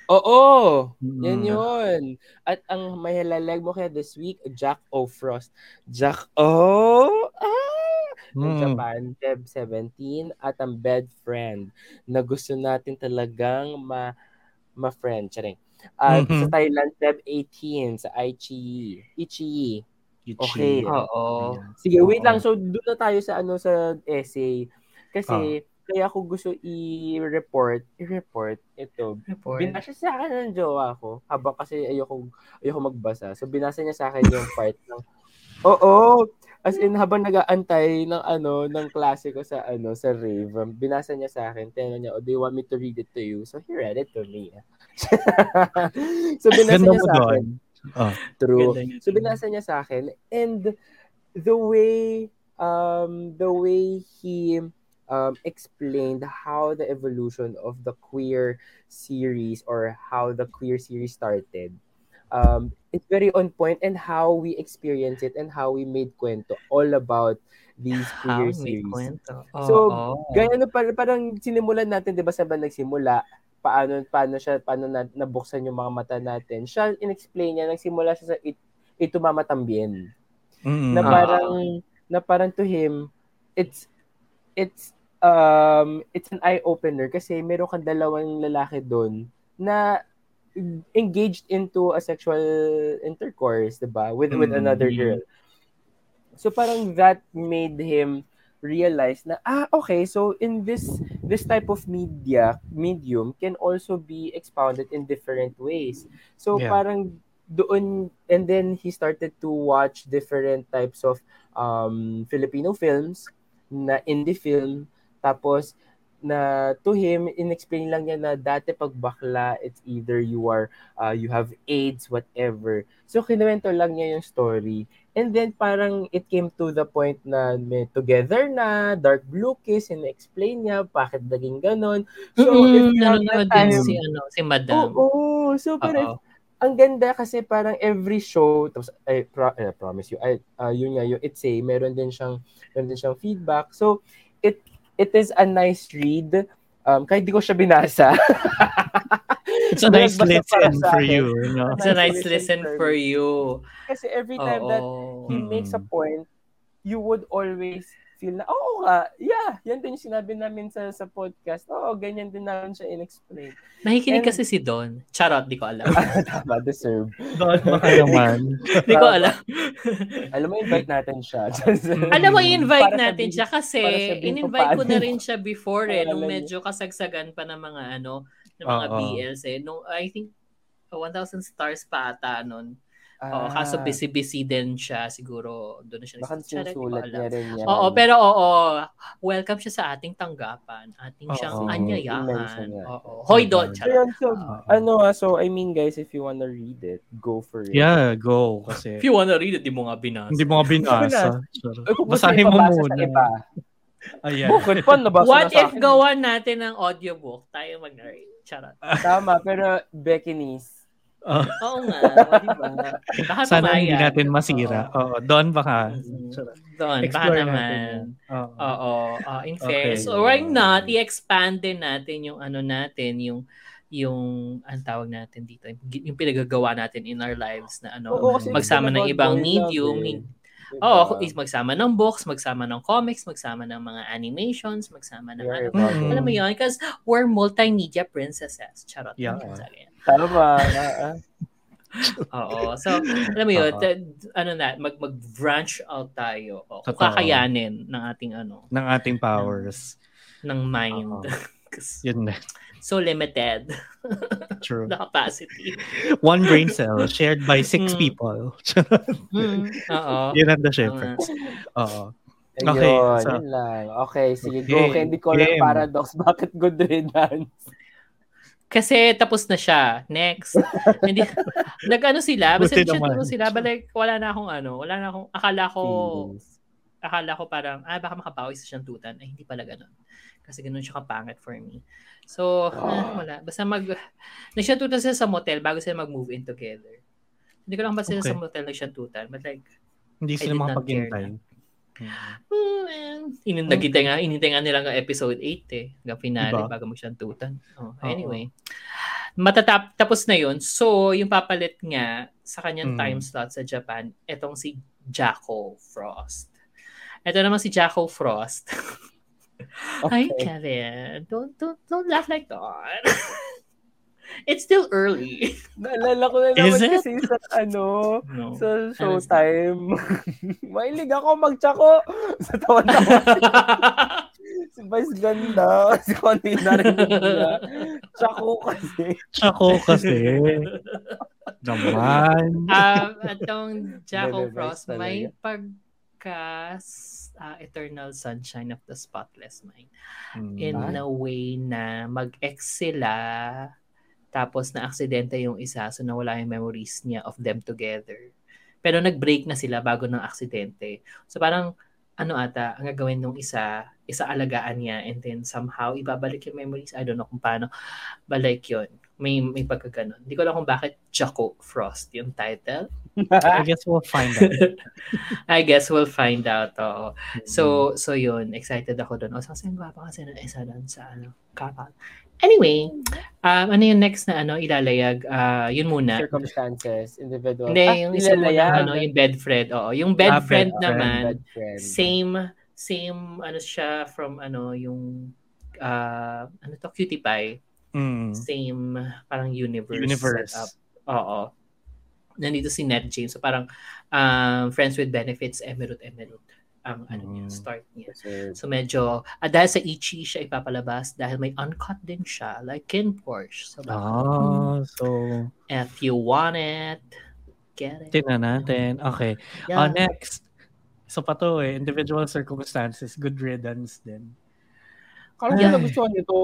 Speaker 3: Oo!
Speaker 2: Mm.
Speaker 3: Yan yun. At ang may halalag mo kaya this week, Jack O'Frost. Jack O? Ah! Ng
Speaker 2: Mm.
Speaker 3: Japan, Feb 17. At ang bed friend na gusto natin talagang ma ma-friend. Charing. At
Speaker 2: Mhm.
Speaker 3: sa Thailand, Feb 18 sa Aichi. Ichi. Okay.
Speaker 2: Ichi.
Speaker 4: Oo.
Speaker 3: Sige, wait
Speaker 2: Oo.
Speaker 3: lang. So, doon na tayo sa ano sa essay. Kasi, kaya ako gusto i-report, i-report ito
Speaker 4: Report.
Speaker 3: Binasa sa akin ng jowa ko. Habang kasi ayoko, ayoko magbasa. So, binasa niya sa akin yung part ng... Oo! As in, habang nag-aantay ng ano, ng klase ko sa ano, sa rave, um, binasa niya sa akin, tinanong niya, oh, do you want me to read it to you? So, he read it to me. so, binasa
Speaker 2: Ganda
Speaker 3: niya
Speaker 2: mo
Speaker 3: sa akin.
Speaker 2: doon.
Speaker 3: True.
Speaker 4: Ganda
Speaker 1: Mm-hmm.
Speaker 4: niya.
Speaker 3: So binasa niya sa akin and the way um the way he um explained how the evolution of the queer series or how the queer series started. Um it's very on point and how we experience it and how we made kwento all about these
Speaker 4: How
Speaker 1: Ah,
Speaker 3: queer
Speaker 4: may
Speaker 3: series.
Speaker 4: kwento.
Speaker 3: So,
Speaker 4: Oo.
Speaker 3: Gaya na parang, parang sinimulan natin, 'di ba, saan ba nagsimula? Paano paano siya paano na, nabuksan yung mga mata natin? Siya inexplain niya nagsimula siya sa it, ito mama tambien.
Speaker 2: Mm.
Speaker 3: Na
Speaker 4: Ah.
Speaker 3: parang na parang to him it's it's um it's an eye opener kasi meron kang dalawang lalaki doon na engaged into a sexual intercourse, 'di ba? With with
Speaker 2: Mm.
Speaker 3: another girl. So parang that made him realize na ah okay so in this this type of media medium can also be expounded in different ways so
Speaker 2: Yeah.
Speaker 3: parang doon and then he started to watch different types of um Filipino films na indie film tapos na to him inexplain lang niya na dati pag bakla it's either you are uh, you have AIDS whatever so kinuwento lang niya yung story and then parang it came to the point na may together na dark blue kiss and explain niya bakit naging ganon so
Speaker 1: Mm-mm,
Speaker 3: you have
Speaker 1: Mm-hmm.
Speaker 3: the
Speaker 1: nanonood din
Speaker 3: time-
Speaker 1: si, ano, si Madam.
Speaker 3: Oo, so pero if-
Speaker 1: Oo.
Speaker 3: ang ganda kasi parang every show tapos I, pro- I promise you I ah, yun nga yung it's a meron din siyang meron din siyang feedback. So it it is a nice read. Um kahit di ko siya binasa.
Speaker 2: It's a nice
Speaker 3: Nagbasa para
Speaker 2: lesson
Speaker 3: sa
Speaker 2: for
Speaker 3: akin.
Speaker 2: you, you know?
Speaker 1: It's a nice listen for you.
Speaker 3: Kasi every time that Hmm.
Speaker 1: Oo.
Speaker 3: he
Speaker 2: Mm.
Speaker 3: makes a point, you would always feel na, oo nga, yeah, yan din yung sinabi namin sa sa podcast. Oo, ganyan din namin siya in-explain.
Speaker 1: Nakikinig
Speaker 3: And-
Speaker 1: kasi si Don. Charot, di ko alam.
Speaker 3: Tama, deserve.
Speaker 2: God, baka naman.
Speaker 1: Di ko alam.
Speaker 3: Alam mo, invite natin siya.
Speaker 1: Alam mo, i-invite
Speaker 3: Para
Speaker 1: natin
Speaker 3: sabihin-
Speaker 1: siya kasi
Speaker 3: para sabihin ko
Speaker 1: in-invite ko
Speaker 3: paano.
Speaker 1: na rin siya before eh,
Speaker 3: Para
Speaker 1: nung
Speaker 3: alam niya.
Speaker 1: medyo kasagsagan pa ng mga ano, ng mga
Speaker 2: Oo.
Speaker 1: BLs eh. Nung, I think, 1,000 stars pa ata nun. Oo,
Speaker 3: Ah,
Speaker 1: kaso busy-busy din siya. Siguro doon na siya.
Speaker 3: Baka
Speaker 1: nagsusulat, di ko
Speaker 3: sinusulat
Speaker 1: alam.
Speaker 3: niya rin yan.
Speaker 1: Oo, pero oo. Welcome siya sa ating tanggapan. Ating
Speaker 2: Oo.
Speaker 1: siyang
Speaker 3: I-mention
Speaker 1: anyayahan.
Speaker 3: niya.
Speaker 1: Oo. Hoy, Don.
Speaker 3: So,
Speaker 1: Charot.
Speaker 3: yun, so, ano ah, so I mean guys, if you wanna read it, go for it.
Speaker 2: Yeah,
Speaker 1: If
Speaker 2: go. Kasi
Speaker 1: you wanna read it, di mo nga binasa.
Speaker 2: hindi mo nga binasa.
Speaker 3: Ay, kung gusto
Speaker 2: Basahin
Speaker 3: niyo
Speaker 2: mo
Speaker 3: ibabasa sa
Speaker 2: muna.
Speaker 3: Iba.
Speaker 2: Ayan.
Speaker 3: Bukod pa, nabasa
Speaker 1: What
Speaker 3: na sa
Speaker 1: if
Speaker 3: akin.
Speaker 1: gawan natin ng audiobook? Tayo mag-narrate. Charot.
Speaker 3: Tama, pero Beckinis.
Speaker 1: Oo nga. di ba? Baka
Speaker 2: Sana hindi
Speaker 1: pumayag.
Speaker 2: natin masira. Oo, Don baka.
Speaker 1: Don, baka
Speaker 2: Explore natin yan.
Speaker 1: naman.
Speaker 2: Oo.
Speaker 1: Oo, ah, in
Speaker 2: Okay.
Speaker 1: fairness. Or why not, i-expand din natin yung ano natin, yung yung ang tawag natin dito, yung pinagagawa natin in our lives na ano.
Speaker 3: Oo, kasi
Speaker 1: Magsama ng
Speaker 3: pinanood
Speaker 1: ibang
Speaker 3: mo yun
Speaker 1: medium,
Speaker 3: lang eh.
Speaker 1: min-
Speaker 3: Diba?
Speaker 1: Oo, is magsama ng books, magsama ng comics, magsama ng mga animations, magsama ng
Speaker 3: Yeah,
Speaker 1: ano.
Speaker 3: ibang-
Speaker 2: Mm.
Speaker 1: Alam mo yun? Because we're multimedia princesses. Charot.
Speaker 2: Yeah.
Speaker 1: Sorry.
Speaker 3: Tama. ah, ah.
Speaker 1: Oo. So, alam mo yun,
Speaker 2: Oo.
Speaker 1: t- ano na, mag- mag-branch out tayo. O, kung
Speaker 2: Totoo.
Speaker 1: kakayanin ng ating ano,
Speaker 2: Ng ating powers.
Speaker 1: ng mind.
Speaker 2: Oo.
Speaker 1: Kasi
Speaker 2: Yun na.
Speaker 1: so limited
Speaker 2: True.
Speaker 1: na capacity.
Speaker 2: One brain cell shared by six
Speaker 1: Mm.
Speaker 2: people.
Speaker 1: Oo. Mm.
Speaker 2: Yun ang
Speaker 1: Oo
Speaker 2: the
Speaker 1: nga.
Speaker 2: shepherd. Oo.
Speaker 3: Ayun,
Speaker 2: Okay,
Speaker 3: yun
Speaker 2: so-
Speaker 3: lang. Okay, sige,
Speaker 2: Okay,
Speaker 3: go. Candy Color
Speaker 2: game.
Speaker 3: Paradox. Bakit good riddance?
Speaker 1: Kasi tapos na siya. Next. Hindi, nag-ano sila, basta
Speaker 2: Buti
Speaker 1: hindi siya
Speaker 2: naman.
Speaker 1: tulo sila, but like, wala na akong ano, wala na akong, akala ko,
Speaker 3: Feelings.
Speaker 1: akala ko parang, ah, baka makabawi sa siyang tutan. Ay, hindi pala ganun. Kasi ganun siya kapangit for me. So, ah, wala. Basta mag, nagsiyantutan sila sa motel bago sila mag-move in together. Hindi ko lang ba sila sa
Speaker 2: Okay.
Speaker 1: motel nagsiyantutan, but like,
Speaker 2: Hindi
Speaker 1: I
Speaker 2: sila
Speaker 1: did not
Speaker 2: makapaghintay.
Speaker 1: Hmm, inin nagkita nga, inintay nga nila hanggang episode 8 eh, hanggang finale
Speaker 2: Diba?
Speaker 1: bago magsiyantutan. Oh, anyway, matatap tapos na 'yon. So, yung papalit nga sa kanyang
Speaker 2: Mm.
Speaker 1: time slot sa Japan, etong si Jacko Frost. Ito naman si Jacko Frost. Hi,
Speaker 3: Okay.
Speaker 1: Kevin. Don't, don't, don't laugh like that. It's still early.
Speaker 3: Naalala ko na naman
Speaker 2: Is it?
Speaker 3: kasi sa ano,
Speaker 1: No.
Speaker 3: sa showtime. Mahilig ako magtsako sa tawan-tawa si Vice Ganda. Si Connie narinig niya. Tsako kasi.
Speaker 2: Ako kasi. Naman.
Speaker 1: um, atong Jacko
Speaker 3: Bebe Vice
Speaker 1: Frost,
Speaker 3: talaga.
Speaker 1: may pagka ah, Eternal Sunshine of the Spotless Mind. In
Speaker 2: Mm.
Speaker 1: a way na mag-ex sila, tapos na aksidente yung isa, so nawala yung memories niya of them together. Pero nag-break na sila bago ng aksidente. So parang, ano ata, ang gagawin nung isa, isa alagaan niya, and then somehow, ibabalik yung memories. I don't know kung paano. But like yun, may, may pagkaganon. Hindi ko alam kung bakit Jaco Frost yung title.
Speaker 2: Hmm. I guess we'll find out.
Speaker 1: I guess we'll find out. Oo. So, so yun. Excited ako doon. O, sa kasi gwapa kasi ng isa doon sa ano, kapal. Anyway, um, ano yung next na ano, ilalayag? Ah, yun muna.
Speaker 3: circumstances, individual. Ah,
Speaker 1: Hindi, yung isa muna,
Speaker 3: ilalayan.
Speaker 1: ano, yung bed friend. Oo, yung bed
Speaker 2: Ah, bed
Speaker 1: friend
Speaker 2: friend.
Speaker 1: naman,
Speaker 3: Bad friend.
Speaker 1: same, same, ano siya from, ano, yung, ah, ano to, Cutie Pie.
Speaker 2: Mm.
Speaker 1: Same, parang universe.
Speaker 2: Universe.
Speaker 1: setup. Oo. Nandito si Ned James. So parang um, Friends with Benefits, Emerald, Emerald. Ang ano niya,
Speaker 2: Mm.
Speaker 1: start niya.
Speaker 3: Deserve.
Speaker 1: So medyo, ah, dahil sa Ichi siya ipapalabas dahil may uncut din
Speaker 3: Hmm.
Speaker 1: siya, like Ken Porsche. So baka,
Speaker 2: Ah, so
Speaker 1: if you want it, Get it?
Speaker 2: Tingnan natin. Okay.
Speaker 1: Yeah.
Speaker 2: Uh, next. Isa pa to eh. Individual circumstances. Good riddance din.
Speaker 3: Kala ko
Speaker 1: Ay.
Speaker 3: na gusto nito.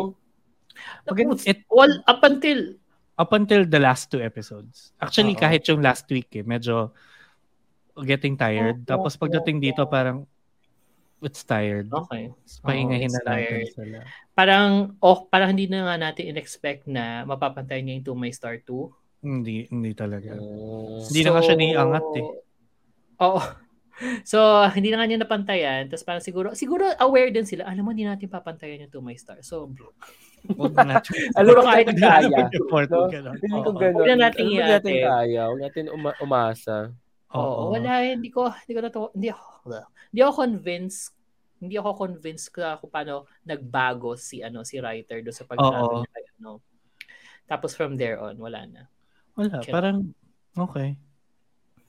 Speaker 2: Pag-
Speaker 1: Tapos,
Speaker 2: it,
Speaker 1: all up until
Speaker 2: up until the last two episodes. Actually,
Speaker 1: Oo.
Speaker 3: Ah,
Speaker 2: kahit yung last week eh, medyo getting tired.
Speaker 3: Oh,
Speaker 2: Tapos pagdating dito, parang it's tired.
Speaker 3: Oh,
Speaker 1: okay.
Speaker 2: Pahingahin
Speaker 1: Oo,
Speaker 2: na
Speaker 1: it's
Speaker 2: natin
Speaker 1: tired.
Speaker 2: sila.
Speaker 1: Parang oh, parang hindi na nga natin in-expect na mapapantay niya yung 2 My Star 2.
Speaker 2: Hindi, hindi talaga.
Speaker 3: Mm.
Speaker 2: Hindi na nga siya naiangat eh.
Speaker 1: Oo. So, hindi na nga niya napantayan. Tapos parang siguro, siguro aware din sila. Alam mo, hindi natin papantayan yung 2 My Star. So,
Speaker 2: Huwag na natin.
Speaker 3: Alam ko kahit kaya.
Speaker 2: Effort,
Speaker 3: No?
Speaker 2: huwag ganun.
Speaker 3: Hindi ko
Speaker 1: Oo.
Speaker 3: ganun.
Speaker 1: Huwag na nating
Speaker 3: Huwag
Speaker 1: i-ate.
Speaker 3: natin kaya. Huwag natin uma- umasa.
Speaker 1: Oo, wala eh. Hindi ko, hindi ko na to, hindi ako, blah. hindi ako convinced, hindi ako convinced ka kung paano nagbago si ano si writer do sa pagtrato
Speaker 2: Oo.
Speaker 1: niya kay ano. Tapos from there on, wala na.
Speaker 2: Wala,
Speaker 1: Okay.
Speaker 2: parang, okay.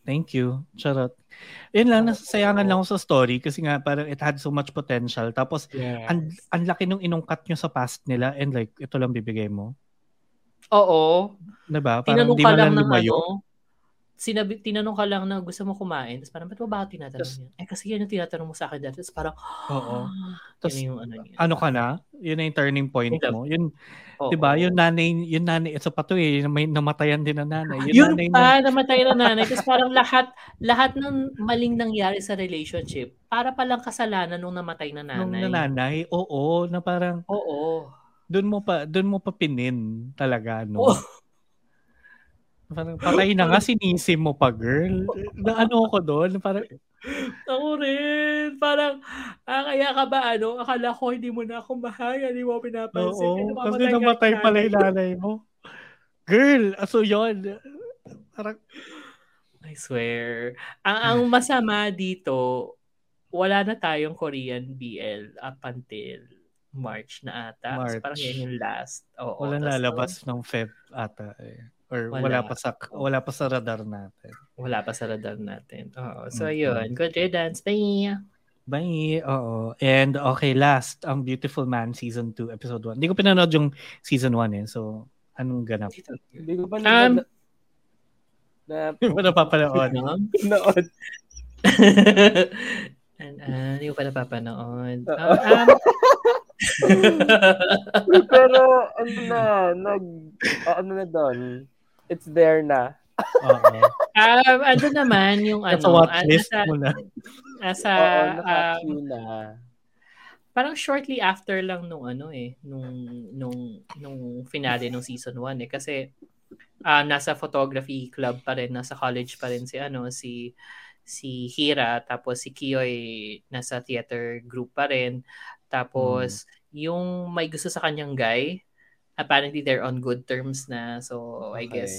Speaker 2: Thank you. Charot. Yun lang, nasasayangan lang ako sa story kasi nga parang it had so much potential. Tapos,
Speaker 1: Yeah.
Speaker 2: ang, ang laki nung inungkat nyo sa past nila and like, ito lang bibigay mo.
Speaker 1: Oo.
Speaker 2: Diba?
Speaker 1: Tinanong
Speaker 2: Parang di
Speaker 1: ka
Speaker 2: man
Speaker 1: lang
Speaker 2: lang
Speaker 1: ng
Speaker 2: lumayo.
Speaker 1: ano, sinabi, tinanong ka lang na gusto mo kumain, tapos parang, ba't mo ba ako tinatanong
Speaker 2: Tas-
Speaker 1: yan? Eh, kasi yan yung tinatanong mo sa akin dati. Tapos parang,
Speaker 2: Oo.
Speaker 1: Tas,
Speaker 2: Tapos,
Speaker 1: yun yung ano niya.
Speaker 2: ano ka na? Yun na yung turning point
Speaker 1: Diba?
Speaker 2: mo. Yun,
Speaker 1: Oo.
Speaker 2: di ba? Yung nanay, yung nanay, isa pa to eh, may namatayan din na nanay.
Speaker 1: Yun
Speaker 2: nanay na-
Speaker 1: pa, namatay na nanay. Tapos parang lahat, lahat ng maling nangyari sa relationship, para palang kasalanan nung namatay na nanay.
Speaker 2: nung nanay, oo, na parang
Speaker 1: Oo.
Speaker 2: doon mo pa doon mo pa pinin talaga no.
Speaker 1: Oo.
Speaker 2: Parang patay na nga sinisi mo pa girl. Na ano ko doon, parang
Speaker 1: Ako rin. Parang, ah, kaya ka ba ano? Akala ko hindi mo na ako mahal. Hindi mo ako pinapansin.
Speaker 2: oo,
Speaker 1: Kaya
Speaker 2: kasi
Speaker 1: nga
Speaker 2: namatay
Speaker 1: yung
Speaker 2: pala
Speaker 1: nanay.
Speaker 2: yung nanay mo. Girl, aso yun. Parang,
Speaker 1: I swear. Ang,
Speaker 2: Hmm.
Speaker 1: ang masama dito, wala na tayong Korean BL up until March na ata. So,
Speaker 2: March.
Speaker 1: parang yan yung last. Oo,
Speaker 2: walang
Speaker 1: tas-
Speaker 2: lalabas ng Feb ata eh. Or
Speaker 1: Oh, Wala.
Speaker 2: wala. pa sa wala pa sa radar natin.
Speaker 1: Wala pa sa radar natin. Oo. So,
Speaker 2: Mhm.
Speaker 1: yun. Good riddance. Bye!
Speaker 2: Bye. Oo. And okay, last, ang Beautiful Man season 2 episode 1. Hindi ko pinanood yung season 1 eh. So, anong ganap?
Speaker 3: Hindi ko
Speaker 1: Um,
Speaker 3: pa na, na,
Speaker 2: Hindi mo napapanood.
Speaker 1: Ano?
Speaker 3: noon.
Speaker 1: And, ah, hindi ko pa napapanood.
Speaker 3: Oo.
Speaker 1: Um, um,
Speaker 3: Pero ano na, nag, ah, ano na doon. It's there na.
Speaker 2: Oo.
Speaker 1: um, ano naman yung ano?
Speaker 2: Nasa watchlist
Speaker 1: ah,
Speaker 2: mo na.
Speaker 1: Nasa,
Speaker 3: Oo,
Speaker 1: ah,
Speaker 3: naka-queue na.
Speaker 1: parang shortly after lang nung ano eh, nung nung nung finale nung season 1 eh kasi ah, nasa photography club pa rin, nasa college pa rin si ano si si Hira tapos si Kiyoy nasa theater group pa rin. Tapos yung may gusto sa kanyang guy, apparently they're on good terms na. So I
Speaker 3: Okay.
Speaker 1: guess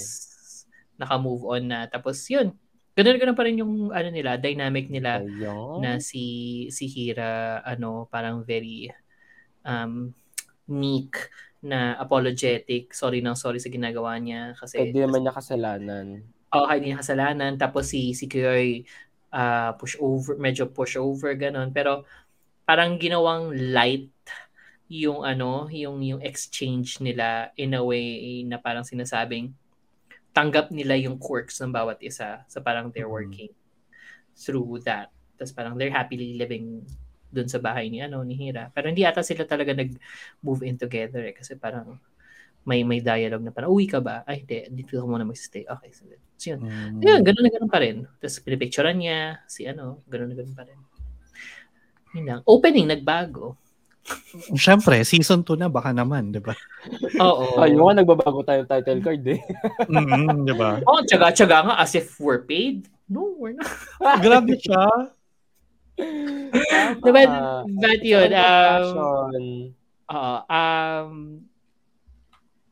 Speaker 1: naka-move on na. Tapos yun. Ganun-ganun pa rin yung ano nila, dynamic nila
Speaker 3: Ayun.
Speaker 1: na si si Hira ano parang very um meek na apologetic sorry nang sorry sa ginagawa niya kasi
Speaker 3: Hindi naman niya kasalanan.
Speaker 1: oh hindi niya kasalanan tapos si si Kiyoy ah, push over medyo push over ganun pero parang ginawang light yung ano yung yung exchange nila in a way na parang sinasabing tanggap nila yung quirks ng bawat isa sa parang they're
Speaker 2: Mhm.
Speaker 1: working through that tapos parang they're happily living dun sa bahay ni ano ni Hira pero hindi ata sila talaga nag move in together eh, kasi parang may may dialogue na parang uwi ka ba ay hindi dito ako muna magstay okay so, so yun
Speaker 2: Mm.
Speaker 1: Ayun, ganun na ganun pa rin. Tapos pinipicturean niya, si ano, ganun na ganun pa rin. Yun lang. Opening, nagbago.
Speaker 2: Siyempre, season 2 na baka naman, di ba?
Speaker 1: Oo.
Speaker 3: Ayun, nagbabago tayo ng title card eh.
Speaker 2: Mm, di ba?
Speaker 1: Oo, Oh, tsaga-tsaga nga as if we're paid. No, we're not.
Speaker 2: Grabe siya.
Speaker 3: Tama.
Speaker 1: Diba, but yun, um,
Speaker 3: Fashion.
Speaker 1: oo, um,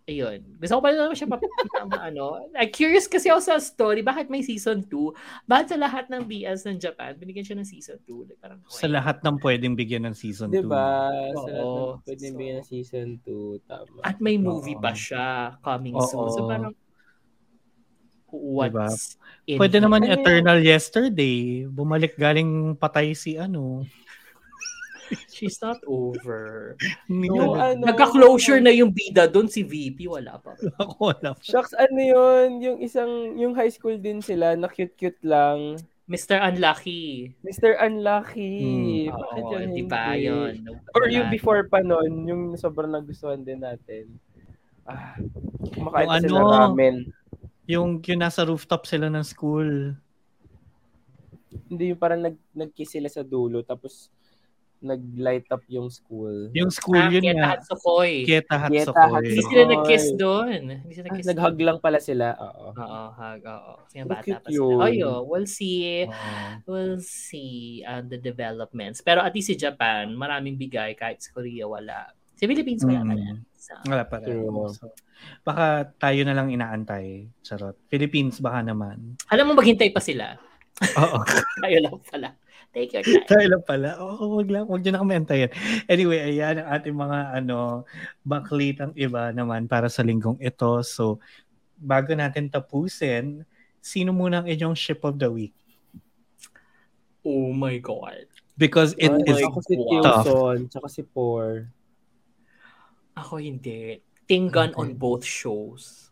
Speaker 1: ayun. Gusto ko pa rin naman siya mapapitama, ano. I'm curious kasi ako sa story, bakit may season 2? Bakit sa lahat ng BS ng Japan, binigyan siya ng season 2? Like, parang,
Speaker 2: Sa lahat ng pwedeng bigyan ng season 2.
Speaker 3: Diba? Sa lahat
Speaker 1: Oo.
Speaker 3: ng pwede
Speaker 1: So-
Speaker 3: bigyan ng season 2. Tama.
Speaker 1: At may movie
Speaker 2: Oo.
Speaker 1: pa siya coming
Speaker 2: Oo. Diba?
Speaker 1: soon. So parang, what's in
Speaker 2: Pwede
Speaker 1: here?
Speaker 2: naman
Speaker 3: Ano yun?
Speaker 2: Eternal Yesterday. Bumalik galing patay si ano.
Speaker 1: She's not over.
Speaker 2: Hindi
Speaker 1: No,
Speaker 2: talaga.
Speaker 3: ano,
Speaker 1: Nagka-closure na yung bida doon si VP. Wala pa.
Speaker 2: Ako wala.
Speaker 3: Shucks, ano yun? Yung isang, yung high school din sila, na cute-cute lang.
Speaker 1: Mr. Unlucky.
Speaker 3: Mr. Unlucky.
Speaker 2: Hmm.
Speaker 3: Bakit
Speaker 1: Oo,
Speaker 3: yun?
Speaker 1: di ba
Speaker 3: hindi?
Speaker 1: yun?
Speaker 3: Or yung
Speaker 1: Wala.
Speaker 3: before pa nun, yung sobrang nagustuhan din natin. Ah, kumakain
Speaker 2: Yung
Speaker 3: ano? sila
Speaker 2: ano?
Speaker 3: ramen.
Speaker 2: Yung, yung nasa rooftop sila ng school.
Speaker 3: Hindi yung parang nag, nag-kiss sila sa dulo, tapos nag-light up yung school.
Speaker 2: Yung school
Speaker 1: ah,
Speaker 2: yun
Speaker 1: Kieta
Speaker 2: nga.
Speaker 1: Hatsukoy.
Speaker 2: Kieta
Speaker 3: Kieta
Speaker 2: Hatsukoy.
Speaker 1: Hindi
Speaker 3: Hatsukoy.
Speaker 1: sila nag-kiss doon. Hindi sila
Speaker 3: Ah,
Speaker 1: nag-kiss.
Speaker 3: nag-hug lang pala sila. Oo.
Speaker 1: Oo, hug. Oo. Kasi nga
Speaker 3: Ang
Speaker 1: bata
Speaker 3: cute
Speaker 1: pa sila.
Speaker 3: yun.
Speaker 1: Oh, yun. We'll see.
Speaker 2: Oo.
Speaker 1: We'll see on the developments. Pero at least si Japan, maraming bigay. Kahit sa Korea, wala. Sa Philippines, wala
Speaker 2: Mm.
Speaker 1: pa rin. So,
Speaker 2: Wala pa rin.
Speaker 3: True.
Speaker 2: So, baka tayo na lang inaantay. Charot. Philippines baka naman.
Speaker 1: alam mo, maghintay pa sila.
Speaker 2: Oo.
Speaker 1: Tayo lang pala. Take your time.
Speaker 2: tayo lang pala. Oo, wag lang. Huwag nyo na kami antayin. Anyway, ayan ang ating mga ano, baklit ang iba naman para sa linggong ito. So, bago natin tapusin, sino muna ang inyong ship of the week?
Speaker 1: Oh my God.
Speaker 2: Because it
Speaker 3: Ay,
Speaker 2: is
Speaker 3: ako si
Speaker 1: tough.
Speaker 3: Tilson, tsaka si Por.
Speaker 1: Ako hindi. Tinggan
Speaker 2: Okay.
Speaker 1: on both shows.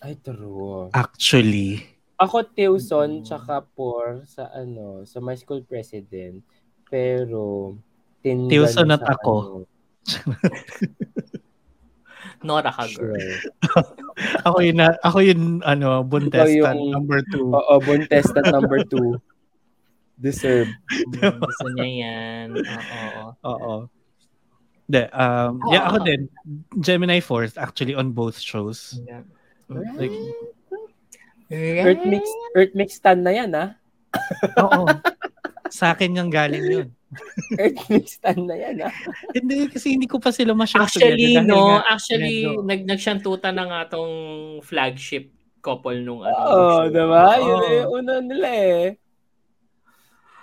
Speaker 3: Ay, true.
Speaker 2: actually
Speaker 3: Ako Tilson, tsaka Por sa ano, sa my school president. Pero, tindan
Speaker 2: Tilson at
Speaker 3: sa ano,
Speaker 2: ako.
Speaker 1: Nora
Speaker 3: Ano,
Speaker 1: Hager.
Speaker 3: sure.
Speaker 2: ako yun na, ako yun ano
Speaker 3: Ikaw
Speaker 2: buntestan
Speaker 3: yung-
Speaker 2: number two.
Speaker 3: Oo, Bontes at number two. Deserve.
Speaker 1: Mm, gusto niya yan. Oo.
Speaker 3: Oh.
Speaker 2: Oo. De, um,
Speaker 1: Oo.
Speaker 2: yeah, ako
Speaker 3: Ah.
Speaker 2: din. Gemini Force actually on both shows.
Speaker 1: Yeah.
Speaker 2: Like,
Speaker 3: Earth
Speaker 2: Eh.
Speaker 3: Mix, Earth Mix Tan na yan, ah. ha?
Speaker 2: oo. Sa akin yung galing yun.
Speaker 3: Earth Mix Tan na yan, ah. ha?
Speaker 2: Hindi, kasi hindi ko pa sila masyado
Speaker 1: Actually,
Speaker 2: together dahil
Speaker 1: no.
Speaker 2: nga-
Speaker 1: Actually,
Speaker 2: medyo-
Speaker 1: nag nagsyantutan na nga tong flagship couple nung ano.
Speaker 3: Oo, diba? Yun
Speaker 2: Oo.
Speaker 3: yung una nila, eh.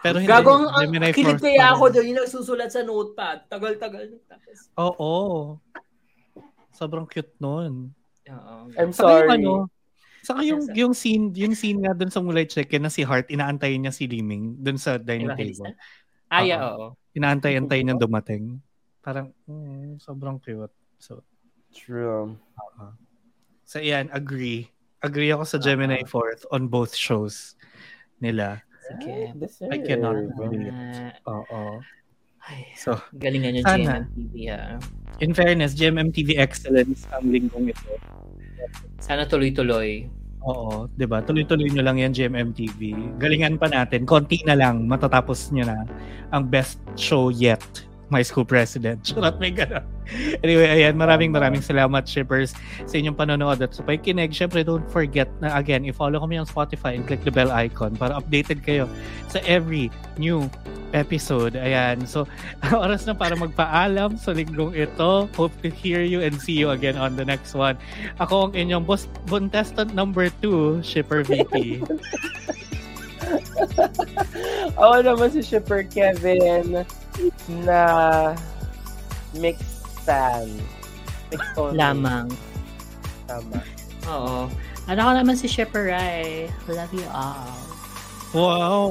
Speaker 2: pero hindi.
Speaker 1: Gago ang ang-
Speaker 2: Gemini
Speaker 1: kilig
Speaker 2: Force
Speaker 1: kaya
Speaker 2: pa
Speaker 1: ako
Speaker 2: rin.
Speaker 1: doon, yung nagsusulat sa notepad. Tagal-tagal. Tapos,
Speaker 2: Oo. Sobrang cute nun.
Speaker 1: oo.
Speaker 3: I'm
Speaker 2: Saka
Speaker 3: sorry.
Speaker 2: yung ano, saka yung,
Speaker 1: Yes, sir.
Speaker 2: yung scene, yung scene nga dun sa Mulay Chicken na si Heart, inaantayin niya si Liming dun sa dining
Speaker 1: Evangelista?
Speaker 2: table.
Speaker 1: Ah, yeah, oo.
Speaker 2: Inaantay-antay niya dumating. Parang, mm, sobrang cute. So,
Speaker 3: True.
Speaker 2: So yan, agree. Agree ako sa Gemini
Speaker 1: Uh-huh.
Speaker 2: 4th on both shows nila.
Speaker 1: Sige.
Speaker 3: Deserve.
Speaker 2: I cannot believe it.
Speaker 1: Ah,
Speaker 2: Oo.
Speaker 1: ay,
Speaker 2: So,
Speaker 1: galingan niyo,
Speaker 2: Sana.
Speaker 1: GMMTV, ah.
Speaker 2: in fairness, GMMTV Excellence ang linggong ito.
Speaker 1: Sana tuloy-tuloy.
Speaker 2: Oo, 'di ba? Tuloy-tuloy nyo lang 'yan GMMTV. Galingan pa natin. Konti na lang matatapos nyo na ang best show yet. My School President. Charot, may ganun. Anyway, ayan, maraming maraming salamat, shippers, sa inyong panonood at sa pakikinig. Siyempre, don't forget na, again, i-follow kami on Spotify and click the bell icon para updated kayo sa every new episode. Ayan, so, oras na para magpaalam sa linggong ito. Hope to hear you and see you again on the next one. Ako ang inyong boss, contestant number 2, Shipper VP.
Speaker 3: Ako naman si Shipper Kevin na mixed tan. Mixed only.
Speaker 1: Lamang.
Speaker 3: Tama.
Speaker 1: Oo. Ano ko naman si Shepard Rai. Love you all.
Speaker 2: wow!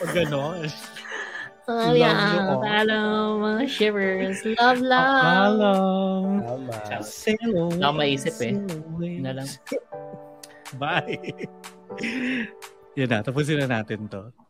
Speaker 2: O ganon.
Speaker 1: Love
Speaker 2: you
Speaker 1: you
Speaker 2: all.
Speaker 1: all. Oh, Hello, mga Shippers. Love, love.
Speaker 2: Alam.
Speaker 3: Tama.
Speaker 2: Sail
Speaker 1: Wala
Speaker 2: away,
Speaker 1: akong maisip eh.
Speaker 2: sail away.
Speaker 1: Yun na lang.
Speaker 2: Bye. Yun na, tapusin na natin to.